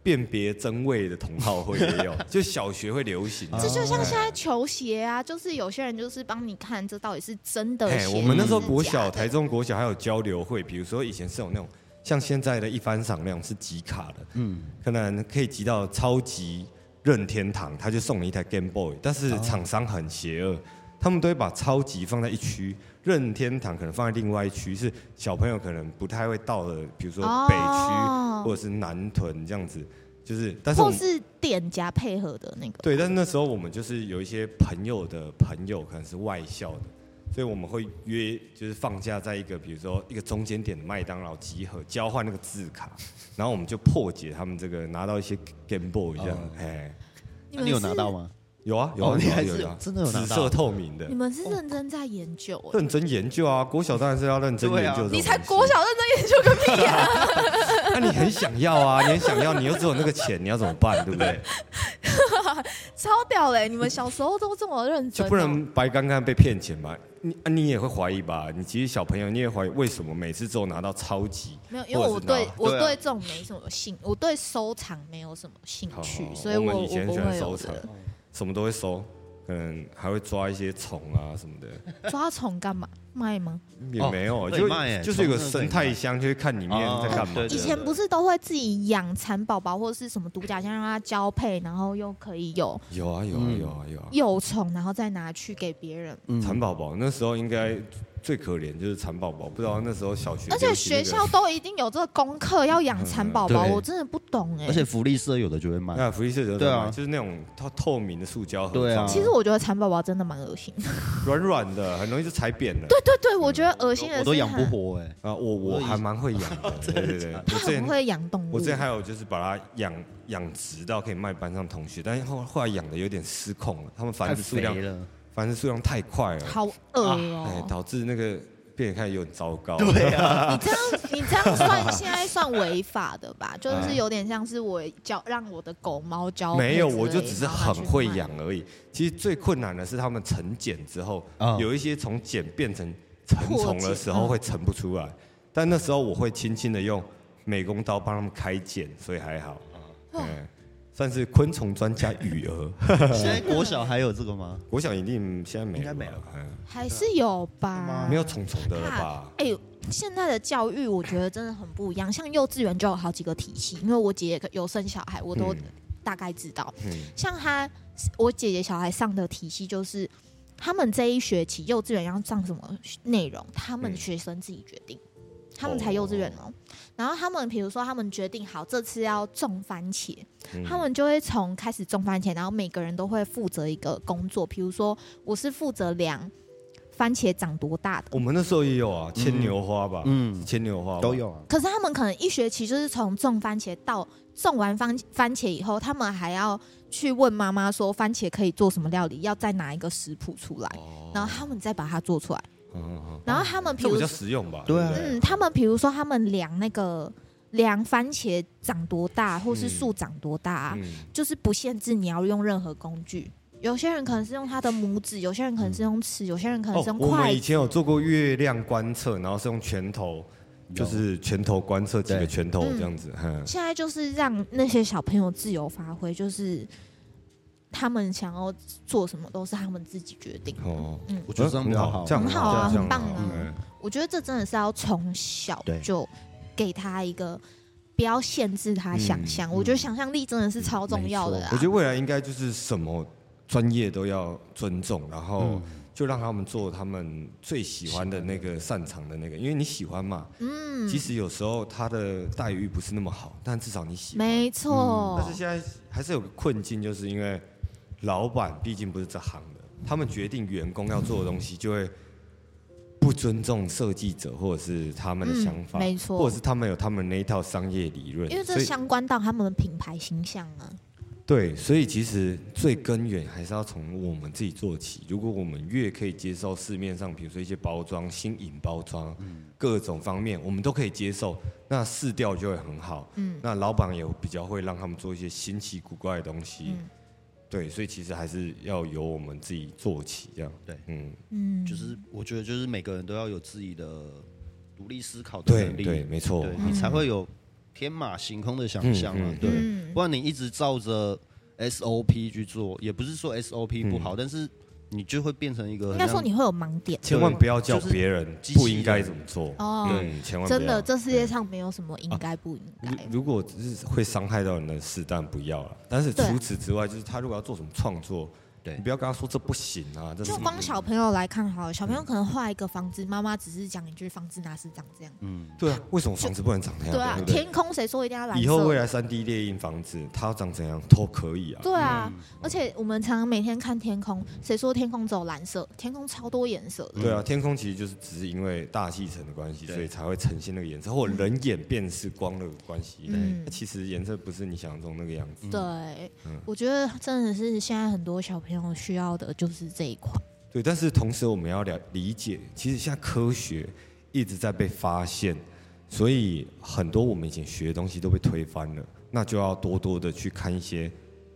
[SPEAKER 3] 辨别真伪的同好会也有，就小学会流行。啊
[SPEAKER 2] 这就像现在球鞋啊，就是有些人就是帮你看这到底是真的
[SPEAKER 3] 哎，
[SPEAKER 2] 鞋，
[SPEAKER 3] 我们那时候
[SPEAKER 2] 还是
[SPEAKER 3] 国
[SPEAKER 2] 假
[SPEAKER 3] 小、
[SPEAKER 2] 的
[SPEAKER 3] 台中国小还有交流会，比如说以前是有那种像现在的一番赏那种是集卡的，嗯，可能可以集到超级任天堂，他就送你一台 Game Boy，但是厂商很邪恶，他们都会把超级放在一区，任天堂可能放在另外一区，是小朋友可能不太会到的，比如说北
[SPEAKER 2] 哦
[SPEAKER 3] 区或者是南屯这样子，就是但是我
[SPEAKER 2] 或
[SPEAKER 3] 们。
[SPEAKER 2] 是店家配合的那个，
[SPEAKER 3] 对，但是那时候我们就是有一些朋友的朋友，可能是外校的，所以我们会约，就是放假在一个比如说一个中间点的麦当劳集合，交换那个字卡，然后我们就破解他们这个，拿到一些 Game Boy 这样
[SPEAKER 4] 哦，
[SPEAKER 3] 哎、
[SPEAKER 2] 你
[SPEAKER 4] 那
[SPEAKER 2] 们
[SPEAKER 4] 你有
[SPEAKER 2] 是
[SPEAKER 4] 拿到？吗？
[SPEAKER 3] 有啊有
[SPEAKER 4] 哦
[SPEAKER 3] 啊，
[SPEAKER 4] 你
[SPEAKER 3] 有啊
[SPEAKER 4] 还
[SPEAKER 3] 有
[SPEAKER 4] 是
[SPEAKER 3] 啊，
[SPEAKER 4] 真的有拿
[SPEAKER 3] 紫
[SPEAKER 4] 到
[SPEAKER 3] 色透明的
[SPEAKER 2] 你，们是认真在研究哎、
[SPEAKER 3] 认真研究啊，国小当然是要认真
[SPEAKER 4] 对
[SPEAKER 3] 研
[SPEAKER 4] 啊
[SPEAKER 3] 究这种东西、
[SPEAKER 2] 你才国小认真研究个屁啊！
[SPEAKER 3] 那、你很想要啊，你很想要，你又只有那个钱，你要怎么办，对不对？
[SPEAKER 2] 超屌嘞！你们小时候都这么认
[SPEAKER 3] 就
[SPEAKER 2] 真哦、
[SPEAKER 3] 不能白干干被骗钱吧？你啊你也会怀疑吧？你其实小朋友你也怀疑，为什么每次只有拿到超级？
[SPEAKER 2] 没有，因为我
[SPEAKER 3] 或者是拿
[SPEAKER 2] 对我
[SPEAKER 4] 对啊
[SPEAKER 2] 对这种没什么兴，我对收藏没有什么兴趣，
[SPEAKER 3] 好
[SPEAKER 2] 所以
[SPEAKER 3] 哦我
[SPEAKER 2] 我
[SPEAKER 3] 们以前
[SPEAKER 2] 不
[SPEAKER 3] 喜欢
[SPEAKER 2] 会有
[SPEAKER 3] 收藏
[SPEAKER 2] 的。
[SPEAKER 3] 什么都会收，可能还会抓一些虫啊什么的，
[SPEAKER 2] 抓虫干嘛？卖吗？
[SPEAKER 3] 也没有，
[SPEAKER 4] 可以哦卖耶
[SPEAKER 3] 就就是有个
[SPEAKER 4] 虫真的可
[SPEAKER 3] 生
[SPEAKER 4] 以
[SPEAKER 3] 态箱，就会看里面在干嘛。
[SPEAKER 4] 哦对
[SPEAKER 2] 以
[SPEAKER 4] 对
[SPEAKER 2] 前不是都会自己养蚕宝宝或者是什么独角仙，让它交配，然后又可以有
[SPEAKER 3] 有啊有啊
[SPEAKER 4] 嗯
[SPEAKER 3] 有啊有啊，
[SPEAKER 2] 幼虫，然后再拿去给别人。
[SPEAKER 3] 蚕宝宝那时候应该最可怜就是蚕宝宝，不知道那时候小学
[SPEAKER 2] 而且
[SPEAKER 3] 流行那
[SPEAKER 2] 学
[SPEAKER 3] 个
[SPEAKER 2] 校都一定有这个功课要养蚕宝宝，
[SPEAKER 4] 嗯对
[SPEAKER 2] 我真的不懂哎、
[SPEAKER 4] 而且福利社有的就会卖，
[SPEAKER 3] 那福利社有
[SPEAKER 4] 对啊
[SPEAKER 3] 卖就是那种透透明的塑胶盒，
[SPEAKER 4] 对啊
[SPEAKER 2] 其实我觉得蚕宝宝真的蛮恶心的。
[SPEAKER 3] 软软的，很容易就踩扁了。
[SPEAKER 2] 对对对，我觉得恶心的是
[SPEAKER 4] 我都养不
[SPEAKER 2] 它
[SPEAKER 4] 活哎。
[SPEAKER 3] 啊，我我
[SPEAKER 4] 我以
[SPEAKER 3] 还蛮会养的，对对对，
[SPEAKER 2] 它
[SPEAKER 3] 我之前
[SPEAKER 2] 很会养动物。
[SPEAKER 3] 我之前还有就是把它养养殖到可以卖班上同学，但是后后来养的有点失控了，他们繁
[SPEAKER 4] 太
[SPEAKER 3] 殖数
[SPEAKER 4] 肥
[SPEAKER 3] 量
[SPEAKER 4] 了，
[SPEAKER 3] 繁殖数量太快了，
[SPEAKER 2] 好恶
[SPEAKER 3] 哎
[SPEAKER 2] 哦、，
[SPEAKER 3] 导致那个变得开始有点糟糕。
[SPEAKER 4] 对啊，
[SPEAKER 3] 哎
[SPEAKER 2] 你这 样，你这样算现在算违法的吧？就是有点像是我教让我的狗猫交配
[SPEAKER 3] 哎没有，
[SPEAKER 2] 之类
[SPEAKER 3] 我就只是
[SPEAKER 2] 然后拿
[SPEAKER 3] 很
[SPEAKER 2] 去
[SPEAKER 3] 会
[SPEAKER 2] 卖
[SPEAKER 3] 养而已。其实最困难的是他们成茧之后，
[SPEAKER 4] 嗯
[SPEAKER 3] 有一些从茧变成成虫的时
[SPEAKER 2] 破
[SPEAKER 3] 候
[SPEAKER 2] 茧嗯
[SPEAKER 3] 会成不出来，但那时候我会轻轻的用美工刀帮他们开茧，所以还好。
[SPEAKER 2] 哇
[SPEAKER 3] 嗯，算是昆虫专家雨儿，
[SPEAKER 4] 现在国小还有这个吗？
[SPEAKER 3] 我想一定现在没
[SPEAKER 4] 应该
[SPEAKER 3] 了吧
[SPEAKER 4] 没有
[SPEAKER 3] 嗯
[SPEAKER 2] 还是有吧？
[SPEAKER 3] 没有虫虫的了吧？
[SPEAKER 2] 哎、呦，现在的教育我觉得真的很不一样，像幼稚园就有好几个体系，因为我姐姐有生小孩，我都
[SPEAKER 3] 嗯
[SPEAKER 2] 大概知道。
[SPEAKER 3] 嗯，
[SPEAKER 2] 像她，我姐姐小孩上的体系就是他们这一学期幼稚园要上什么内容，他们
[SPEAKER 3] 嗯
[SPEAKER 2] 学生自己决定，他们才幼稚园哦。然后他们比如说他们决定好这次要种番茄，
[SPEAKER 3] 嗯
[SPEAKER 2] 他们就会从开始种番茄，然后每个人都会负责一个工作，比如说我是负责量番茄长多大的。
[SPEAKER 3] 我们那时候也有啊，牵牛花吧，
[SPEAKER 4] 嗯，
[SPEAKER 3] 牵牛花吧
[SPEAKER 4] 都。有啊。
[SPEAKER 2] 可是他们可能一学期就是从种番茄到种完番番茄以后，他们还要去问妈妈说番茄可以做什么料理，要再拿一个食谱出来，然后他们再把它做出来。
[SPEAKER 3] 哦嗯嗯嗯，
[SPEAKER 2] 然后他们比
[SPEAKER 3] 这
[SPEAKER 2] 如
[SPEAKER 3] 比较
[SPEAKER 2] 说
[SPEAKER 3] 实用吧？
[SPEAKER 4] 对啊
[SPEAKER 3] 不
[SPEAKER 2] 嗯，他们比如说他们量那个量番茄长多大，或是
[SPEAKER 3] 嗯
[SPEAKER 2] 树长多大、啊，
[SPEAKER 3] 嗯
[SPEAKER 2] 就是不限制你要用任何工具。有些人可能是用他的拇指，有些人可能是用尺，有些人可能
[SPEAKER 3] 哦
[SPEAKER 2] 是用，
[SPEAKER 3] 我
[SPEAKER 2] 筷
[SPEAKER 3] 们以
[SPEAKER 2] 子。
[SPEAKER 3] 前有做过月亮观测，然后是用拳头，就是拳头观测几个
[SPEAKER 4] 对
[SPEAKER 3] 拳头
[SPEAKER 2] 嗯
[SPEAKER 3] 这样子。嗯，
[SPEAKER 2] 现在就是让那些小朋友自由发挥，就是他们想要做什么都是他们自己决定。
[SPEAKER 3] 哦，
[SPEAKER 2] 嗯
[SPEAKER 4] 我觉得这样比较
[SPEAKER 3] 很
[SPEAKER 4] 嗯好，
[SPEAKER 3] 这样
[SPEAKER 2] 很好啊
[SPEAKER 3] 这样
[SPEAKER 2] 很棒啊
[SPEAKER 3] 嗯
[SPEAKER 2] 我觉得这真的是要从小
[SPEAKER 4] 对
[SPEAKER 2] 就给他一个，不要限制他想
[SPEAKER 3] 嗯
[SPEAKER 2] 象。我觉得想象力真的是超重要的
[SPEAKER 4] 没
[SPEAKER 2] 啦。
[SPEAKER 3] 我觉得未来应该就是什么专业都要尊重，然后就让他们做他们最喜欢的那个擅长的那个，因为你喜欢嘛。嗯。即使有时候他的待遇不是那么好，但至少你喜欢。
[SPEAKER 2] 没错
[SPEAKER 3] 但，是现在还是有个困境，就是因为老板毕竟不是这行的，他们决定员工要做的东西，就会不尊重设计者或者是他们的
[SPEAKER 2] 嗯
[SPEAKER 3] 想法，
[SPEAKER 2] 没错
[SPEAKER 3] 或者是他们有他们那一套商业理论，
[SPEAKER 2] 因为
[SPEAKER 3] 所
[SPEAKER 2] 这
[SPEAKER 3] 以
[SPEAKER 2] 相关到他们的品牌形象啊。
[SPEAKER 3] 对，所以其实最根源还是要从我们自己做起。如果我们越可以接受市面上，比如说一些包装、新颖包装，
[SPEAKER 4] 嗯
[SPEAKER 3] 各种方面我们都可以接受，那试调就会很好。嗯，那老板也比较会让他们做一些新奇古怪的东西。
[SPEAKER 4] 嗯
[SPEAKER 3] 对，所以其实还是要由我们自己做起，这样。
[SPEAKER 4] 对
[SPEAKER 3] 嗯，
[SPEAKER 4] 就是我觉得就是每个人都要有自己的独立思考的
[SPEAKER 3] 对
[SPEAKER 4] 能力，
[SPEAKER 3] 对，没错。
[SPEAKER 4] 对你才会有天马行空的想象嘛
[SPEAKER 3] 嗯嗯，
[SPEAKER 4] 对，不然你一直照着 SOP 去做，也不是说
[SPEAKER 3] 嗯
[SPEAKER 4] SOP 不好，但是你就会变成一个
[SPEAKER 2] 应
[SPEAKER 4] 很
[SPEAKER 2] 该
[SPEAKER 4] 像
[SPEAKER 2] 说你会有盲点。
[SPEAKER 3] 千万不要叫
[SPEAKER 4] 就是
[SPEAKER 3] 别人
[SPEAKER 4] 机器
[SPEAKER 3] 不应该
[SPEAKER 4] 人
[SPEAKER 3] 怎么做。
[SPEAKER 2] 哦
[SPEAKER 3] 嗯，千万不要啊
[SPEAKER 2] 真的，这世界上没有什么应该不应该。
[SPEAKER 3] 如如果只是会伤害到你的事，当然不要了。但是
[SPEAKER 2] 对啊
[SPEAKER 3] 除此之外，就是他如果要做什么创作，
[SPEAKER 4] 对
[SPEAKER 3] 你不要跟他说这不行啊，这是嗯
[SPEAKER 2] 就光小朋友来看好了，小朋友可能画一个房子，妈妈只是讲一句房子哪是长这样。
[SPEAKER 3] 对啊，为什么房子不能长那样？
[SPEAKER 2] 对啊
[SPEAKER 3] 对，不对
[SPEAKER 2] 天空谁说一定要蓝色？
[SPEAKER 3] 以后未啊来三 D 猎印房子，它要长怎样都可以啊。
[SPEAKER 2] 对啊，而且我们常常每天看天空，谁说天空只有蓝色？天空超多颜色的。
[SPEAKER 3] 对啊，天空其实就是只是因为大气层的关系，
[SPEAKER 4] 对
[SPEAKER 3] 所以才会呈现那个颜色，或者人眼辨识光的关系。
[SPEAKER 2] 嗯
[SPEAKER 3] 那其实颜色不是你想象中那个样子。
[SPEAKER 2] 对
[SPEAKER 3] 嗯，
[SPEAKER 2] 我觉得真的是现在很多小朋友需要的就是这一块。
[SPEAKER 3] 对，但是同时我们要了理解，其实现在科学一直在被发现，所以很多我们以前学的东西都被推翻了，那就要多多的去看一些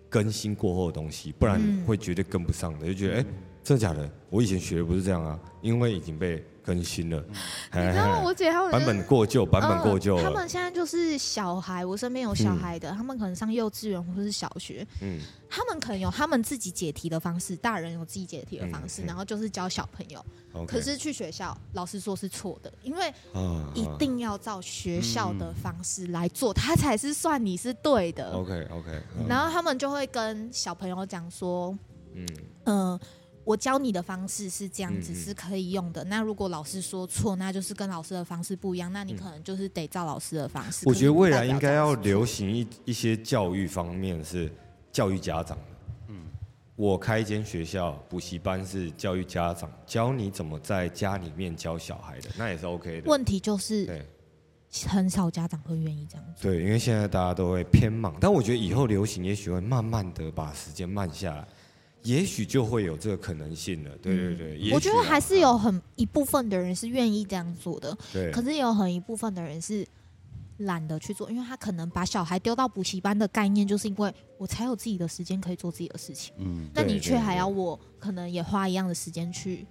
[SPEAKER 3] 更新过后的东西，不然
[SPEAKER 2] 嗯
[SPEAKER 3] 会绝对跟不上的，就觉得哎、诶真的假的？我以前学的不是这样啊，因为已经被更新了，哎嘿
[SPEAKER 2] 嗯你知道我姐他们
[SPEAKER 3] 版本过旧，版本过旧
[SPEAKER 2] 嗯他
[SPEAKER 3] 了，
[SPEAKER 2] 们现在就是小孩，我身边有小孩的，他们可能上幼稚园或是小学，
[SPEAKER 3] 嗯，
[SPEAKER 2] 他们可能有他们自己解题的方式，大人有自己解题的方式，
[SPEAKER 3] 嗯嗯
[SPEAKER 2] 然后就是教小朋友。
[SPEAKER 3] OK
[SPEAKER 2] 可是去学校，老师说是错的，因为
[SPEAKER 3] 啊
[SPEAKER 2] 一定要照学校的方式来做，他才是算你是对的。
[SPEAKER 3] OK OK，
[SPEAKER 2] 然后他们就会跟小朋友讲说，
[SPEAKER 3] 嗯
[SPEAKER 2] 嗯、我教你的方式是这样子，
[SPEAKER 3] 嗯嗯
[SPEAKER 2] 是可以用的。那如果老师说错，那就是跟老师的方式不一样，那你可能就是得照老师的方式。
[SPEAKER 3] 嗯我觉得未来应该要
[SPEAKER 2] 留。
[SPEAKER 3] 流行一一些教育方面是教育家长的。嗯，我开一间学校补习班是教育家长，教你怎么在家里面教小孩的，那也是 OK 的。
[SPEAKER 2] 问题就是
[SPEAKER 3] 对
[SPEAKER 2] 很少家长会愿意这样做。
[SPEAKER 3] 对，因为现在大家都会偏忙，但我觉得以后流行也许会慢慢的把时间慢下来，也许就会有这个可能性了。对对对，也许
[SPEAKER 2] 嗯
[SPEAKER 3] 啊
[SPEAKER 2] 我觉得还是有很一部分的人是愿意这样做的，
[SPEAKER 3] 对
[SPEAKER 2] 可是也有很一部分的人是懒得去做，因为他可能把小孩丢到补习班的概念，就是因为我才有自己的时间可以做自己的事情，
[SPEAKER 4] 嗯，
[SPEAKER 2] 那
[SPEAKER 3] 对
[SPEAKER 2] 你却
[SPEAKER 3] 对
[SPEAKER 2] 还
[SPEAKER 3] 对
[SPEAKER 2] 要我可能也花一样的时间去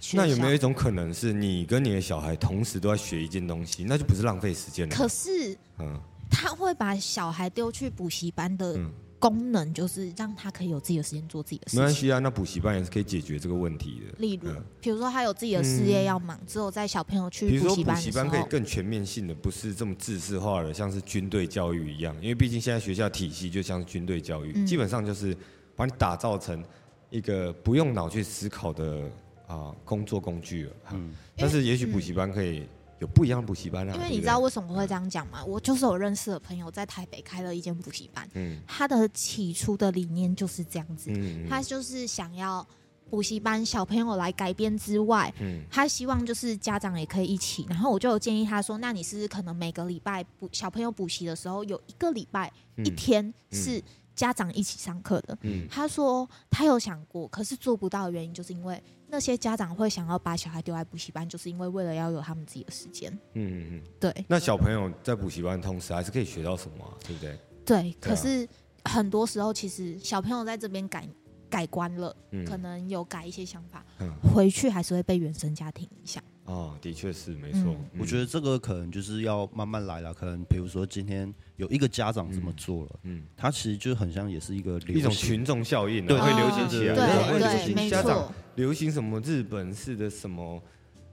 [SPEAKER 2] 学校。
[SPEAKER 3] 那有没有一种可能是你跟你的小孩同时都在学一件东西，那就不是浪费时间了？
[SPEAKER 2] 可是
[SPEAKER 3] 嗯，
[SPEAKER 2] 他会把小孩丢去补习班的
[SPEAKER 3] 嗯
[SPEAKER 2] 功能，就是让他可以有自己的时间做自己的
[SPEAKER 3] 没
[SPEAKER 2] 事
[SPEAKER 3] 关
[SPEAKER 2] 情。
[SPEAKER 3] 系啊，那补习班也是可以解决这个问题的。
[SPEAKER 2] 例如
[SPEAKER 3] 嗯，
[SPEAKER 2] 比如说他有自己的事业要忙，只有在小朋友
[SPEAKER 3] 比
[SPEAKER 2] 去
[SPEAKER 3] 如
[SPEAKER 2] 补
[SPEAKER 3] 说
[SPEAKER 2] 习
[SPEAKER 3] 补
[SPEAKER 2] 班的
[SPEAKER 3] 习
[SPEAKER 2] 时
[SPEAKER 3] 班可以
[SPEAKER 2] 候，嗯
[SPEAKER 3] 更全面性的，不是这么制式化的，像是军队教育一样。因为毕竟现在学校体系就像是军队教育，
[SPEAKER 2] 嗯
[SPEAKER 3] 基本上就是把你打造成一个不用脑去思考的啊、工作工具了。嗯，但是也许补习班可以有不一样的补习班啊，
[SPEAKER 2] 因为
[SPEAKER 3] 对
[SPEAKER 2] 你
[SPEAKER 3] 不
[SPEAKER 2] 知
[SPEAKER 3] 对
[SPEAKER 2] 道为什么我会这样讲吗？我就是有认识的朋友在台北开了一间补习班，
[SPEAKER 3] 嗯
[SPEAKER 2] 他的起初的理念就是这样子，
[SPEAKER 3] 嗯
[SPEAKER 2] 他就是想要补习班小朋友来改编之外，
[SPEAKER 3] 嗯
[SPEAKER 2] 他希望就是家长也可以一起。然后我就有建议他说，那你是不是可能每个礼拜补小朋友补习的时候，有一个礼拜、
[SPEAKER 3] 嗯
[SPEAKER 2] 一天是家长一起上课的？
[SPEAKER 3] 嗯
[SPEAKER 2] 他说他有想过，可是做不到的原因就是因为那些家长会想要把小孩丢在补习班，就是因为为了要有他们自己的时间。
[SPEAKER 3] 嗯嗯嗯。
[SPEAKER 2] 对
[SPEAKER 3] 那小朋友在补习班同时还是可以学到什么、啊，对不对？
[SPEAKER 2] 对，
[SPEAKER 3] 对啊
[SPEAKER 2] 可是很多时候其实小朋友在这边改改观了，
[SPEAKER 3] 嗯
[SPEAKER 2] 可能有改一些想法，
[SPEAKER 3] 嗯
[SPEAKER 2] 回去还是会被原生家庭影响。
[SPEAKER 3] 哦，的确是没错。
[SPEAKER 2] 嗯
[SPEAKER 4] 我觉
[SPEAKER 3] 得，
[SPEAKER 4] 得这个可能就是要慢慢来了。可能比如说今天有一个家长这么做了，
[SPEAKER 3] 嗯，
[SPEAKER 4] 他其实就很像也是一个流
[SPEAKER 3] 一种
[SPEAKER 4] 行
[SPEAKER 3] 群众效应、啊，
[SPEAKER 4] 对
[SPEAKER 3] 会
[SPEAKER 4] 流
[SPEAKER 3] 流
[SPEAKER 4] 行
[SPEAKER 3] 行起来。
[SPEAKER 4] 对
[SPEAKER 3] 然后
[SPEAKER 4] 会
[SPEAKER 2] 对
[SPEAKER 3] 会流
[SPEAKER 4] 流
[SPEAKER 2] 对，
[SPEAKER 3] 行
[SPEAKER 2] 没
[SPEAKER 3] 家长
[SPEAKER 2] 错。
[SPEAKER 3] 流行什么日本式的什么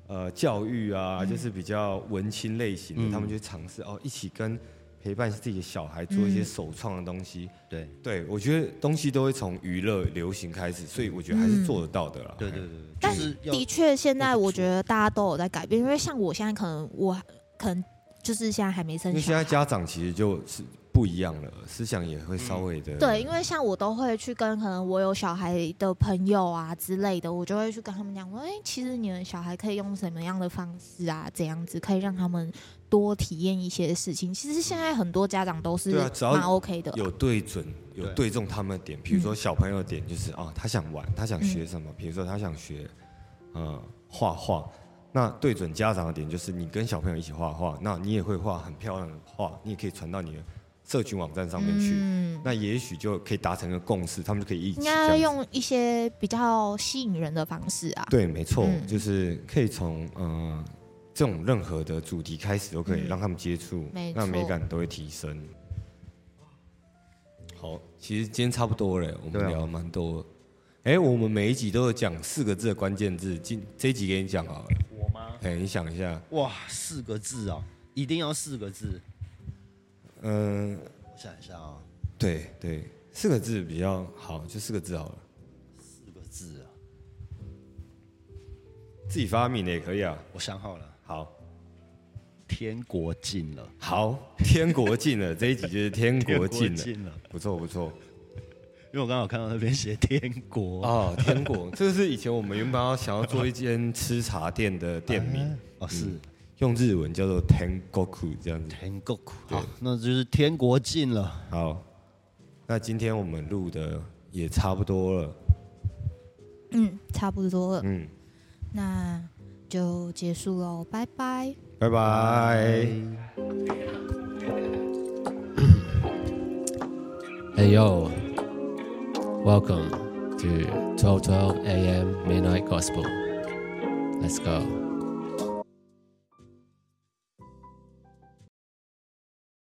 [SPEAKER 3] 呃教育啊，
[SPEAKER 2] 嗯
[SPEAKER 3] 就是比较文青类型的，
[SPEAKER 4] 嗯
[SPEAKER 3] 他们就尝试哦，一起跟陪伴自己的小孩做一些
[SPEAKER 2] 嗯
[SPEAKER 3] 手创的东西。
[SPEAKER 4] 对
[SPEAKER 3] 对，我觉得东西都会从娱乐流行开始，所以我觉得还是
[SPEAKER 2] 嗯
[SPEAKER 3] 做得到的啦。
[SPEAKER 4] 对对对，
[SPEAKER 2] 但
[SPEAKER 4] 就是要
[SPEAKER 2] 的确，现在
[SPEAKER 4] 要去
[SPEAKER 2] 我
[SPEAKER 4] 做
[SPEAKER 2] 觉得大家都有在改变，因为像我现在可能我可能就是现在还没
[SPEAKER 3] 因
[SPEAKER 2] 生
[SPEAKER 3] 为现
[SPEAKER 2] 小
[SPEAKER 3] 在
[SPEAKER 2] 孩，
[SPEAKER 3] 家长其实就是不一样了，思想也会稍微的、
[SPEAKER 2] 对，因为像我都会去跟可能我有小孩的朋友啊之类的，我就会去跟他们讲说，哎、其实你的小孩可以用什么样的方式啊，这样子可以让他们多体验一些事情。其实现在很多家长都是
[SPEAKER 3] 对啊只要
[SPEAKER 2] 蛮 OK 的啦，
[SPEAKER 3] 有对准，有
[SPEAKER 4] 对
[SPEAKER 3] 对中他们的点。比如说小朋友的点就是啊、他想玩，他想学
[SPEAKER 2] 嗯
[SPEAKER 3] 什么？比如说他想学，呃，画画。那对准家长的点就是你跟小朋友一起画画，那你也会画很漂亮的画，你也可以传到你的社群网站上面去。
[SPEAKER 2] 嗯，
[SPEAKER 3] 那也许就可以达成一个共识，他们就可以一起
[SPEAKER 2] 应
[SPEAKER 3] 这样
[SPEAKER 2] 该
[SPEAKER 3] 子。
[SPEAKER 2] 用一些比较吸引人的方式啊。
[SPEAKER 3] 对，没错，
[SPEAKER 2] 嗯
[SPEAKER 3] 就是可以从呃这种任何的主题开始，都可以
[SPEAKER 2] 嗯
[SPEAKER 3] 让他们接触，
[SPEAKER 2] 没
[SPEAKER 3] 那美
[SPEAKER 2] 错
[SPEAKER 3] 感都会提升。好，其实今天差不多了，我
[SPEAKER 4] 对啊
[SPEAKER 3] 们聊了蛮多。哎、我们每一集都有讲四个字的关键字，今这一集给你讲好了。
[SPEAKER 4] 我吗？
[SPEAKER 3] 哎、你想一下，
[SPEAKER 4] 哇，四个字啊，一定要四个字。
[SPEAKER 3] 嗯、
[SPEAKER 4] 我想一下啊，
[SPEAKER 3] 对对，四个字比较好，就四个字好了，
[SPEAKER 4] 四个字啊，
[SPEAKER 3] 自己发明的也可以啊。
[SPEAKER 4] 我想好了，
[SPEAKER 3] 好，
[SPEAKER 4] 天国近了，
[SPEAKER 3] 好，天国近了，这一集就是天国近了，
[SPEAKER 4] 近了，
[SPEAKER 3] 不错不错。
[SPEAKER 4] 因为我刚好看到那边写天国
[SPEAKER 3] 哦，天国，这是以前我们原本要想要做一间吃茶店的店名，
[SPEAKER 4] 哦，是
[SPEAKER 3] 嗯用日文叫做 Tengoku 这样子。
[SPEAKER 4] 天国，好，那就是天国近了，
[SPEAKER 3] 好，那今天我们录的也差不多了，
[SPEAKER 2] 嗯，差不多了，
[SPEAKER 3] 嗯，
[SPEAKER 2] 那就结束喽，拜拜。
[SPEAKER 3] 拜拜。
[SPEAKER 1] Hey yo, welcome to 1212 AM Midnight Gospel. Let's go.